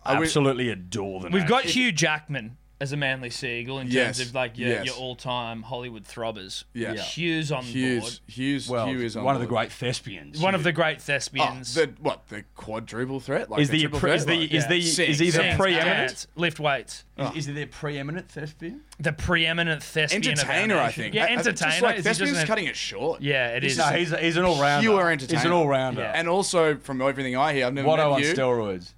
[SPEAKER 5] we-
[SPEAKER 3] absolutely adore them.
[SPEAKER 2] We've got Hugh Jackman as a Manly Seagull in
[SPEAKER 5] Uh, Yes,
[SPEAKER 2] terms of like your,
[SPEAKER 5] yes.
[SPEAKER 2] your all-time Hollywood throbbers.
[SPEAKER 5] Yeah. Yeah.
[SPEAKER 2] Hugh's on board.
[SPEAKER 5] Hughes, Hughes,
[SPEAKER 3] well,
[SPEAKER 5] Hugh is on
[SPEAKER 3] one of the
[SPEAKER 5] board.
[SPEAKER 3] great thespians.
[SPEAKER 2] One of the great
[SPEAKER 5] Oh,
[SPEAKER 2] thespians.
[SPEAKER 5] the what the quadruple threat? Like
[SPEAKER 3] is the,
[SPEAKER 5] triple
[SPEAKER 3] pre- is
[SPEAKER 5] threat?
[SPEAKER 3] the
[SPEAKER 5] Like,
[SPEAKER 3] is
[SPEAKER 2] yeah.
[SPEAKER 3] the is
[SPEAKER 5] Six.
[SPEAKER 3] he the
[SPEAKER 2] Sings,
[SPEAKER 3] preeminent?
[SPEAKER 2] dance, lift weights.
[SPEAKER 3] Is, is he the preeminent thespian?
[SPEAKER 2] The preeminent thespian. of our
[SPEAKER 5] entertainer? I
[SPEAKER 2] nation.
[SPEAKER 5] think.
[SPEAKER 2] Yeah,
[SPEAKER 5] I- I-
[SPEAKER 2] entertainer.
[SPEAKER 5] Just like
[SPEAKER 2] Is he just
[SPEAKER 5] thespian's
[SPEAKER 2] an-
[SPEAKER 5] cutting it short.
[SPEAKER 2] Yeah, it is.
[SPEAKER 3] No, he's he's an all rounder.
[SPEAKER 5] Pure
[SPEAKER 3] He's
[SPEAKER 5] entertainer.
[SPEAKER 3] an all rounder.
[SPEAKER 2] Yeah.
[SPEAKER 3] Yeah.
[SPEAKER 5] And also from everything I hear, I've never
[SPEAKER 3] Watto on
[SPEAKER 5] met you.
[SPEAKER 3] steroids.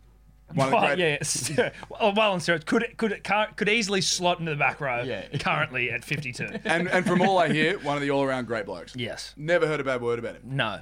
[SPEAKER 5] One of the
[SPEAKER 2] Well,
[SPEAKER 5] great-
[SPEAKER 2] Oh, yeah, well, well and serious. Could could cur- could easily slot into the back row.
[SPEAKER 3] Yeah.
[SPEAKER 2] Currently at fifty-two.
[SPEAKER 5] and, and from all I hear, one of the all-around great blokes.
[SPEAKER 2] yes.
[SPEAKER 5] Never heard a bad word about
[SPEAKER 3] Mm.
[SPEAKER 5] him.
[SPEAKER 2] No.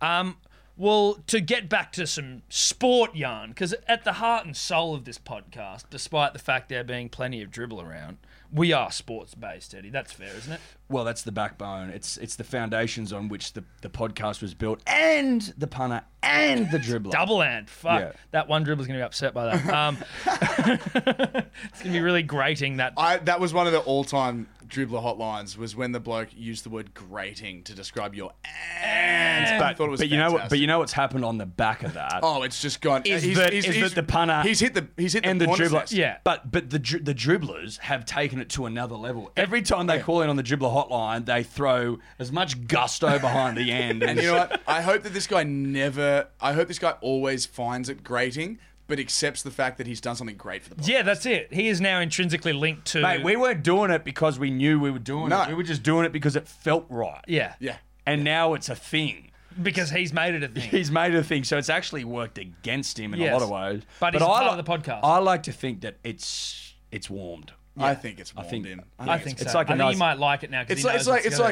[SPEAKER 2] Um, well, to get back to some sport yarn, because at the heart and soul of this podcast, despite the fact there being plenty of dribble around, we are sports based, Eddie. That's fair, isn't it?
[SPEAKER 3] Well, that's the backbone. It's it's the foundations on which the, the podcast was built, and the punter and the dribbler.
[SPEAKER 2] Double and fuck
[SPEAKER 3] Yeah.
[SPEAKER 2] that one dribbler's going to be upset by that. Um, it's going to be really grating that.
[SPEAKER 5] I that was one of the all-time dribbler hotlines was when the bloke used the word grating to describe your ass. I
[SPEAKER 3] But,
[SPEAKER 5] thought it was
[SPEAKER 3] but you know what? But
[SPEAKER 5] fantastic.
[SPEAKER 3] you know what's happened on the back of that.
[SPEAKER 5] Oh, it's just gone.
[SPEAKER 3] Is that- is that the punter
[SPEAKER 5] He's hit the he's hit the,
[SPEAKER 3] and the
[SPEAKER 5] corner
[SPEAKER 3] dribbler.
[SPEAKER 5] post.
[SPEAKER 2] Yeah.
[SPEAKER 3] But but the dri- the dribblers have taken it to another level. Every time they call in on the dribbler hotline, they throw as much gusto behind the end.
[SPEAKER 5] And you know what? I hope that this guy never. I hope this guy always finds it grating, but accepts the fact that he's done something great for the.
[SPEAKER 2] Yeah, that's it. He is now intrinsically linked to.
[SPEAKER 3] Mate, we weren't doing it because we knew we were doing
[SPEAKER 5] No.
[SPEAKER 3] it. We were just doing it because it felt right.
[SPEAKER 2] yeah,
[SPEAKER 5] Yeah.
[SPEAKER 3] And now it's a thing.
[SPEAKER 2] because he's made it a thing.
[SPEAKER 3] He's made it a thing, so it's actually worked against him in
[SPEAKER 2] Yes.
[SPEAKER 3] a lot of ways.
[SPEAKER 2] But he's a part
[SPEAKER 3] li-
[SPEAKER 2] of the podcast.
[SPEAKER 3] I like to think that it's it's warmed.
[SPEAKER 5] I think it's warmed
[SPEAKER 3] think-
[SPEAKER 5] in.
[SPEAKER 2] I think so.
[SPEAKER 3] it's like
[SPEAKER 2] I
[SPEAKER 3] a
[SPEAKER 2] think
[SPEAKER 3] nice-
[SPEAKER 2] he might like it now. 'cause
[SPEAKER 5] it's
[SPEAKER 2] he
[SPEAKER 5] like
[SPEAKER 2] knows
[SPEAKER 5] it's like it's
[SPEAKER 2] together.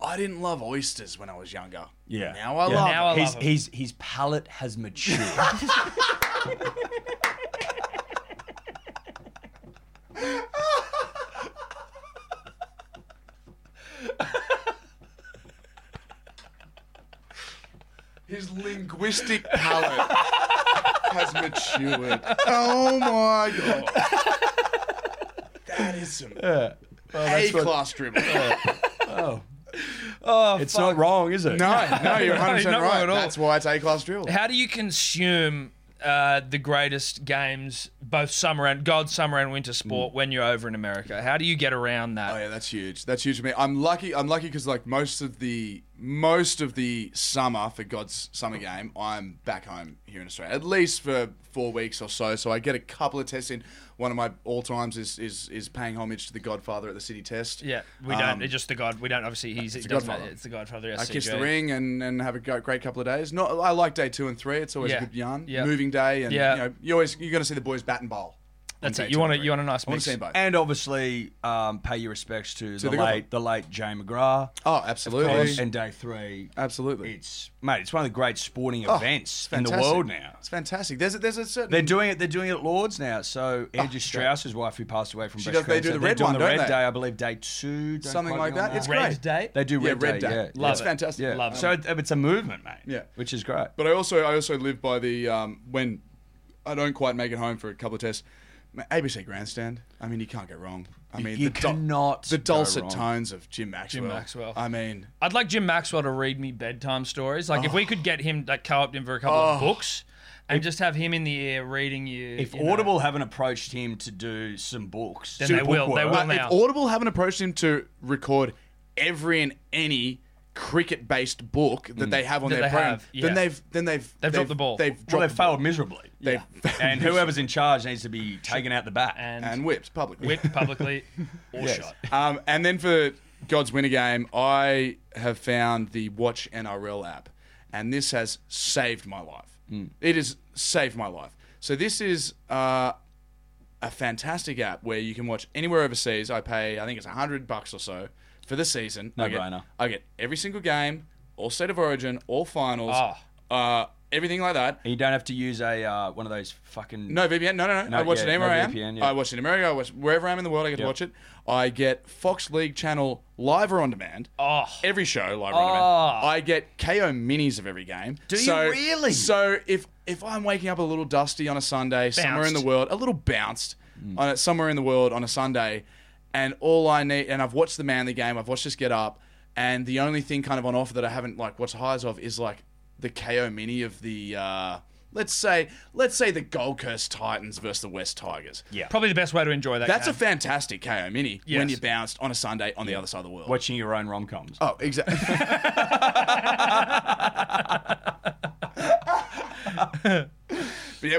[SPEAKER 5] like I didn't love oysters when I was younger.
[SPEAKER 3] Yeah.
[SPEAKER 5] Now I
[SPEAKER 3] Yeah.
[SPEAKER 5] love.
[SPEAKER 2] Now I
[SPEAKER 3] his,
[SPEAKER 2] love him.
[SPEAKER 3] his his palate has matured.
[SPEAKER 5] His linguistic palate has matured. Oh my god. That is some A class dribble.
[SPEAKER 3] it's not wrong, is it?
[SPEAKER 5] No, no, you're 100
[SPEAKER 2] No,
[SPEAKER 5] percent
[SPEAKER 2] not
[SPEAKER 5] right.
[SPEAKER 2] at all.
[SPEAKER 5] That's why it's A class dribble.
[SPEAKER 2] How do you consume uh, the greatest games, both summer and God, summer and winter sport, when you're over in America? How do you get around that?
[SPEAKER 5] Mm. Oh yeah, that's huge. That's huge for me. I'm lucky. I'm lucky because like most of the most of the summer for God's summer game, I'm back home here in Australia at least for four weeks or so. So I get a couple of tests in. One of my all times is is is paying homage to the Godfather at the City Test.
[SPEAKER 2] Yeah, we don't.
[SPEAKER 5] Um,
[SPEAKER 2] it's just the God. We don't. Obviously, he's
[SPEAKER 5] the
[SPEAKER 2] it doesn't
[SPEAKER 5] Godfather.
[SPEAKER 2] matter, It's the Godfather.
[SPEAKER 5] I
[SPEAKER 2] SCG.
[SPEAKER 5] kiss the ring and, and have a go- great couple of days. Not I like day two and three. It's always
[SPEAKER 2] Yeah.
[SPEAKER 5] a good yarn.
[SPEAKER 2] Yeah.
[SPEAKER 5] Moving day and
[SPEAKER 2] Yeah.
[SPEAKER 5] you know you always you're going to see the boys bat and bowl. on
[SPEAKER 2] That's
[SPEAKER 5] day
[SPEAKER 2] it. You
[SPEAKER 5] two
[SPEAKER 2] want
[SPEAKER 5] and
[SPEAKER 2] a-
[SPEAKER 5] three.
[SPEAKER 2] you want a nice
[SPEAKER 5] I want
[SPEAKER 2] mix.
[SPEAKER 5] to see 'em both.
[SPEAKER 3] And obviously, um, pay your respects to, the,
[SPEAKER 5] the Godfather.
[SPEAKER 3] late the late Jay McGrath.
[SPEAKER 5] Oh,
[SPEAKER 3] Of
[SPEAKER 5] absolutely.
[SPEAKER 3] course, and day three,
[SPEAKER 5] Absolutely.
[SPEAKER 3] it's mate, it's one of the great sporting
[SPEAKER 5] Oh,
[SPEAKER 3] events
[SPEAKER 5] it's
[SPEAKER 3] in the
[SPEAKER 5] fantastic.
[SPEAKER 3] world now.
[SPEAKER 5] It's fantastic. There's a, there's a certain
[SPEAKER 3] They're doing it. They're doing it at Lords now. So Andrew Strauss's wife, who passed away from
[SPEAKER 5] Oh, She
[SPEAKER 3] breast
[SPEAKER 5] does- they
[SPEAKER 3] cancer,
[SPEAKER 5] do the
[SPEAKER 3] they're
[SPEAKER 5] red
[SPEAKER 3] doing
[SPEAKER 5] one,
[SPEAKER 3] the
[SPEAKER 5] don't
[SPEAKER 3] red
[SPEAKER 5] they?
[SPEAKER 3] day, I believe, day 2 don't
[SPEAKER 5] Something
[SPEAKER 3] quote
[SPEAKER 5] like
[SPEAKER 3] me on
[SPEAKER 5] that. It's
[SPEAKER 2] Red
[SPEAKER 5] great.
[SPEAKER 2] date?
[SPEAKER 3] They do
[SPEAKER 5] Yeah,
[SPEAKER 3] red,
[SPEAKER 5] red
[SPEAKER 3] day.
[SPEAKER 5] day.
[SPEAKER 3] Yeah,
[SPEAKER 2] Love
[SPEAKER 5] it's
[SPEAKER 2] it.
[SPEAKER 5] fantastic.
[SPEAKER 3] yeah.
[SPEAKER 2] Love it.
[SPEAKER 3] so it. it's a movement, mate.
[SPEAKER 5] Yeah.
[SPEAKER 3] which is great.
[SPEAKER 5] But I also I also live by the um, when I don't quite make it home for a couple of tests. ma- ABC Grandstand. I mean, you can't go wrong. I mean,
[SPEAKER 3] you
[SPEAKER 5] the dul-
[SPEAKER 3] cannot
[SPEAKER 5] the
[SPEAKER 3] go
[SPEAKER 5] dulcet
[SPEAKER 3] wrong.
[SPEAKER 5] tones of Jim Maxwell.
[SPEAKER 2] Maxwell.
[SPEAKER 5] I mean,
[SPEAKER 2] I'd like Jim Maxwell to read me bedtime stories. Like if
[SPEAKER 5] Oh.
[SPEAKER 2] we could get him like co-opt him for a couple of books and just have him in the air reading you.
[SPEAKER 3] If
[SPEAKER 2] you know.
[SPEAKER 3] Audible haven't approached him to do some books,
[SPEAKER 2] Then
[SPEAKER 3] do
[SPEAKER 2] they
[SPEAKER 3] book
[SPEAKER 2] will. They
[SPEAKER 3] work,
[SPEAKER 2] will.
[SPEAKER 5] uh,
[SPEAKER 2] now.
[SPEAKER 5] if Audible haven't approached him to record every and any cricket-based book that they have
[SPEAKER 2] Mm.
[SPEAKER 5] on
[SPEAKER 2] That
[SPEAKER 5] their
[SPEAKER 2] they
[SPEAKER 5] program,
[SPEAKER 2] have, yeah.
[SPEAKER 5] then they've then they've
[SPEAKER 2] They've dropped the ball.
[SPEAKER 5] They've
[SPEAKER 3] Well, they
[SPEAKER 5] dropped the ball
[SPEAKER 3] failed miserably.
[SPEAKER 5] They've-
[SPEAKER 3] and whoever's in charge needs to be taken out the bat.
[SPEAKER 2] and,
[SPEAKER 5] and whipped publicly.
[SPEAKER 2] whipped publicly or shot.
[SPEAKER 5] Um, and then for God's Winner Game, I have found the Watch NRL app, and this has saved my life. It has saved my life. So this is uh, a fantastic app where you can watch anywhere overseas. I pay, I think it's hundred bucks or so for the season. No I get,
[SPEAKER 3] brainer.
[SPEAKER 5] I get every single game, all state of origin, all finals, uh, everything like that.
[SPEAKER 3] And you don't have to use a uh, one of those fucking.
[SPEAKER 5] No VPN. No, no, no.
[SPEAKER 3] No,
[SPEAKER 5] I watch
[SPEAKER 3] yeah,
[SPEAKER 5] it anywhere
[SPEAKER 3] no
[SPEAKER 5] I am.
[SPEAKER 3] VPN, yeah.
[SPEAKER 5] I watch it in America. I watch wherever I am in the world. I get to watch it. I get Fox League Channel live or on demand.
[SPEAKER 2] Oh.
[SPEAKER 5] Every show live or on demand. I get KO minis of every game. Do
[SPEAKER 3] you really?
[SPEAKER 5] So if if I'm waking up a little dusty on a Sunday somewhere in the
[SPEAKER 2] Bounced.
[SPEAKER 5] world, a little bounced on a, somewhere in the world on a Sunday, and all I need, and I've watched the Manly game. I've watched this get up, and the only thing kind of on offer that I haven't like watched highs of is like the KO mini of the. Uh, Let's say, let's say the Gold Coast Titans versus the West Tigers. Yeah,
[SPEAKER 2] Probably the best way to enjoy that.
[SPEAKER 5] that's a
[SPEAKER 2] game.
[SPEAKER 5] fantastic KO mini when
[SPEAKER 2] Yes.
[SPEAKER 5] you're bounced on a Sunday on the other side of the world.
[SPEAKER 3] Watching your own rom coms.
[SPEAKER 5] Oh, exactly. but yeah,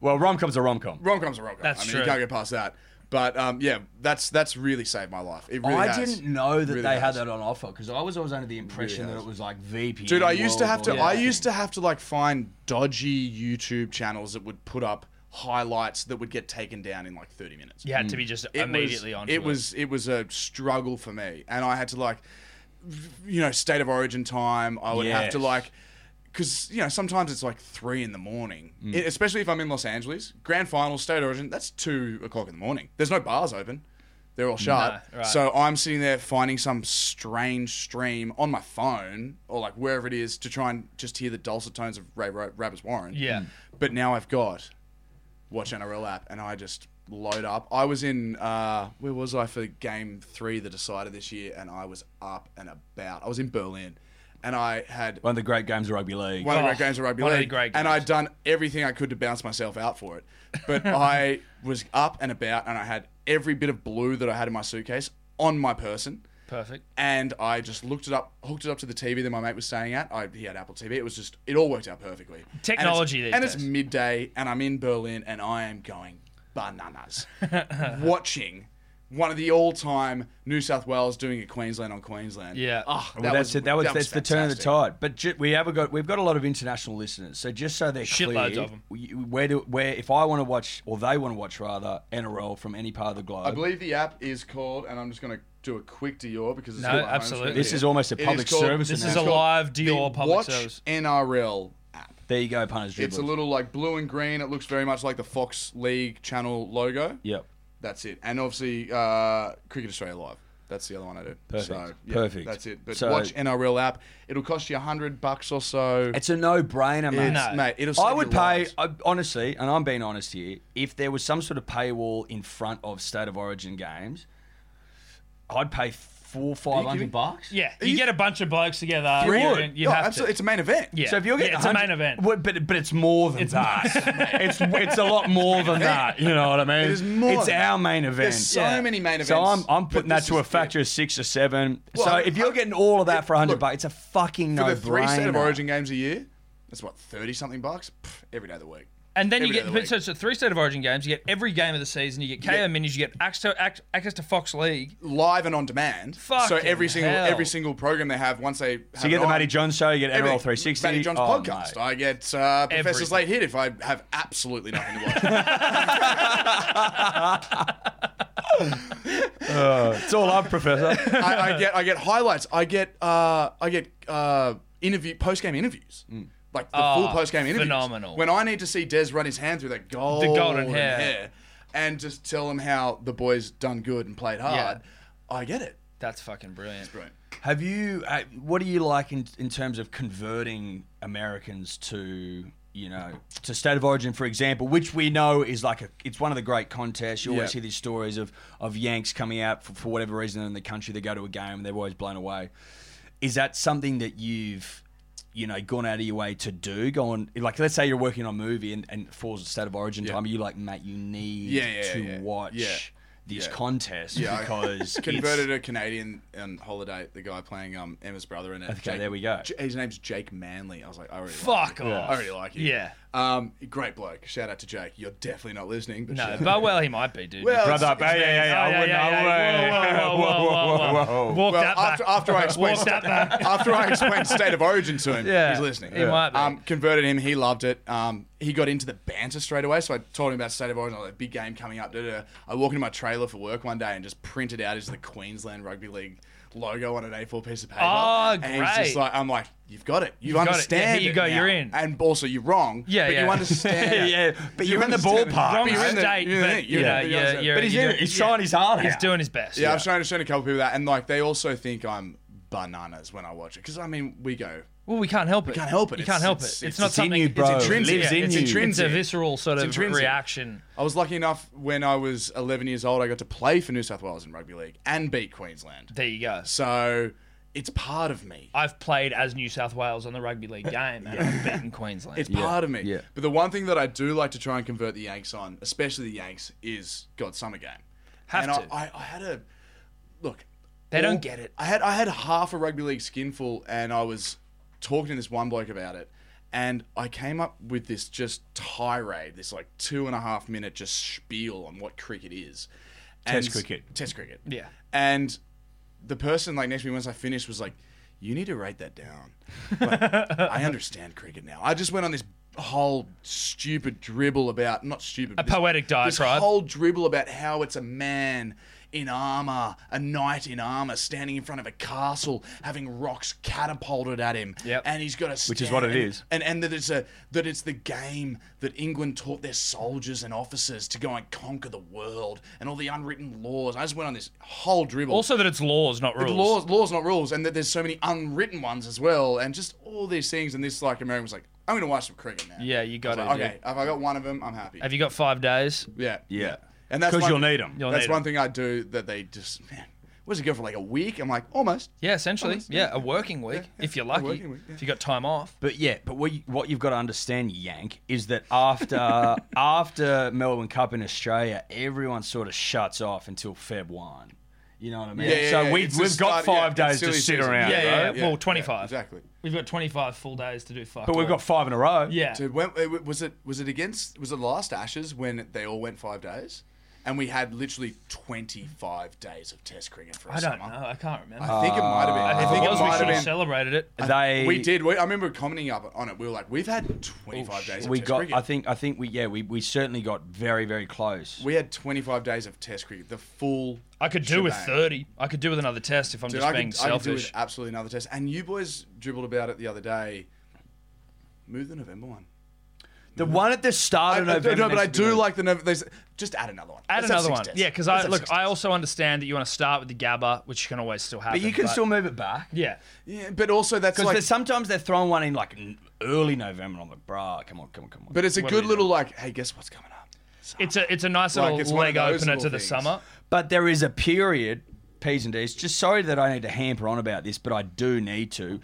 [SPEAKER 3] Well, rom com's a rom com.
[SPEAKER 5] rom coms are rom coms.
[SPEAKER 2] That's
[SPEAKER 5] I mean,
[SPEAKER 2] true.
[SPEAKER 5] you can't get past that. But um, yeah, that's that's really saved my life. It really
[SPEAKER 3] I
[SPEAKER 5] has.
[SPEAKER 3] didn't know that
[SPEAKER 5] Really
[SPEAKER 3] they
[SPEAKER 5] has.
[SPEAKER 3] had that on offer because I was always under the impression
[SPEAKER 5] Really
[SPEAKER 3] that
[SPEAKER 5] has.
[SPEAKER 3] it was like VPN.
[SPEAKER 5] Dude, I used to
[SPEAKER 3] world
[SPEAKER 5] have
[SPEAKER 3] or
[SPEAKER 5] to. I
[SPEAKER 3] something.
[SPEAKER 5] used to have to like find dodgy YouTube channels that would put up highlights that would get taken down in like 30 minutes.
[SPEAKER 2] You had to be just
[SPEAKER 5] Mm. It
[SPEAKER 2] immediately
[SPEAKER 5] was,
[SPEAKER 2] on.
[SPEAKER 5] It, was it was a struggle for me, and I had to like, you know, state of origin time. I would have to
[SPEAKER 3] Yes.
[SPEAKER 5] like, because you know sometimes it's like three in the morning, It- especially if I'm in Los Angeles. Grand final, state of origin. That's two o'clock in the morning. There's no bars open. They're all shut.
[SPEAKER 2] right.
[SPEAKER 5] So I'm sitting there finding some strange stream on my phone or like wherever it is to try and just hear the dulcet tones of Ray Ray- Rabbits Warren.
[SPEAKER 2] Yeah. Mm.
[SPEAKER 5] But now I've got Watch NRL app and I just load up. I was in uh, where was I for game three, the decider this year, and I was up and about. I was in Berlin, and I had
[SPEAKER 3] One of the great games of rugby league.
[SPEAKER 5] one of the great
[SPEAKER 2] Oh,
[SPEAKER 5] games of rugby
[SPEAKER 2] one of the
[SPEAKER 5] league,
[SPEAKER 2] great games.
[SPEAKER 5] and I'd done everything I could to bounce myself out for it. But I was up and about, and I had every bit of blue that I had in my suitcase on my person.
[SPEAKER 2] Perfect.
[SPEAKER 5] And I just looked it up, hooked it up to the TV that my mate was staying at. I, he had Apple TV. It was just, it all worked out perfectly. And it's-
[SPEAKER 2] Technology these
[SPEAKER 5] And it's
[SPEAKER 2] days.
[SPEAKER 5] midday, and I'm in Berlin, and I am going bananas watching one of the all-time New South Wales doing a Queensland on Queensland.
[SPEAKER 2] Yeah.
[SPEAKER 5] Oh, that
[SPEAKER 3] well, that's
[SPEAKER 5] was,
[SPEAKER 3] it. That was, that's the turn of the
[SPEAKER 5] fantastic.
[SPEAKER 3] tide. But ju- we have got we've got a lot of international listeners. So just so they're
[SPEAKER 2] Shitloads
[SPEAKER 3] clear,
[SPEAKER 2] of 'em.
[SPEAKER 3] we- Where do where if I want to watch or they want to watch rather NRL from any part of the globe?
[SPEAKER 5] I believe the app is called, and I'm just going to do a quick Dior because it's
[SPEAKER 2] No,
[SPEAKER 5] on my home
[SPEAKER 2] absolutely.
[SPEAKER 5] screen
[SPEAKER 3] This
[SPEAKER 5] here.
[SPEAKER 3] is almost a
[SPEAKER 5] It is
[SPEAKER 3] public
[SPEAKER 5] called-
[SPEAKER 3] service
[SPEAKER 2] This is a
[SPEAKER 5] it's
[SPEAKER 3] announcement.
[SPEAKER 5] called
[SPEAKER 2] live Dior
[SPEAKER 5] the
[SPEAKER 2] public
[SPEAKER 5] Watch
[SPEAKER 2] service.
[SPEAKER 5] NRL app.
[SPEAKER 3] there you go, punters.
[SPEAKER 5] It's a
[SPEAKER 3] Dribblers.
[SPEAKER 5] little like blue and green. It looks very much like the Fox League Channel logo.
[SPEAKER 3] Yep.
[SPEAKER 5] That's it. And obviously, uh, Cricket Australia Live. That's the other one I do.
[SPEAKER 3] Perfect.
[SPEAKER 5] So, yeah,
[SPEAKER 3] Perfect.
[SPEAKER 5] That's it. But
[SPEAKER 3] So-
[SPEAKER 5] watch NRL app. It'll cost you a hundred bucks or so.
[SPEAKER 3] It's a no-brainer, mate.
[SPEAKER 5] It's- mate, it'll
[SPEAKER 3] I
[SPEAKER 5] save
[SPEAKER 3] would
[SPEAKER 5] your
[SPEAKER 3] pay
[SPEAKER 5] lives.
[SPEAKER 3] I, honestly, and I'm being honest here. If there was some sort of paywall in front of state of origin games, I'd pay four five
[SPEAKER 5] kidding?
[SPEAKER 3] hundred bucks.
[SPEAKER 2] Yeah,
[SPEAKER 5] Are
[SPEAKER 2] you,
[SPEAKER 5] you-
[SPEAKER 2] get a bunch of blokes together.
[SPEAKER 5] Really?
[SPEAKER 2] You, you
[SPEAKER 5] No,
[SPEAKER 2] have
[SPEAKER 5] absolutely.
[SPEAKER 2] to.
[SPEAKER 5] It's a main event.
[SPEAKER 2] Yeah.
[SPEAKER 3] So if you're getting
[SPEAKER 2] Yeah, it's a main
[SPEAKER 3] 100
[SPEAKER 2] event.
[SPEAKER 3] Well, but but it's more than
[SPEAKER 2] It's
[SPEAKER 3] that. it's it's a lot more than
[SPEAKER 2] Ah,
[SPEAKER 3] that. You know what I mean?
[SPEAKER 5] It is more
[SPEAKER 3] It's
[SPEAKER 5] than
[SPEAKER 3] our main event.
[SPEAKER 5] There's so many main events.
[SPEAKER 3] So I'm I'm
[SPEAKER 5] but
[SPEAKER 3] putting that
[SPEAKER 5] this
[SPEAKER 3] to
[SPEAKER 5] is
[SPEAKER 3] a
[SPEAKER 5] it.
[SPEAKER 3] factor of six or seven. so
[SPEAKER 5] Well,
[SPEAKER 3] if you're
[SPEAKER 5] I-
[SPEAKER 3] getting all of that for hundred
[SPEAKER 5] look,
[SPEAKER 3] bucks, it's a fucking no
[SPEAKER 5] For the three state of
[SPEAKER 3] brainer.
[SPEAKER 5] origin games a year, that's what thirty something bucks Pff, every day of the week.
[SPEAKER 2] And then you
[SPEAKER 5] Every day
[SPEAKER 2] get
[SPEAKER 5] of the
[SPEAKER 2] but
[SPEAKER 5] week.
[SPEAKER 2] so it's a three state of origin games. You get every game of the season. You get KO minis. You get access to, ac- access to Fox League.
[SPEAKER 5] live and on demand. so
[SPEAKER 2] Fucking
[SPEAKER 5] every single
[SPEAKER 2] hell.
[SPEAKER 5] every single program they have once they
[SPEAKER 3] So you get the Matty John show, you get NRL 360,
[SPEAKER 5] Matty John's
[SPEAKER 3] Oh,
[SPEAKER 5] podcast.
[SPEAKER 3] mate.
[SPEAKER 5] I get uh,
[SPEAKER 2] Everything.
[SPEAKER 5] Professor's Late Hit if I have absolutely nothing to watch.
[SPEAKER 3] Uh, It's all up, Professor.
[SPEAKER 5] I, I get I get highlights. I get uh, I get uh, interview post game interviews. Like the
[SPEAKER 2] Oh,
[SPEAKER 5] full post game interviews.
[SPEAKER 2] phenomenal.
[SPEAKER 5] When I need to see Des run his hand through that golden,
[SPEAKER 2] hair.
[SPEAKER 5] and just tell him how the boys done good and played hard, I get it.
[SPEAKER 2] That's fucking brilliant.
[SPEAKER 5] Right.
[SPEAKER 3] Have you? Uh, what do you like in in terms of converting Americans to? You know, to state of origin, for example, which we know is like a, it's one of the great contests. You always
[SPEAKER 5] Yeah.
[SPEAKER 3] hear these stories of of Yanks coming out for, for whatever reason in the country. They go to a game and they're always blown away. Is that something that you've, you know, gone out of your way to do? Going like, let's say you're working on a movie and, and it falls to state of origin time. You like, mate, you need
[SPEAKER 5] Yeah, yeah,
[SPEAKER 3] to
[SPEAKER 5] yeah.
[SPEAKER 3] watch
[SPEAKER 5] Yeah.
[SPEAKER 3] this
[SPEAKER 5] Yeah.
[SPEAKER 3] contest
[SPEAKER 5] Yeah, I
[SPEAKER 3] because
[SPEAKER 5] Converted
[SPEAKER 3] It's,
[SPEAKER 5] a Canadian on holiday. The guy playing um, Emma's brother in it.
[SPEAKER 3] okay, there we go.
[SPEAKER 5] J- his name's Jake Manley. I was like, I already
[SPEAKER 2] Fuck
[SPEAKER 5] like you.
[SPEAKER 2] off.
[SPEAKER 5] I already like you.
[SPEAKER 2] Yeah.
[SPEAKER 5] Um, great bloke. Shout out to Jake. You're definitely not listening. But
[SPEAKER 2] No,
[SPEAKER 5] shout-
[SPEAKER 2] but well, Oh, he might be, dude.
[SPEAKER 5] Well,
[SPEAKER 3] Brother,
[SPEAKER 5] it's-
[SPEAKER 3] hey, hey, hey, I wouldn't- I wouldn't-
[SPEAKER 2] Whoa, whoa, whoa, whoa, whoa, whoa. Walk
[SPEAKER 5] well,
[SPEAKER 2] that back.
[SPEAKER 5] after, after I explained
[SPEAKER 2] Walk that back.
[SPEAKER 5] after I explained state of origin to him,
[SPEAKER 2] Yeah.
[SPEAKER 5] he's listening.
[SPEAKER 2] He might be.
[SPEAKER 5] Um, converted him. He loved it. Um, he got into the banter straight away. So I told him about state of origin, like big game coming up. Da, da, da. I walk into my trailer for work one day and just printed out is the Queensland Rugby League logo on an A4 piece of paper.
[SPEAKER 2] Oh,
[SPEAKER 5] And he's
[SPEAKER 2] great.
[SPEAKER 5] just like, I'm like, you've got it. You
[SPEAKER 2] You've got it. Yeah,
[SPEAKER 5] understand.
[SPEAKER 2] here you
[SPEAKER 5] it
[SPEAKER 2] go,
[SPEAKER 5] now."
[SPEAKER 2] you're in.
[SPEAKER 5] And also, you're wrong.
[SPEAKER 2] Yeah,
[SPEAKER 5] but
[SPEAKER 2] yeah.
[SPEAKER 5] You understand.
[SPEAKER 3] Yeah, but you're in the
[SPEAKER 5] understand it.
[SPEAKER 3] ballpark,
[SPEAKER 2] Wrong
[SPEAKER 5] But you're in the-
[SPEAKER 2] state,
[SPEAKER 5] you're in the-
[SPEAKER 2] but,
[SPEAKER 5] you're
[SPEAKER 2] you
[SPEAKER 5] in
[SPEAKER 2] know,
[SPEAKER 5] the-
[SPEAKER 2] you're-
[SPEAKER 5] understand it.
[SPEAKER 2] you're-
[SPEAKER 3] But he's,
[SPEAKER 2] you
[SPEAKER 3] in
[SPEAKER 2] do-
[SPEAKER 3] it. he's trying his heart out.
[SPEAKER 2] He's doing his best.
[SPEAKER 5] Yeah, I've shown, I've shown a couple people that, and like they also think I'm bananas when I watch it because I mean we go
[SPEAKER 2] Well, we can't help it.
[SPEAKER 5] can't help it.
[SPEAKER 2] You can't
[SPEAKER 5] It's-
[SPEAKER 2] help it. It's,
[SPEAKER 5] it's- it's
[SPEAKER 2] not
[SPEAKER 3] in
[SPEAKER 2] something.
[SPEAKER 3] you, bro.
[SPEAKER 2] It's intrinsic.
[SPEAKER 3] Lives
[SPEAKER 2] yeah,
[SPEAKER 3] in
[SPEAKER 2] it's,
[SPEAKER 3] you.
[SPEAKER 2] It's a
[SPEAKER 5] Intrinsic.
[SPEAKER 2] visceral sort
[SPEAKER 5] It's
[SPEAKER 2] of
[SPEAKER 5] intrinsic.
[SPEAKER 2] reaction.
[SPEAKER 5] I was lucky enough when I was 11 years old I got to play for New South Wales in rugby league and beat Queensland
[SPEAKER 2] There you go.
[SPEAKER 5] so it's part of me
[SPEAKER 2] I've played as New South Wales on the rugby league game and I've beaten Queensland.
[SPEAKER 5] it's part of me
[SPEAKER 3] yeah.
[SPEAKER 5] but the one thing that I do like to try and convert the Yanks on especially the Yanks is God Summer Game
[SPEAKER 2] Have
[SPEAKER 5] and
[SPEAKER 2] to.
[SPEAKER 5] I, I, I had a look
[SPEAKER 2] They don't
[SPEAKER 5] all-
[SPEAKER 2] get it.
[SPEAKER 5] I had I had half a rugby league skinful, and I was talking to this one bloke about it, and I came up with this just tirade, this like two and a half minute just spiel on what cricket is. And-
[SPEAKER 3] Test cricket.
[SPEAKER 5] Test cricket.
[SPEAKER 2] Yeah.
[SPEAKER 5] And the person like next to me once I finished was like, "You need to write that down." Like, I understand cricket now. I just went on this whole stupid dribble about not stupid
[SPEAKER 2] A poetic
[SPEAKER 5] this
[SPEAKER 2] diatribe.
[SPEAKER 5] whole dribble about how it's a man in armor, a knight in armor, standing in front of a castle, having rocks catapulted at him,
[SPEAKER 2] Yep.
[SPEAKER 5] and he's got a
[SPEAKER 3] Which is what it is.
[SPEAKER 5] and and that it's a that it's the game that England taught their soldiers and officers to go and conquer the world, and all the unwritten laws. I just went on this whole dribble.
[SPEAKER 2] Also, that it's laws, not rules.
[SPEAKER 5] Laws, laws, not rules, and that there's so many unwritten ones as well, and just all these things. And this, like, American was like, "I'm going to watch some cricket now."
[SPEAKER 2] Yeah, you got
[SPEAKER 5] I
[SPEAKER 2] it.
[SPEAKER 5] was like,
[SPEAKER 2] dude.
[SPEAKER 5] okay, if I got one of them, I'm happy.
[SPEAKER 2] Have you got five days?
[SPEAKER 5] yeah,
[SPEAKER 3] Yeah.
[SPEAKER 5] And that's
[SPEAKER 3] 'Cause
[SPEAKER 5] one-
[SPEAKER 3] you'll need 'em.
[SPEAKER 2] You'll
[SPEAKER 5] that's
[SPEAKER 2] need
[SPEAKER 5] one
[SPEAKER 2] 'em.
[SPEAKER 5] thing I do that they just man. Was it go for like a week? I'm like almost.
[SPEAKER 2] Yeah, essentially.
[SPEAKER 5] Honestly.
[SPEAKER 2] Yeah, a working week
[SPEAKER 5] yeah,
[SPEAKER 2] if you're
[SPEAKER 5] a
[SPEAKER 2] lucky.
[SPEAKER 5] working week, yeah.
[SPEAKER 2] If you got time off.
[SPEAKER 3] But yeah, but what, you, what you've got to understand, Yank, is that after after Melbourne Cup in Australia, everyone sort of shuts off until Feb one. You know what I mean?
[SPEAKER 5] Yeah, yeah,
[SPEAKER 3] so
[SPEAKER 5] yeah,
[SPEAKER 3] we've,
[SPEAKER 5] it's
[SPEAKER 3] we've
[SPEAKER 5] just
[SPEAKER 3] got
[SPEAKER 5] start- yeah,
[SPEAKER 3] five days
[SPEAKER 5] it's
[SPEAKER 3] to
[SPEAKER 5] silly
[SPEAKER 3] sit
[SPEAKER 5] season.
[SPEAKER 3] around.
[SPEAKER 2] Yeah, yeah,
[SPEAKER 3] right?
[SPEAKER 2] yeah. Well, 25.
[SPEAKER 5] exactly.
[SPEAKER 2] We've got 25 full days to do fuck.
[SPEAKER 3] But we've
[SPEAKER 2] all.
[SPEAKER 3] got five in a row.
[SPEAKER 2] Yeah.
[SPEAKER 5] Dude, when, it w- was it was it against was it last Ashes when they all went five days, and we had literally 25 days of Test cricket for a
[SPEAKER 2] I don't
[SPEAKER 5] summer.
[SPEAKER 2] know. I can't remember.
[SPEAKER 5] I think it might have been. I
[SPEAKER 2] if
[SPEAKER 5] think
[SPEAKER 2] it
[SPEAKER 5] it
[SPEAKER 2] was, we
[SPEAKER 5] might
[SPEAKER 2] should have
[SPEAKER 5] have been.
[SPEAKER 2] celebrated it.
[SPEAKER 3] They
[SPEAKER 5] We did. We, I remember commenting up on it. We were like, we've had 25
[SPEAKER 2] Oh,
[SPEAKER 5] days. Of
[SPEAKER 3] We
[SPEAKER 5] test
[SPEAKER 3] got.
[SPEAKER 5] Cricket.
[SPEAKER 3] I think. I think we. Yeah. We, we certainly got very very close.
[SPEAKER 5] we had 25 days of Test cricket. The full.
[SPEAKER 2] I could do with
[SPEAKER 5] shebang.
[SPEAKER 2] 30. I could do with another test if I'm
[SPEAKER 5] Dude,
[SPEAKER 2] just
[SPEAKER 5] I
[SPEAKER 2] being
[SPEAKER 5] could, I could do with
[SPEAKER 2] selfish.
[SPEAKER 5] absolutely another test. And you boys dribbled about it the other day. Move the November one.
[SPEAKER 3] the one at the start of
[SPEAKER 5] I- I-
[SPEAKER 3] November.
[SPEAKER 5] no, but I
[SPEAKER 3] needs to be
[SPEAKER 5] do
[SPEAKER 3] good.
[SPEAKER 5] like the November. there's- Just add another one.
[SPEAKER 2] Add
[SPEAKER 5] Let's have
[SPEAKER 2] another
[SPEAKER 5] six
[SPEAKER 2] one.
[SPEAKER 5] tests.
[SPEAKER 2] Yeah, because
[SPEAKER 5] Let's
[SPEAKER 2] I
[SPEAKER 5] have
[SPEAKER 2] look,
[SPEAKER 5] six
[SPEAKER 2] I
[SPEAKER 5] tests.
[SPEAKER 2] also understand that you want to start with the Gabba, which can always still happen.
[SPEAKER 3] But you can still move it back.
[SPEAKER 2] Yeah.
[SPEAKER 5] Yeah, but also that's
[SPEAKER 3] Because
[SPEAKER 5] like
[SPEAKER 3] sometimes they're throwing one in like n- early November. and I'm like, bruh, come on, come on, come on.
[SPEAKER 5] But it's a
[SPEAKER 2] What
[SPEAKER 5] good
[SPEAKER 2] do we
[SPEAKER 5] little like, hey, guess what's coming up?
[SPEAKER 2] It's a it's a nice
[SPEAKER 5] Like,
[SPEAKER 2] little
[SPEAKER 5] it's one
[SPEAKER 2] leg
[SPEAKER 5] of those
[SPEAKER 2] opener
[SPEAKER 5] little
[SPEAKER 2] to the
[SPEAKER 5] things.
[SPEAKER 2] summer.
[SPEAKER 3] But there is a period, P's and D's. Just sorry that I need to hamper on about this, but I do need to.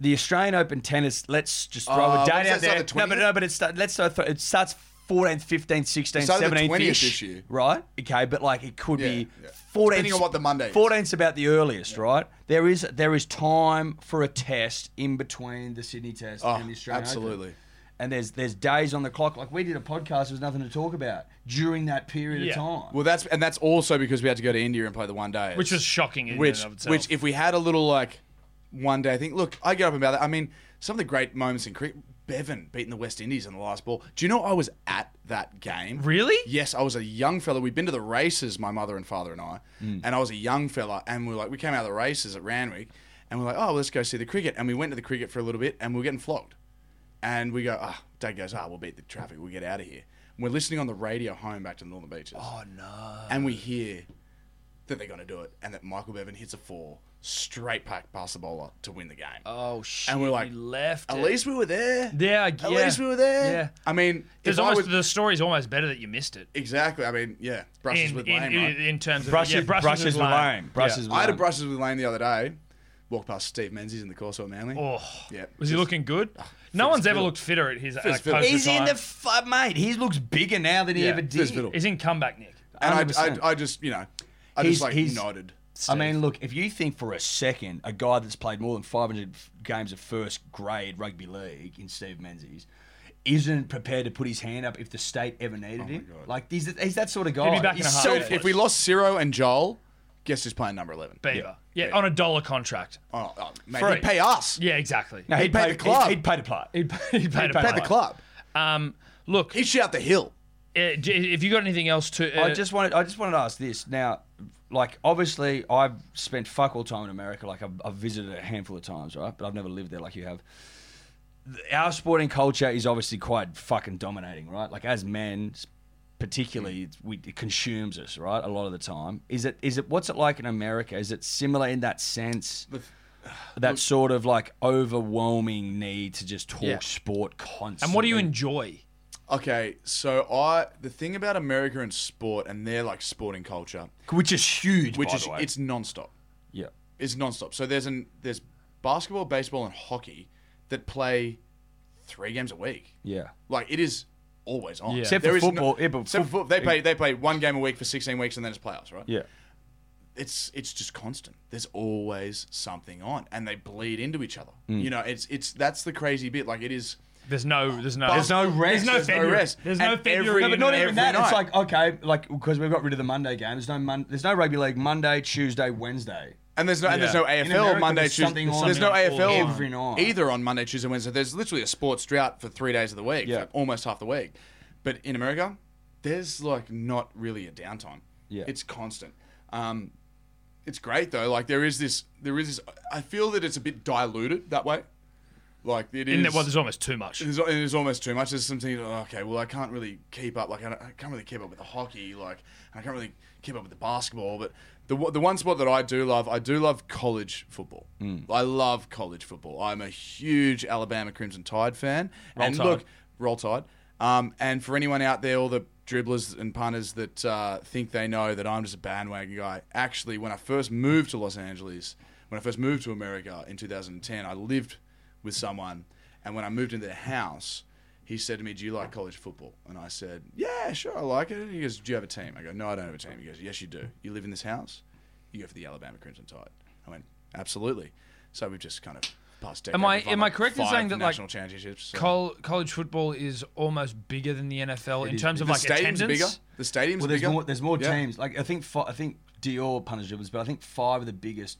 [SPEAKER 3] The Australian Open tennis. Let's just throw
[SPEAKER 5] Uh,
[SPEAKER 3] a
[SPEAKER 5] when's
[SPEAKER 3] date
[SPEAKER 5] that
[SPEAKER 3] out there.
[SPEAKER 5] start, the
[SPEAKER 3] No, but
[SPEAKER 5] 20th?
[SPEAKER 3] no, but it's let's start, it starts 14th, 15th, 16th,
[SPEAKER 5] started the
[SPEAKER 3] 17th
[SPEAKER 5] 20th
[SPEAKER 3] ish,
[SPEAKER 5] this year.
[SPEAKER 3] right? Okay, but like it could be
[SPEAKER 5] Yeah, yeah.
[SPEAKER 3] 14th.
[SPEAKER 5] Depending on what the Monday is.
[SPEAKER 3] 14th is about the earliest, right? There is there is time for a test in between the Sydney Test
[SPEAKER 5] Oh,
[SPEAKER 3] and the Australian Open.
[SPEAKER 5] absolutely.
[SPEAKER 3] And there's there's days on the clock. Like we did a podcast, there was nothing to talk about during that period
[SPEAKER 2] Yeah.
[SPEAKER 3] of time.
[SPEAKER 5] Well, that's and that's also because we had to go to India and play the one day,
[SPEAKER 2] Which was shocking in
[SPEAKER 5] which
[SPEAKER 2] and of itself.
[SPEAKER 5] which if we had a little like one day thing. Look, I get up about that. I mean, some of the great moments in cricket. Bevan beating the West Indies in the last ball. Do you know I was at that game?
[SPEAKER 2] Really?
[SPEAKER 5] Yes, I was a young fella. We'd been to the races, my mother and father and I,
[SPEAKER 2] Mm.
[SPEAKER 5] and I was a young fella. And we were like, we came out of the races at Randwick, and we're like, oh, let's go see the cricket. And we went to the cricket for a little bit, and we were getting flogged. And we go, ah, Dad goes, ah, we'll beat the traffic, we'll get out of here. And we're listening on the radio home back to the Northern Beaches. Oh no! And we hear that they're going to do it, and that Michael Bevan hits a four straight pack past the bowler to win the game.
[SPEAKER 2] oh shit.
[SPEAKER 5] and we're like,
[SPEAKER 2] we left.
[SPEAKER 5] at
[SPEAKER 2] it.
[SPEAKER 5] least we were there.
[SPEAKER 2] Yeah, I-
[SPEAKER 5] at
[SPEAKER 2] yeah.
[SPEAKER 5] least we were there.
[SPEAKER 2] Yeah.
[SPEAKER 5] I mean,
[SPEAKER 2] There's
[SPEAKER 5] if I
[SPEAKER 2] almost
[SPEAKER 5] was-
[SPEAKER 2] the story's almost better that you missed it.
[SPEAKER 5] Exactly. I mean, yeah, brushes
[SPEAKER 2] in,
[SPEAKER 5] with
[SPEAKER 2] in,
[SPEAKER 5] lame. right?
[SPEAKER 2] in, in terms of
[SPEAKER 3] brushes,
[SPEAKER 2] yeah, brushes,
[SPEAKER 3] brushes
[SPEAKER 2] with
[SPEAKER 3] with
[SPEAKER 2] lame.
[SPEAKER 3] lame. Brushes with
[SPEAKER 5] I had a
[SPEAKER 3] lame.
[SPEAKER 5] brushes with lane the other day. Walked past Steve Menzies in the course of Manly.
[SPEAKER 2] Oh,
[SPEAKER 5] Yeah.
[SPEAKER 2] was he
[SPEAKER 5] Just-
[SPEAKER 2] looking good? No one's ever looked fitter at his. Like,
[SPEAKER 5] fiddle.
[SPEAKER 2] post
[SPEAKER 3] He's in the
[SPEAKER 2] retirement.
[SPEAKER 3] f- mate. He looks bigger now than he
[SPEAKER 2] Yeah.
[SPEAKER 3] ever
[SPEAKER 5] Fizz
[SPEAKER 3] did.
[SPEAKER 5] fiddle.
[SPEAKER 2] He's in comeback, Nick.
[SPEAKER 5] and I,
[SPEAKER 3] 100%.
[SPEAKER 5] I, I just, you know, I
[SPEAKER 3] He's-
[SPEAKER 5] just like
[SPEAKER 3] he's-
[SPEAKER 5] nodded.
[SPEAKER 3] I mean, look, if you think for a second a guy that's played more than 500 f- games of first grade rugby league in Steve Menzies isn't prepared to put his hand up if the state ever needed him, like he's, he's that sort of guy.
[SPEAKER 2] back in
[SPEAKER 3] he's
[SPEAKER 2] a
[SPEAKER 3] so-
[SPEAKER 2] heartbeat.
[SPEAKER 5] Dude, if we lost Ciro and Joel, guess who's playing number eleven?
[SPEAKER 2] Beaver. Yeah. on a dollar contract.
[SPEAKER 5] Oh, oh mate,
[SPEAKER 2] Free.
[SPEAKER 5] he'd pay us.
[SPEAKER 2] Yeah, exactly.
[SPEAKER 3] No,
[SPEAKER 5] He'd pay the club.
[SPEAKER 3] He'd, he'd pay to play.
[SPEAKER 2] He paid, he paid a
[SPEAKER 5] Pay
[SPEAKER 2] player.
[SPEAKER 5] the club.
[SPEAKER 2] Um, look,
[SPEAKER 5] He'd shout the hill.
[SPEAKER 2] eh, d- if you got anything else to, uh,
[SPEAKER 3] I just wanted. I just wanted to ask this now. Like, obviously, I've spent fuck all time in America. Like, I've, I've visited a handful of times, right? But I've never lived there like you have. Our sporting culture is obviously quite fucking dominating, right? Like, as men, particularly, we, it consumes us, right? A lot of the time. Is it? Is it? What's it like in America? Is it similar in that sense? That sort of like overwhelming need to just talk
[SPEAKER 2] Yeah.
[SPEAKER 3] sport constantly.
[SPEAKER 2] and what do you enjoy?
[SPEAKER 5] Okay, so I the thing about America and sport and their like sporting culture,
[SPEAKER 3] Which is huge.
[SPEAKER 5] which
[SPEAKER 3] by
[SPEAKER 5] is
[SPEAKER 3] the way.
[SPEAKER 5] it's nonstop.
[SPEAKER 3] yeah.
[SPEAKER 5] is nonstop. So there's an there's basketball, baseball, and hockey that play three games a week.
[SPEAKER 3] Yeah.
[SPEAKER 5] Like it is always on.
[SPEAKER 3] Except for
[SPEAKER 5] There is
[SPEAKER 3] football, yeah, but
[SPEAKER 5] except for football, they play they play one game a week for 16 weeks and then it's playoffs, right?
[SPEAKER 3] Yeah.
[SPEAKER 5] It's it's just constant. There's always something on, and they bleed into each other.
[SPEAKER 3] Mm.
[SPEAKER 5] You know, it's it's that's the crazy bit. Like it is.
[SPEAKER 2] There's no, there's no,
[SPEAKER 5] There's no rest.
[SPEAKER 2] There's no
[SPEAKER 5] There's no
[SPEAKER 2] February.
[SPEAKER 5] rest.
[SPEAKER 2] There's no
[SPEAKER 5] And
[SPEAKER 2] February.
[SPEAKER 5] every-
[SPEAKER 2] No,
[SPEAKER 3] But not even
[SPEAKER 5] every
[SPEAKER 3] that. It's
[SPEAKER 5] night.
[SPEAKER 3] like okay, like because we've got rid of the Monday game. There's no Mon- There's no rugby league Monday, Tuesday, Wednesday.
[SPEAKER 5] And there's no and there's
[SPEAKER 2] Yeah.
[SPEAKER 5] no
[SPEAKER 3] In
[SPEAKER 5] AFL
[SPEAKER 3] America,
[SPEAKER 5] Monday
[SPEAKER 3] there's
[SPEAKER 5] Tuesday.
[SPEAKER 3] something on
[SPEAKER 5] there's no
[SPEAKER 2] all
[SPEAKER 5] AFL
[SPEAKER 3] every night.
[SPEAKER 5] either on Monday Tuesday Wednesday. There's literally a sports drought for three days of the week,
[SPEAKER 3] Yeah.
[SPEAKER 5] for almost half the week. But in America, there's like not really a downtime.
[SPEAKER 3] Yeah.
[SPEAKER 5] it's constant. Um, it's great though. Like there is this, there is this. I feel that it's a bit diluted that way. Like it is.
[SPEAKER 2] in that, well, there's almost too much.
[SPEAKER 5] There's, it is almost too much. There's some things. oh, okay, well, I can't really keep up. Like, I, don't- I can't really keep up with the hockey. Like, I can't really keep up with the basketball. But the one- the one sport that I do love, I do love college football.
[SPEAKER 2] Mm.
[SPEAKER 5] I love college football. I'm a huge Alabama Crimson Tide fan. and
[SPEAKER 2] Tide.
[SPEAKER 5] look, roll tide. Um, and for anyone out there, all the dribblers and punters that uh, think they know that I'm just a bandwagon guy. Actually, when I first moved to Los Angeles, when I first moved to America in 2010, I lived with someone, and when I moved into their house, he said to me, "Do you like college football?" And I said, "Yeah, sure, I like it." And he goes, "Do you have a team?" I go, "No, I don't have a team." He goes, "Yes, you do. You live in this house. You go for the Alabama Crimson Tide." I went, "Absolutely." So we've just kind of passed.
[SPEAKER 2] Am I- am I correct in saying that, like,
[SPEAKER 5] national championships? so-
[SPEAKER 2] Col- college football is almost bigger than the NFL in terms of
[SPEAKER 5] the
[SPEAKER 2] like
[SPEAKER 5] stadium's
[SPEAKER 2] attendance.
[SPEAKER 5] bigger. The stadium's
[SPEAKER 3] Well, there's
[SPEAKER 5] bigger.
[SPEAKER 3] more. There's more
[SPEAKER 5] Yeah.
[SPEAKER 3] teams. Like I think fi- I think Dior punished dribblers, but I think five of the biggest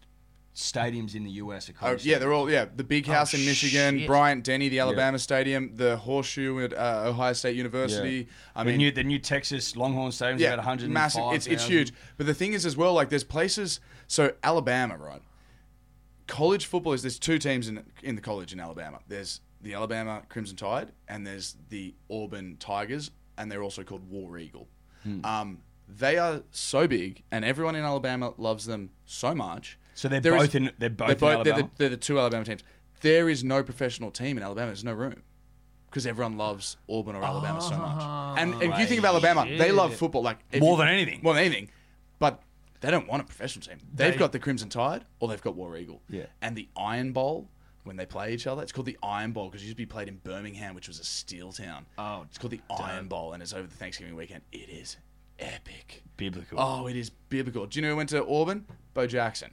[SPEAKER 3] stadiums in the US are
[SPEAKER 5] Oh,
[SPEAKER 3] college.
[SPEAKER 5] yeah, they're all yeah. The big house in Michigan,
[SPEAKER 2] Oh, shit.
[SPEAKER 5] Bryant Denny, the Alabama Stadium, the Horseshoe at uh, Ohio State University. I
[SPEAKER 3] I mean,
[SPEAKER 5] mean,
[SPEAKER 3] the new, the new Texas Longhorn Stadium's
[SPEAKER 5] yeah,
[SPEAKER 3] about 100.
[SPEAKER 5] massive. It's it's huge. But the thing is, as well, like there's places. So Alabama, right? College football is there's two teams in in the college in Alabama. There's the Alabama Crimson Tide and there's the Auburn Tigers, and they're also called War Eagle.
[SPEAKER 3] Hmm.
[SPEAKER 5] Um, they are so big, and everyone in Alabama loves them so much.
[SPEAKER 3] So they're
[SPEAKER 5] There is-
[SPEAKER 3] both in- they're both in
[SPEAKER 5] they're, the,
[SPEAKER 3] Alabama?
[SPEAKER 5] they're the two Alabama teams. There is no professional team in Alabama. There's no room because everyone loves Auburn or Alabama so much. And, and if you think of Alabama, they love football like if
[SPEAKER 3] More
[SPEAKER 5] you-
[SPEAKER 3] than anything.
[SPEAKER 5] More than anything, but they don't want a professional team. They've got the Crimson Tide or they've got War Eagle.
[SPEAKER 3] Yeah.
[SPEAKER 5] And the Iron Bowl when they play each other, it's called the Iron Bowl because it used to be played in Birmingham, which was a steel town. Oh, it's called the Iron Bowl, and it's over the Thanksgiving weekend. It is epic.
[SPEAKER 3] biblical.
[SPEAKER 5] Oh, it is biblical. Do you know who went to Auburn? Bo Jackson.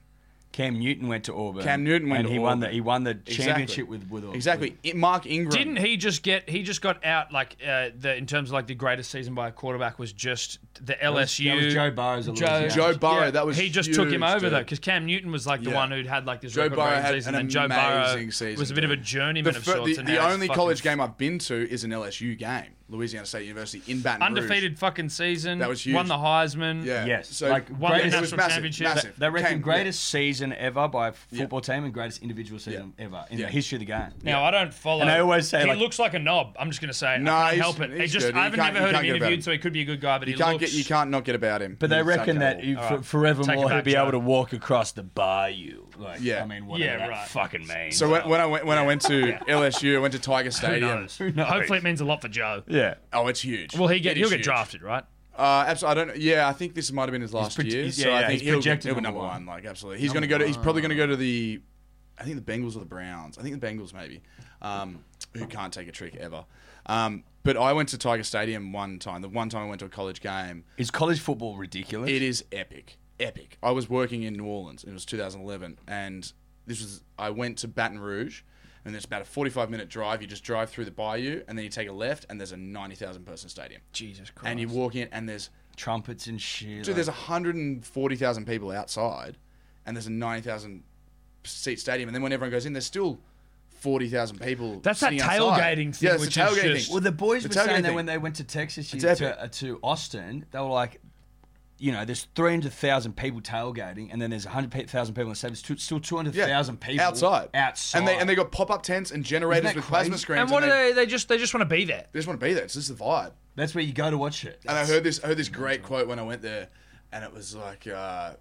[SPEAKER 3] Cam Newton went to Auburn.
[SPEAKER 5] Cam Newton went
[SPEAKER 3] and
[SPEAKER 5] to
[SPEAKER 3] he won the
[SPEAKER 5] Auburn.
[SPEAKER 3] he won the
[SPEAKER 5] Exactly.
[SPEAKER 3] championship with with Auburn.
[SPEAKER 5] Exactly. I- Mark Ingram.
[SPEAKER 2] Didn't he just get? He just got out like uh, the in terms of like the greatest season by a quarterback was just the LSU.
[SPEAKER 3] That was Joe Burrow's a
[SPEAKER 2] Joe-
[SPEAKER 3] loser.
[SPEAKER 5] Joe Burrow, that was
[SPEAKER 2] he just took him
[SPEAKER 5] huge,
[SPEAKER 2] over
[SPEAKER 5] dude.
[SPEAKER 2] though because Cam Newton was like the
[SPEAKER 5] Yeah.
[SPEAKER 2] one who'd had like this
[SPEAKER 5] Joe
[SPEAKER 2] record
[SPEAKER 5] Burrow
[SPEAKER 2] breaking
[SPEAKER 5] had
[SPEAKER 2] season,
[SPEAKER 5] an
[SPEAKER 2] and Joe
[SPEAKER 5] amazing
[SPEAKER 2] Burrow
[SPEAKER 5] season,
[SPEAKER 2] was a bit of a
[SPEAKER 5] dude.
[SPEAKER 2] journeyman
[SPEAKER 5] The
[SPEAKER 2] of
[SPEAKER 5] fir-
[SPEAKER 2] sorts.
[SPEAKER 5] the,
[SPEAKER 2] and
[SPEAKER 5] the
[SPEAKER 2] now he's
[SPEAKER 5] only
[SPEAKER 2] fucking
[SPEAKER 5] college game I've been to is an LSU game, Louisiana State University in Baton Rouge.
[SPEAKER 2] undefeated fucking season.
[SPEAKER 5] That was
[SPEAKER 2] Won
[SPEAKER 5] huge.
[SPEAKER 2] the Heisman.
[SPEAKER 5] Yeah.
[SPEAKER 3] Yes,
[SPEAKER 5] So
[SPEAKER 3] like,
[SPEAKER 2] Won
[SPEAKER 3] Greatest-
[SPEAKER 2] the
[SPEAKER 3] It
[SPEAKER 5] it was
[SPEAKER 2] national
[SPEAKER 5] massive.
[SPEAKER 2] championship.
[SPEAKER 5] Massive.
[SPEAKER 3] They reckon
[SPEAKER 5] Came-
[SPEAKER 3] greatest season ever by a football team and greatest individual season
[SPEAKER 5] Yeah.
[SPEAKER 3] ever in
[SPEAKER 5] Yeah.
[SPEAKER 3] the history of the game.
[SPEAKER 2] Now I don't follow.
[SPEAKER 3] And I always say,
[SPEAKER 2] he
[SPEAKER 3] like-
[SPEAKER 2] looks like a knob. I'm just gonna say, it.
[SPEAKER 5] No,
[SPEAKER 2] I can't
[SPEAKER 5] he's-
[SPEAKER 2] help it. He
[SPEAKER 5] he's
[SPEAKER 2] just,
[SPEAKER 5] good.
[SPEAKER 2] I
[SPEAKER 5] You
[SPEAKER 2] haven't
[SPEAKER 5] can't-
[SPEAKER 2] never
[SPEAKER 5] you
[SPEAKER 2] heard him
[SPEAKER 5] can't get about
[SPEAKER 2] interviewed,
[SPEAKER 5] him.
[SPEAKER 2] so he could be a good guy, but
[SPEAKER 5] Yeah. You
[SPEAKER 2] he
[SPEAKER 5] can't
[SPEAKER 2] looks.
[SPEAKER 5] get. You can't not get about him. uh,
[SPEAKER 3] But they
[SPEAKER 5] He's
[SPEAKER 3] reckon
[SPEAKER 5] uncappable.
[SPEAKER 3] that you,
[SPEAKER 2] All
[SPEAKER 3] for,
[SPEAKER 2] right. Take it
[SPEAKER 3] forevermore
[SPEAKER 2] back,
[SPEAKER 3] he'll be
[SPEAKER 2] Joe.
[SPEAKER 3] able to walk across the bayou. Like,
[SPEAKER 5] Yeah.
[SPEAKER 3] I mean, whatever
[SPEAKER 2] Yeah,
[SPEAKER 3] that
[SPEAKER 2] right.
[SPEAKER 3] fucking means.
[SPEAKER 5] So when, when I went when I went to LSU, I went to Tiger Stadium.
[SPEAKER 3] Who knows?
[SPEAKER 2] Hopefully, it means a lot for Joe.
[SPEAKER 3] yeah,
[SPEAKER 5] Oh, it's huge.
[SPEAKER 2] Well, he get
[SPEAKER 5] It
[SPEAKER 2] he'll
[SPEAKER 5] is
[SPEAKER 2] get
[SPEAKER 5] huge.
[SPEAKER 2] drafted, right?
[SPEAKER 5] Uh, absolutely. I don't. Yeah, I think this might have been his last
[SPEAKER 3] pro-
[SPEAKER 5] year.
[SPEAKER 3] he's-
[SPEAKER 5] so
[SPEAKER 3] yeah,
[SPEAKER 5] I
[SPEAKER 3] yeah,
[SPEAKER 5] think
[SPEAKER 3] he's
[SPEAKER 5] he'll,
[SPEAKER 3] projected
[SPEAKER 5] he'll be
[SPEAKER 3] number
[SPEAKER 5] number
[SPEAKER 3] one.
[SPEAKER 5] one. Like absolutely, he's going to go to. He's probably going to go to the. I think the Bengals or the Browns. I think the Bengals maybe. Um, who can't take a trick ever. Um, but I went to Tiger Stadium one time. The one time I went to a college game.
[SPEAKER 3] is college football ridiculous?
[SPEAKER 5] It is epic, epic. I was working in New Orleans. It was 2011, and this was I went to Baton Rouge, and it's about a 45 minute drive. You just drive through the bayou, and then you take a left, and there's a 90,000 person stadium.
[SPEAKER 2] Jesus Christ.
[SPEAKER 5] And you walk in, and there's
[SPEAKER 3] Trumpets and shit.
[SPEAKER 5] dude,
[SPEAKER 3] like-
[SPEAKER 5] there's 140,000 people outside, and there's a 90,000 seat stadium, and then when everyone goes in, there's still 40,000 people.
[SPEAKER 2] That's that
[SPEAKER 5] sitting outside.
[SPEAKER 2] tailgating thing,
[SPEAKER 5] Yeah, it's
[SPEAKER 2] which
[SPEAKER 5] the
[SPEAKER 2] is
[SPEAKER 5] tailgating
[SPEAKER 2] just-
[SPEAKER 5] thing.
[SPEAKER 3] Well, the boys
[SPEAKER 5] The
[SPEAKER 3] were saying
[SPEAKER 5] tailgate
[SPEAKER 3] that
[SPEAKER 5] thing.
[SPEAKER 3] when they went to Texas
[SPEAKER 5] It's
[SPEAKER 3] year to,
[SPEAKER 5] epic.
[SPEAKER 3] uh, to Austin, they were like, you know, there's 300,000 people tailgating, and then there's 100,000 people in the stadium. It's still 200,000 people
[SPEAKER 5] outside,
[SPEAKER 3] Outside.
[SPEAKER 5] and they and they got pop up tents and generators
[SPEAKER 3] that
[SPEAKER 5] with
[SPEAKER 3] crazy?
[SPEAKER 5] plasma screens.
[SPEAKER 2] And what
[SPEAKER 5] and
[SPEAKER 2] do they? They just they just want to be there.
[SPEAKER 5] They just want to be there. It's just the vibe.
[SPEAKER 3] That's where you go to watch it.
[SPEAKER 5] And I heard this I heard this great quote when I went there, and it was like uh,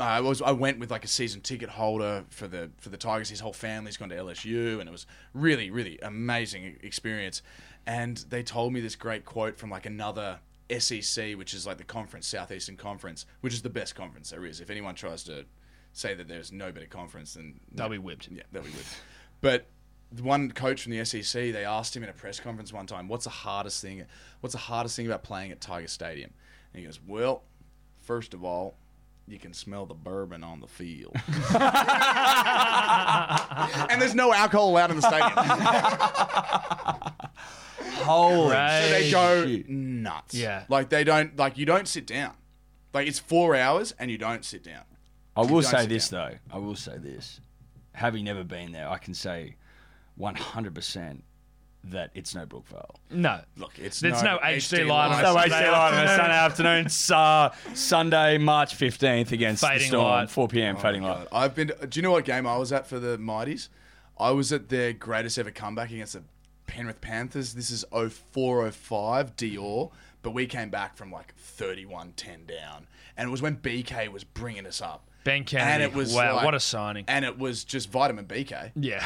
[SPEAKER 5] I was I went with like a season ticket holder for the for the Tigers. His whole family's gone to LSU, and it was really really amazing e-, experience. And they told me this great quote from like another SEC, which is like the conference Southeastern Conference, which is the best conference there is. If anyone tries to say that there's no better conference than
[SPEAKER 2] They'll be whipped.
[SPEAKER 5] yeah, that we would. But the one coach from the SEC, they asked him in a press conference one time, "What's the hardest thing? What's the hardest thing about playing at Tiger Stadium?" And he goes, "Well, first of all, you can smell the bourbon on the field, and there's no alcohol allowed in the stadium.
[SPEAKER 3] Holy
[SPEAKER 2] Right.
[SPEAKER 5] they go nuts.
[SPEAKER 2] Yeah.
[SPEAKER 5] like they don't like you don't sit down. Like it's four hours and you don't sit down.
[SPEAKER 3] I will
[SPEAKER 5] Don't
[SPEAKER 3] say
[SPEAKER 5] sit
[SPEAKER 3] this though. I will say this. Having never been there, I can say 100% that it's no Brookvale.
[SPEAKER 2] No,
[SPEAKER 5] Look, it's
[SPEAKER 2] There's no HD line on a
[SPEAKER 5] light.
[SPEAKER 3] So
[SPEAKER 2] Sunday
[SPEAKER 3] I said on a
[SPEAKER 2] afternoon.
[SPEAKER 3] Sunday afternoon, uh, Sunday, March 15th against the
[SPEAKER 2] Fading
[SPEAKER 3] Storm,
[SPEAKER 2] light.
[SPEAKER 3] 4 p.m. fading
[SPEAKER 5] Oh my
[SPEAKER 3] light.
[SPEAKER 5] God. I've been. Do you know what game I was at for the Mighties? I was at their greatest ever comeback against the Penrith Panthers. This is 0405 Dior, but we came back from like 31 10 down. And it was when BK was bringing us up.
[SPEAKER 2] Ben Kennedy. Wow, what a signing.
[SPEAKER 5] And it was just vitamin BK.
[SPEAKER 2] yeah.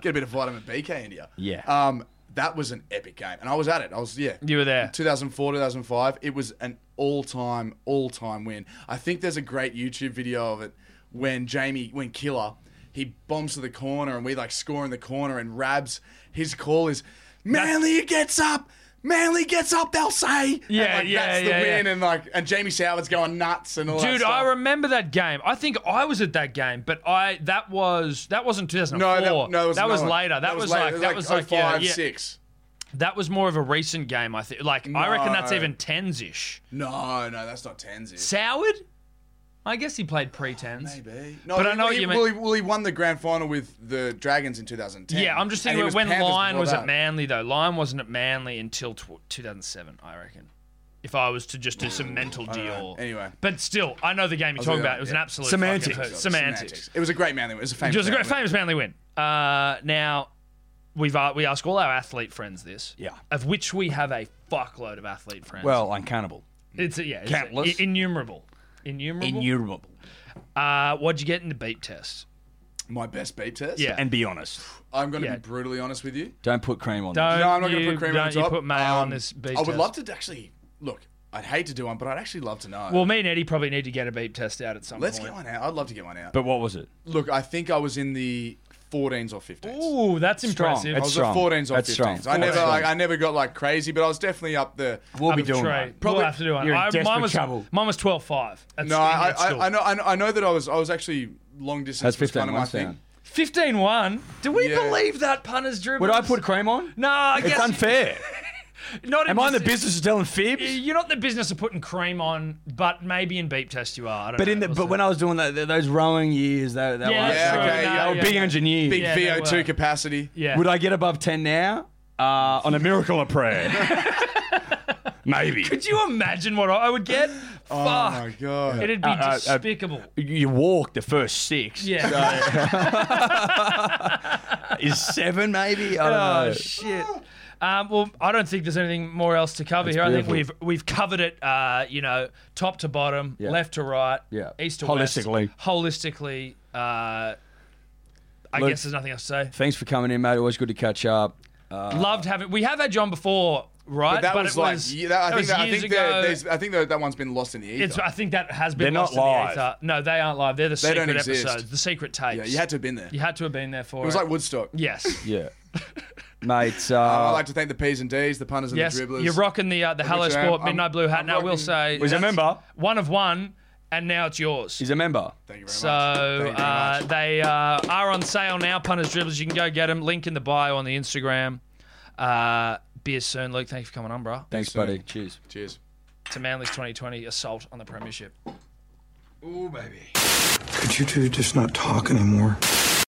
[SPEAKER 5] Get a bit of vitamin BK in you.
[SPEAKER 3] Yeah.
[SPEAKER 5] Um, That was an epic game, and I was at it. I was yeah.
[SPEAKER 2] You were there.
[SPEAKER 5] 2004, 2005. It was an all-time, all-time win. I think there's a great YouTube video of it when Jamie, when Killer, he bombs to the corner, and we like score in the corner, and Rabs, his call is, Manly gets up. Manly gets up, they'll say. And,
[SPEAKER 2] Yeah,
[SPEAKER 5] like,
[SPEAKER 2] yeah,
[SPEAKER 5] That's the
[SPEAKER 2] yeah,
[SPEAKER 5] win,
[SPEAKER 2] yeah.
[SPEAKER 5] and like, and Jamie Soward's going nuts and all that
[SPEAKER 2] Dude,
[SPEAKER 5] stuff.
[SPEAKER 2] I remember that game. I think I was at that game, but I that was that wasn't 2004.
[SPEAKER 5] No, that, no, it was
[SPEAKER 2] that was
[SPEAKER 5] another one.
[SPEAKER 2] later. That, was,
[SPEAKER 5] later.
[SPEAKER 2] like
[SPEAKER 5] It
[SPEAKER 2] that was like yeah,
[SPEAKER 5] 05,
[SPEAKER 2] yeah.
[SPEAKER 5] six.
[SPEAKER 2] That was more of a recent game. I think. Like I reckon that's
[SPEAKER 5] No.
[SPEAKER 2] even tens ish.
[SPEAKER 5] No, no, that's not Tanzig.
[SPEAKER 2] Soured. I guess he played pre tens.
[SPEAKER 5] Maybe. No,
[SPEAKER 2] But I
[SPEAKER 5] he-
[SPEAKER 2] know
[SPEAKER 5] he,
[SPEAKER 2] what you mean.
[SPEAKER 5] well, he, well, he won the grand final with the Dragons in 2010.
[SPEAKER 2] Yeah, I'm just
[SPEAKER 5] And he
[SPEAKER 2] thinking
[SPEAKER 5] was
[SPEAKER 2] when
[SPEAKER 5] Panthers
[SPEAKER 2] Lyon
[SPEAKER 5] before
[SPEAKER 2] was
[SPEAKER 5] that.
[SPEAKER 2] at Manly though. Lyon wasn't at Manly until tw 2007, I reckon. If I was to just do some mental deal,
[SPEAKER 5] Anyway.
[SPEAKER 2] But still, I know the game you're
[SPEAKER 5] was
[SPEAKER 2] talking
[SPEAKER 5] gonna-
[SPEAKER 2] about. It was an
[SPEAKER 5] yeah.
[SPEAKER 2] absolute
[SPEAKER 3] Semantics.
[SPEAKER 2] fucking hoot. semantics.
[SPEAKER 5] It was a great man. It was a famous.
[SPEAKER 2] It was a great,
[SPEAKER 5] man.
[SPEAKER 2] famous Manly win. Uh, now, we've uh, we ask all our athlete friends this.
[SPEAKER 3] Yeah.
[SPEAKER 2] Of which we have a fuckload of athlete friends.
[SPEAKER 3] Well, uncannable.
[SPEAKER 2] it's a, yeah, it's
[SPEAKER 3] countless.
[SPEAKER 2] i- innumerable. Innumerable.
[SPEAKER 3] Innumerable.
[SPEAKER 2] uh, what'd you get in the beat test?
[SPEAKER 5] My best beat test.
[SPEAKER 2] Yeah.
[SPEAKER 3] And be honest.
[SPEAKER 5] I'm going to
[SPEAKER 2] Yeah.
[SPEAKER 5] be brutally honest with you.
[SPEAKER 3] Don't put cream on
[SPEAKER 2] Don't
[SPEAKER 5] No, I'm not
[SPEAKER 2] you,
[SPEAKER 5] going to put cream
[SPEAKER 2] don't
[SPEAKER 5] on top.
[SPEAKER 2] You put mayo on
[SPEAKER 5] Um,
[SPEAKER 2] this beat
[SPEAKER 5] I would
[SPEAKER 2] test.
[SPEAKER 5] love to actually look. I'd hate to do one, but I'd actually love to know.
[SPEAKER 2] Well, me and Eddie probably need to get a beat test out at some
[SPEAKER 5] let's
[SPEAKER 2] point.
[SPEAKER 5] get one out. I'd love to get one out.
[SPEAKER 3] But what was it?
[SPEAKER 5] look, I think I was in the 14s or 15s.
[SPEAKER 2] Ooh, that's impressive.
[SPEAKER 5] I
[SPEAKER 3] It's-
[SPEAKER 5] was
[SPEAKER 3] strong.
[SPEAKER 5] at 14s or
[SPEAKER 3] That's
[SPEAKER 5] 15s.
[SPEAKER 3] strong.
[SPEAKER 5] I never,
[SPEAKER 3] Strong.
[SPEAKER 5] like, I never got like crazy, but I was definitely up the.
[SPEAKER 3] We'll be
[SPEAKER 2] That's
[SPEAKER 3] doing
[SPEAKER 2] right.
[SPEAKER 3] one.
[SPEAKER 2] We'll have to do one.
[SPEAKER 3] You're in
[SPEAKER 2] I, mine
[SPEAKER 3] desperate
[SPEAKER 2] was
[SPEAKER 3] trouble.
[SPEAKER 2] mine was twelve five.
[SPEAKER 5] No, I, I, I know, I know, I know that I was, I was actually long distance.
[SPEAKER 3] That's
[SPEAKER 5] was
[SPEAKER 3] 15
[SPEAKER 5] kind of my
[SPEAKER 3] months
[SPEAKER 5] thing.
[SPEAKER 3] down.
[SPEAKER 2] 15-1. Do we
[SPEAKER 5] Yeah.
[SPEAKER 2] believe that punters dribble?
[SPEAKER 3] Would I put cream on?
[SPEAKER 2] No, I
[SPEAKER 3] It's
[SPEAKER 2] guess
[SPEAKER 3] unfair.
[SPEAKER 2] Not in
[SPEAKER 3] Am I in the
[SPEAKER 2] this-
[SPEAKER 3] business of telling fibs?
[SPEAKER 2] You're not in the business of putting cream on, but maybe in beep test you are. I don't
[SPEAKER 3] But
[SPEAKER 2] know.
[SPEAKER 3] in the,
[SPEAKER 2] We'll
[SPEAKER 3] but
[SPEAKER 2] see.
[SPEAKER 3] when I was doing that, those rowing years, that, that
[SPEAKER 2] yeah,
[SPEAKER 3] was,
[SPEAKER 5] Yeah,
[SPEAKER 2] that's
[SPEAKER 5] okay,
[SPEAKER 2] right.
[SPEAKER 5] yeah,
[SPEAKER 2] No,
[SPEAKER 5] I
[SPEAKER 3] they were big engineers.
[SPEAKER 5] Big
[SPEAKER 2] Yeah, they were.
[SPEAKER 5] VO2 capacity.
[SPEAKER 2] Yeah.
[SPEAKER 3] Would I get above 10 now? Uh, on a miracle of prayer. Maybe.
[SPEAKER 2] Could you imagine what I would get?
[SPEAKER 5] Oh
[SPEAKER 2] Fuck.
[SPEAKER 5] my god.
[SPEAKER 2] It'd be
[SPEAKER 3] uh, uh,
[SPEAKER 2] despicable.
[SPEAKER 3] You walk the first six.
[SPEAKER 2] yeah.
[SPEAKER 5] Uh,
[SPEAKER 3] Is seven maybe? I don't
[SPEAKER 2] Oh
[SPEAKER 3] know.
[SPEAKER 2] shit. Um, well, I don't think there's anything more else to cover here. I think we've we've covered it. Uh, you know, top to bottom, left to right,
[SPEAKER 3] Yeah.
[SPEAKER 2] east to
[SPEAKER 3] Holistically.
[SPEAKER 2] west, holistically. Uh, I
[SPEAKER 3] Luke.
[SPEAKER 2] guess there's nothing else to say.
[SPEAKER 3] Thanks for coming in, mate. Always good to catch up.
[SPEAKER 2] Loved having. We have had John before, right?
[SPEAKER 5] But that was
[SPEAKER 2] it
[SPEAKER 5] like,
[SPEAKER 2] was,
[SPEAKER 5] yeah, that, I
[SPEAKER 2] that
[SPEAKER 5] think,
[SPEAKER 2] was
[SPEAKER 5] that, I
[SPEAKER 2] years
[SPEAKER 5] think,
[SPEAKER 2] ago.
[SPEAKER 5] that, there's- I think that, that one's been lost in the ether.
[SPEAKER 2] It's, I think that has been
[SPEAKER 3] They're
[SPEAKER 2] lost
[SPEAKER 3] not live.
[SPEAKER 2] in the ether. No, they aren't live. They're the secret
[SPEAKER 5] don't exist.
[SPEAKER 2] episodes, the secret tapes.
[SPEAKER 5] yeah, you had to have been there.
[SPEAKER 2] You had to have been there for
[SPEAKER 5] It was like Woodstock.
[SPEAKER 2] yes,
[SPEAKER 3] Yeah. mate,
[SPEAKER 5] I'd
[SPEAKER 3] uh,
[SPEAKER 5] like to thank the P's and D's, the punters and
[SPEAKER 2] yes.
[SPEAKER 5] the dribblers.
[SPEAKER 2] You're rocking the uh, the Hello
[SPEAKER 5] Richard,
[SPEAKER 2] Sport
[SPEAKER 5] I'm-
[SPEAKER 2] midnight blue hat.
[SPEAKER 5] I'm
[SPEAKER 2] Now we'll
[SPEAKER 5] rocking-
[SPEAKER 2] say,
[SPEAKER 3] Was a member.
[SPEAKER 2] one of one, and now it's yours.
[SPEAKER 3] he's a member.
[SPEAKER 5] Thank you very
[SPEAKER 2] So
[SPEAKER 5] much. Thank you very
[SPEAKER 2] uh,
[SPEAKER 5] much.
[SPEAKER 2] they uh, are on sale now, punters dribblers. You can go get them. Link in the bio on the Instagram. Uh, be as soon, Luke. Thank you for coming on, bro.
[SPEAKER 3] Thanks,
[SPEAKER 5] soon.
[SPEAKER 3] buddy. Cheers.
[SPEAKER 5] Cheers.
[SPEAKER 2] To Manly's 2020 assault on the premiership.
[SPEAKER 5] Ooh, baby.
[SPEAKER 7] Could you two just not talk anymore?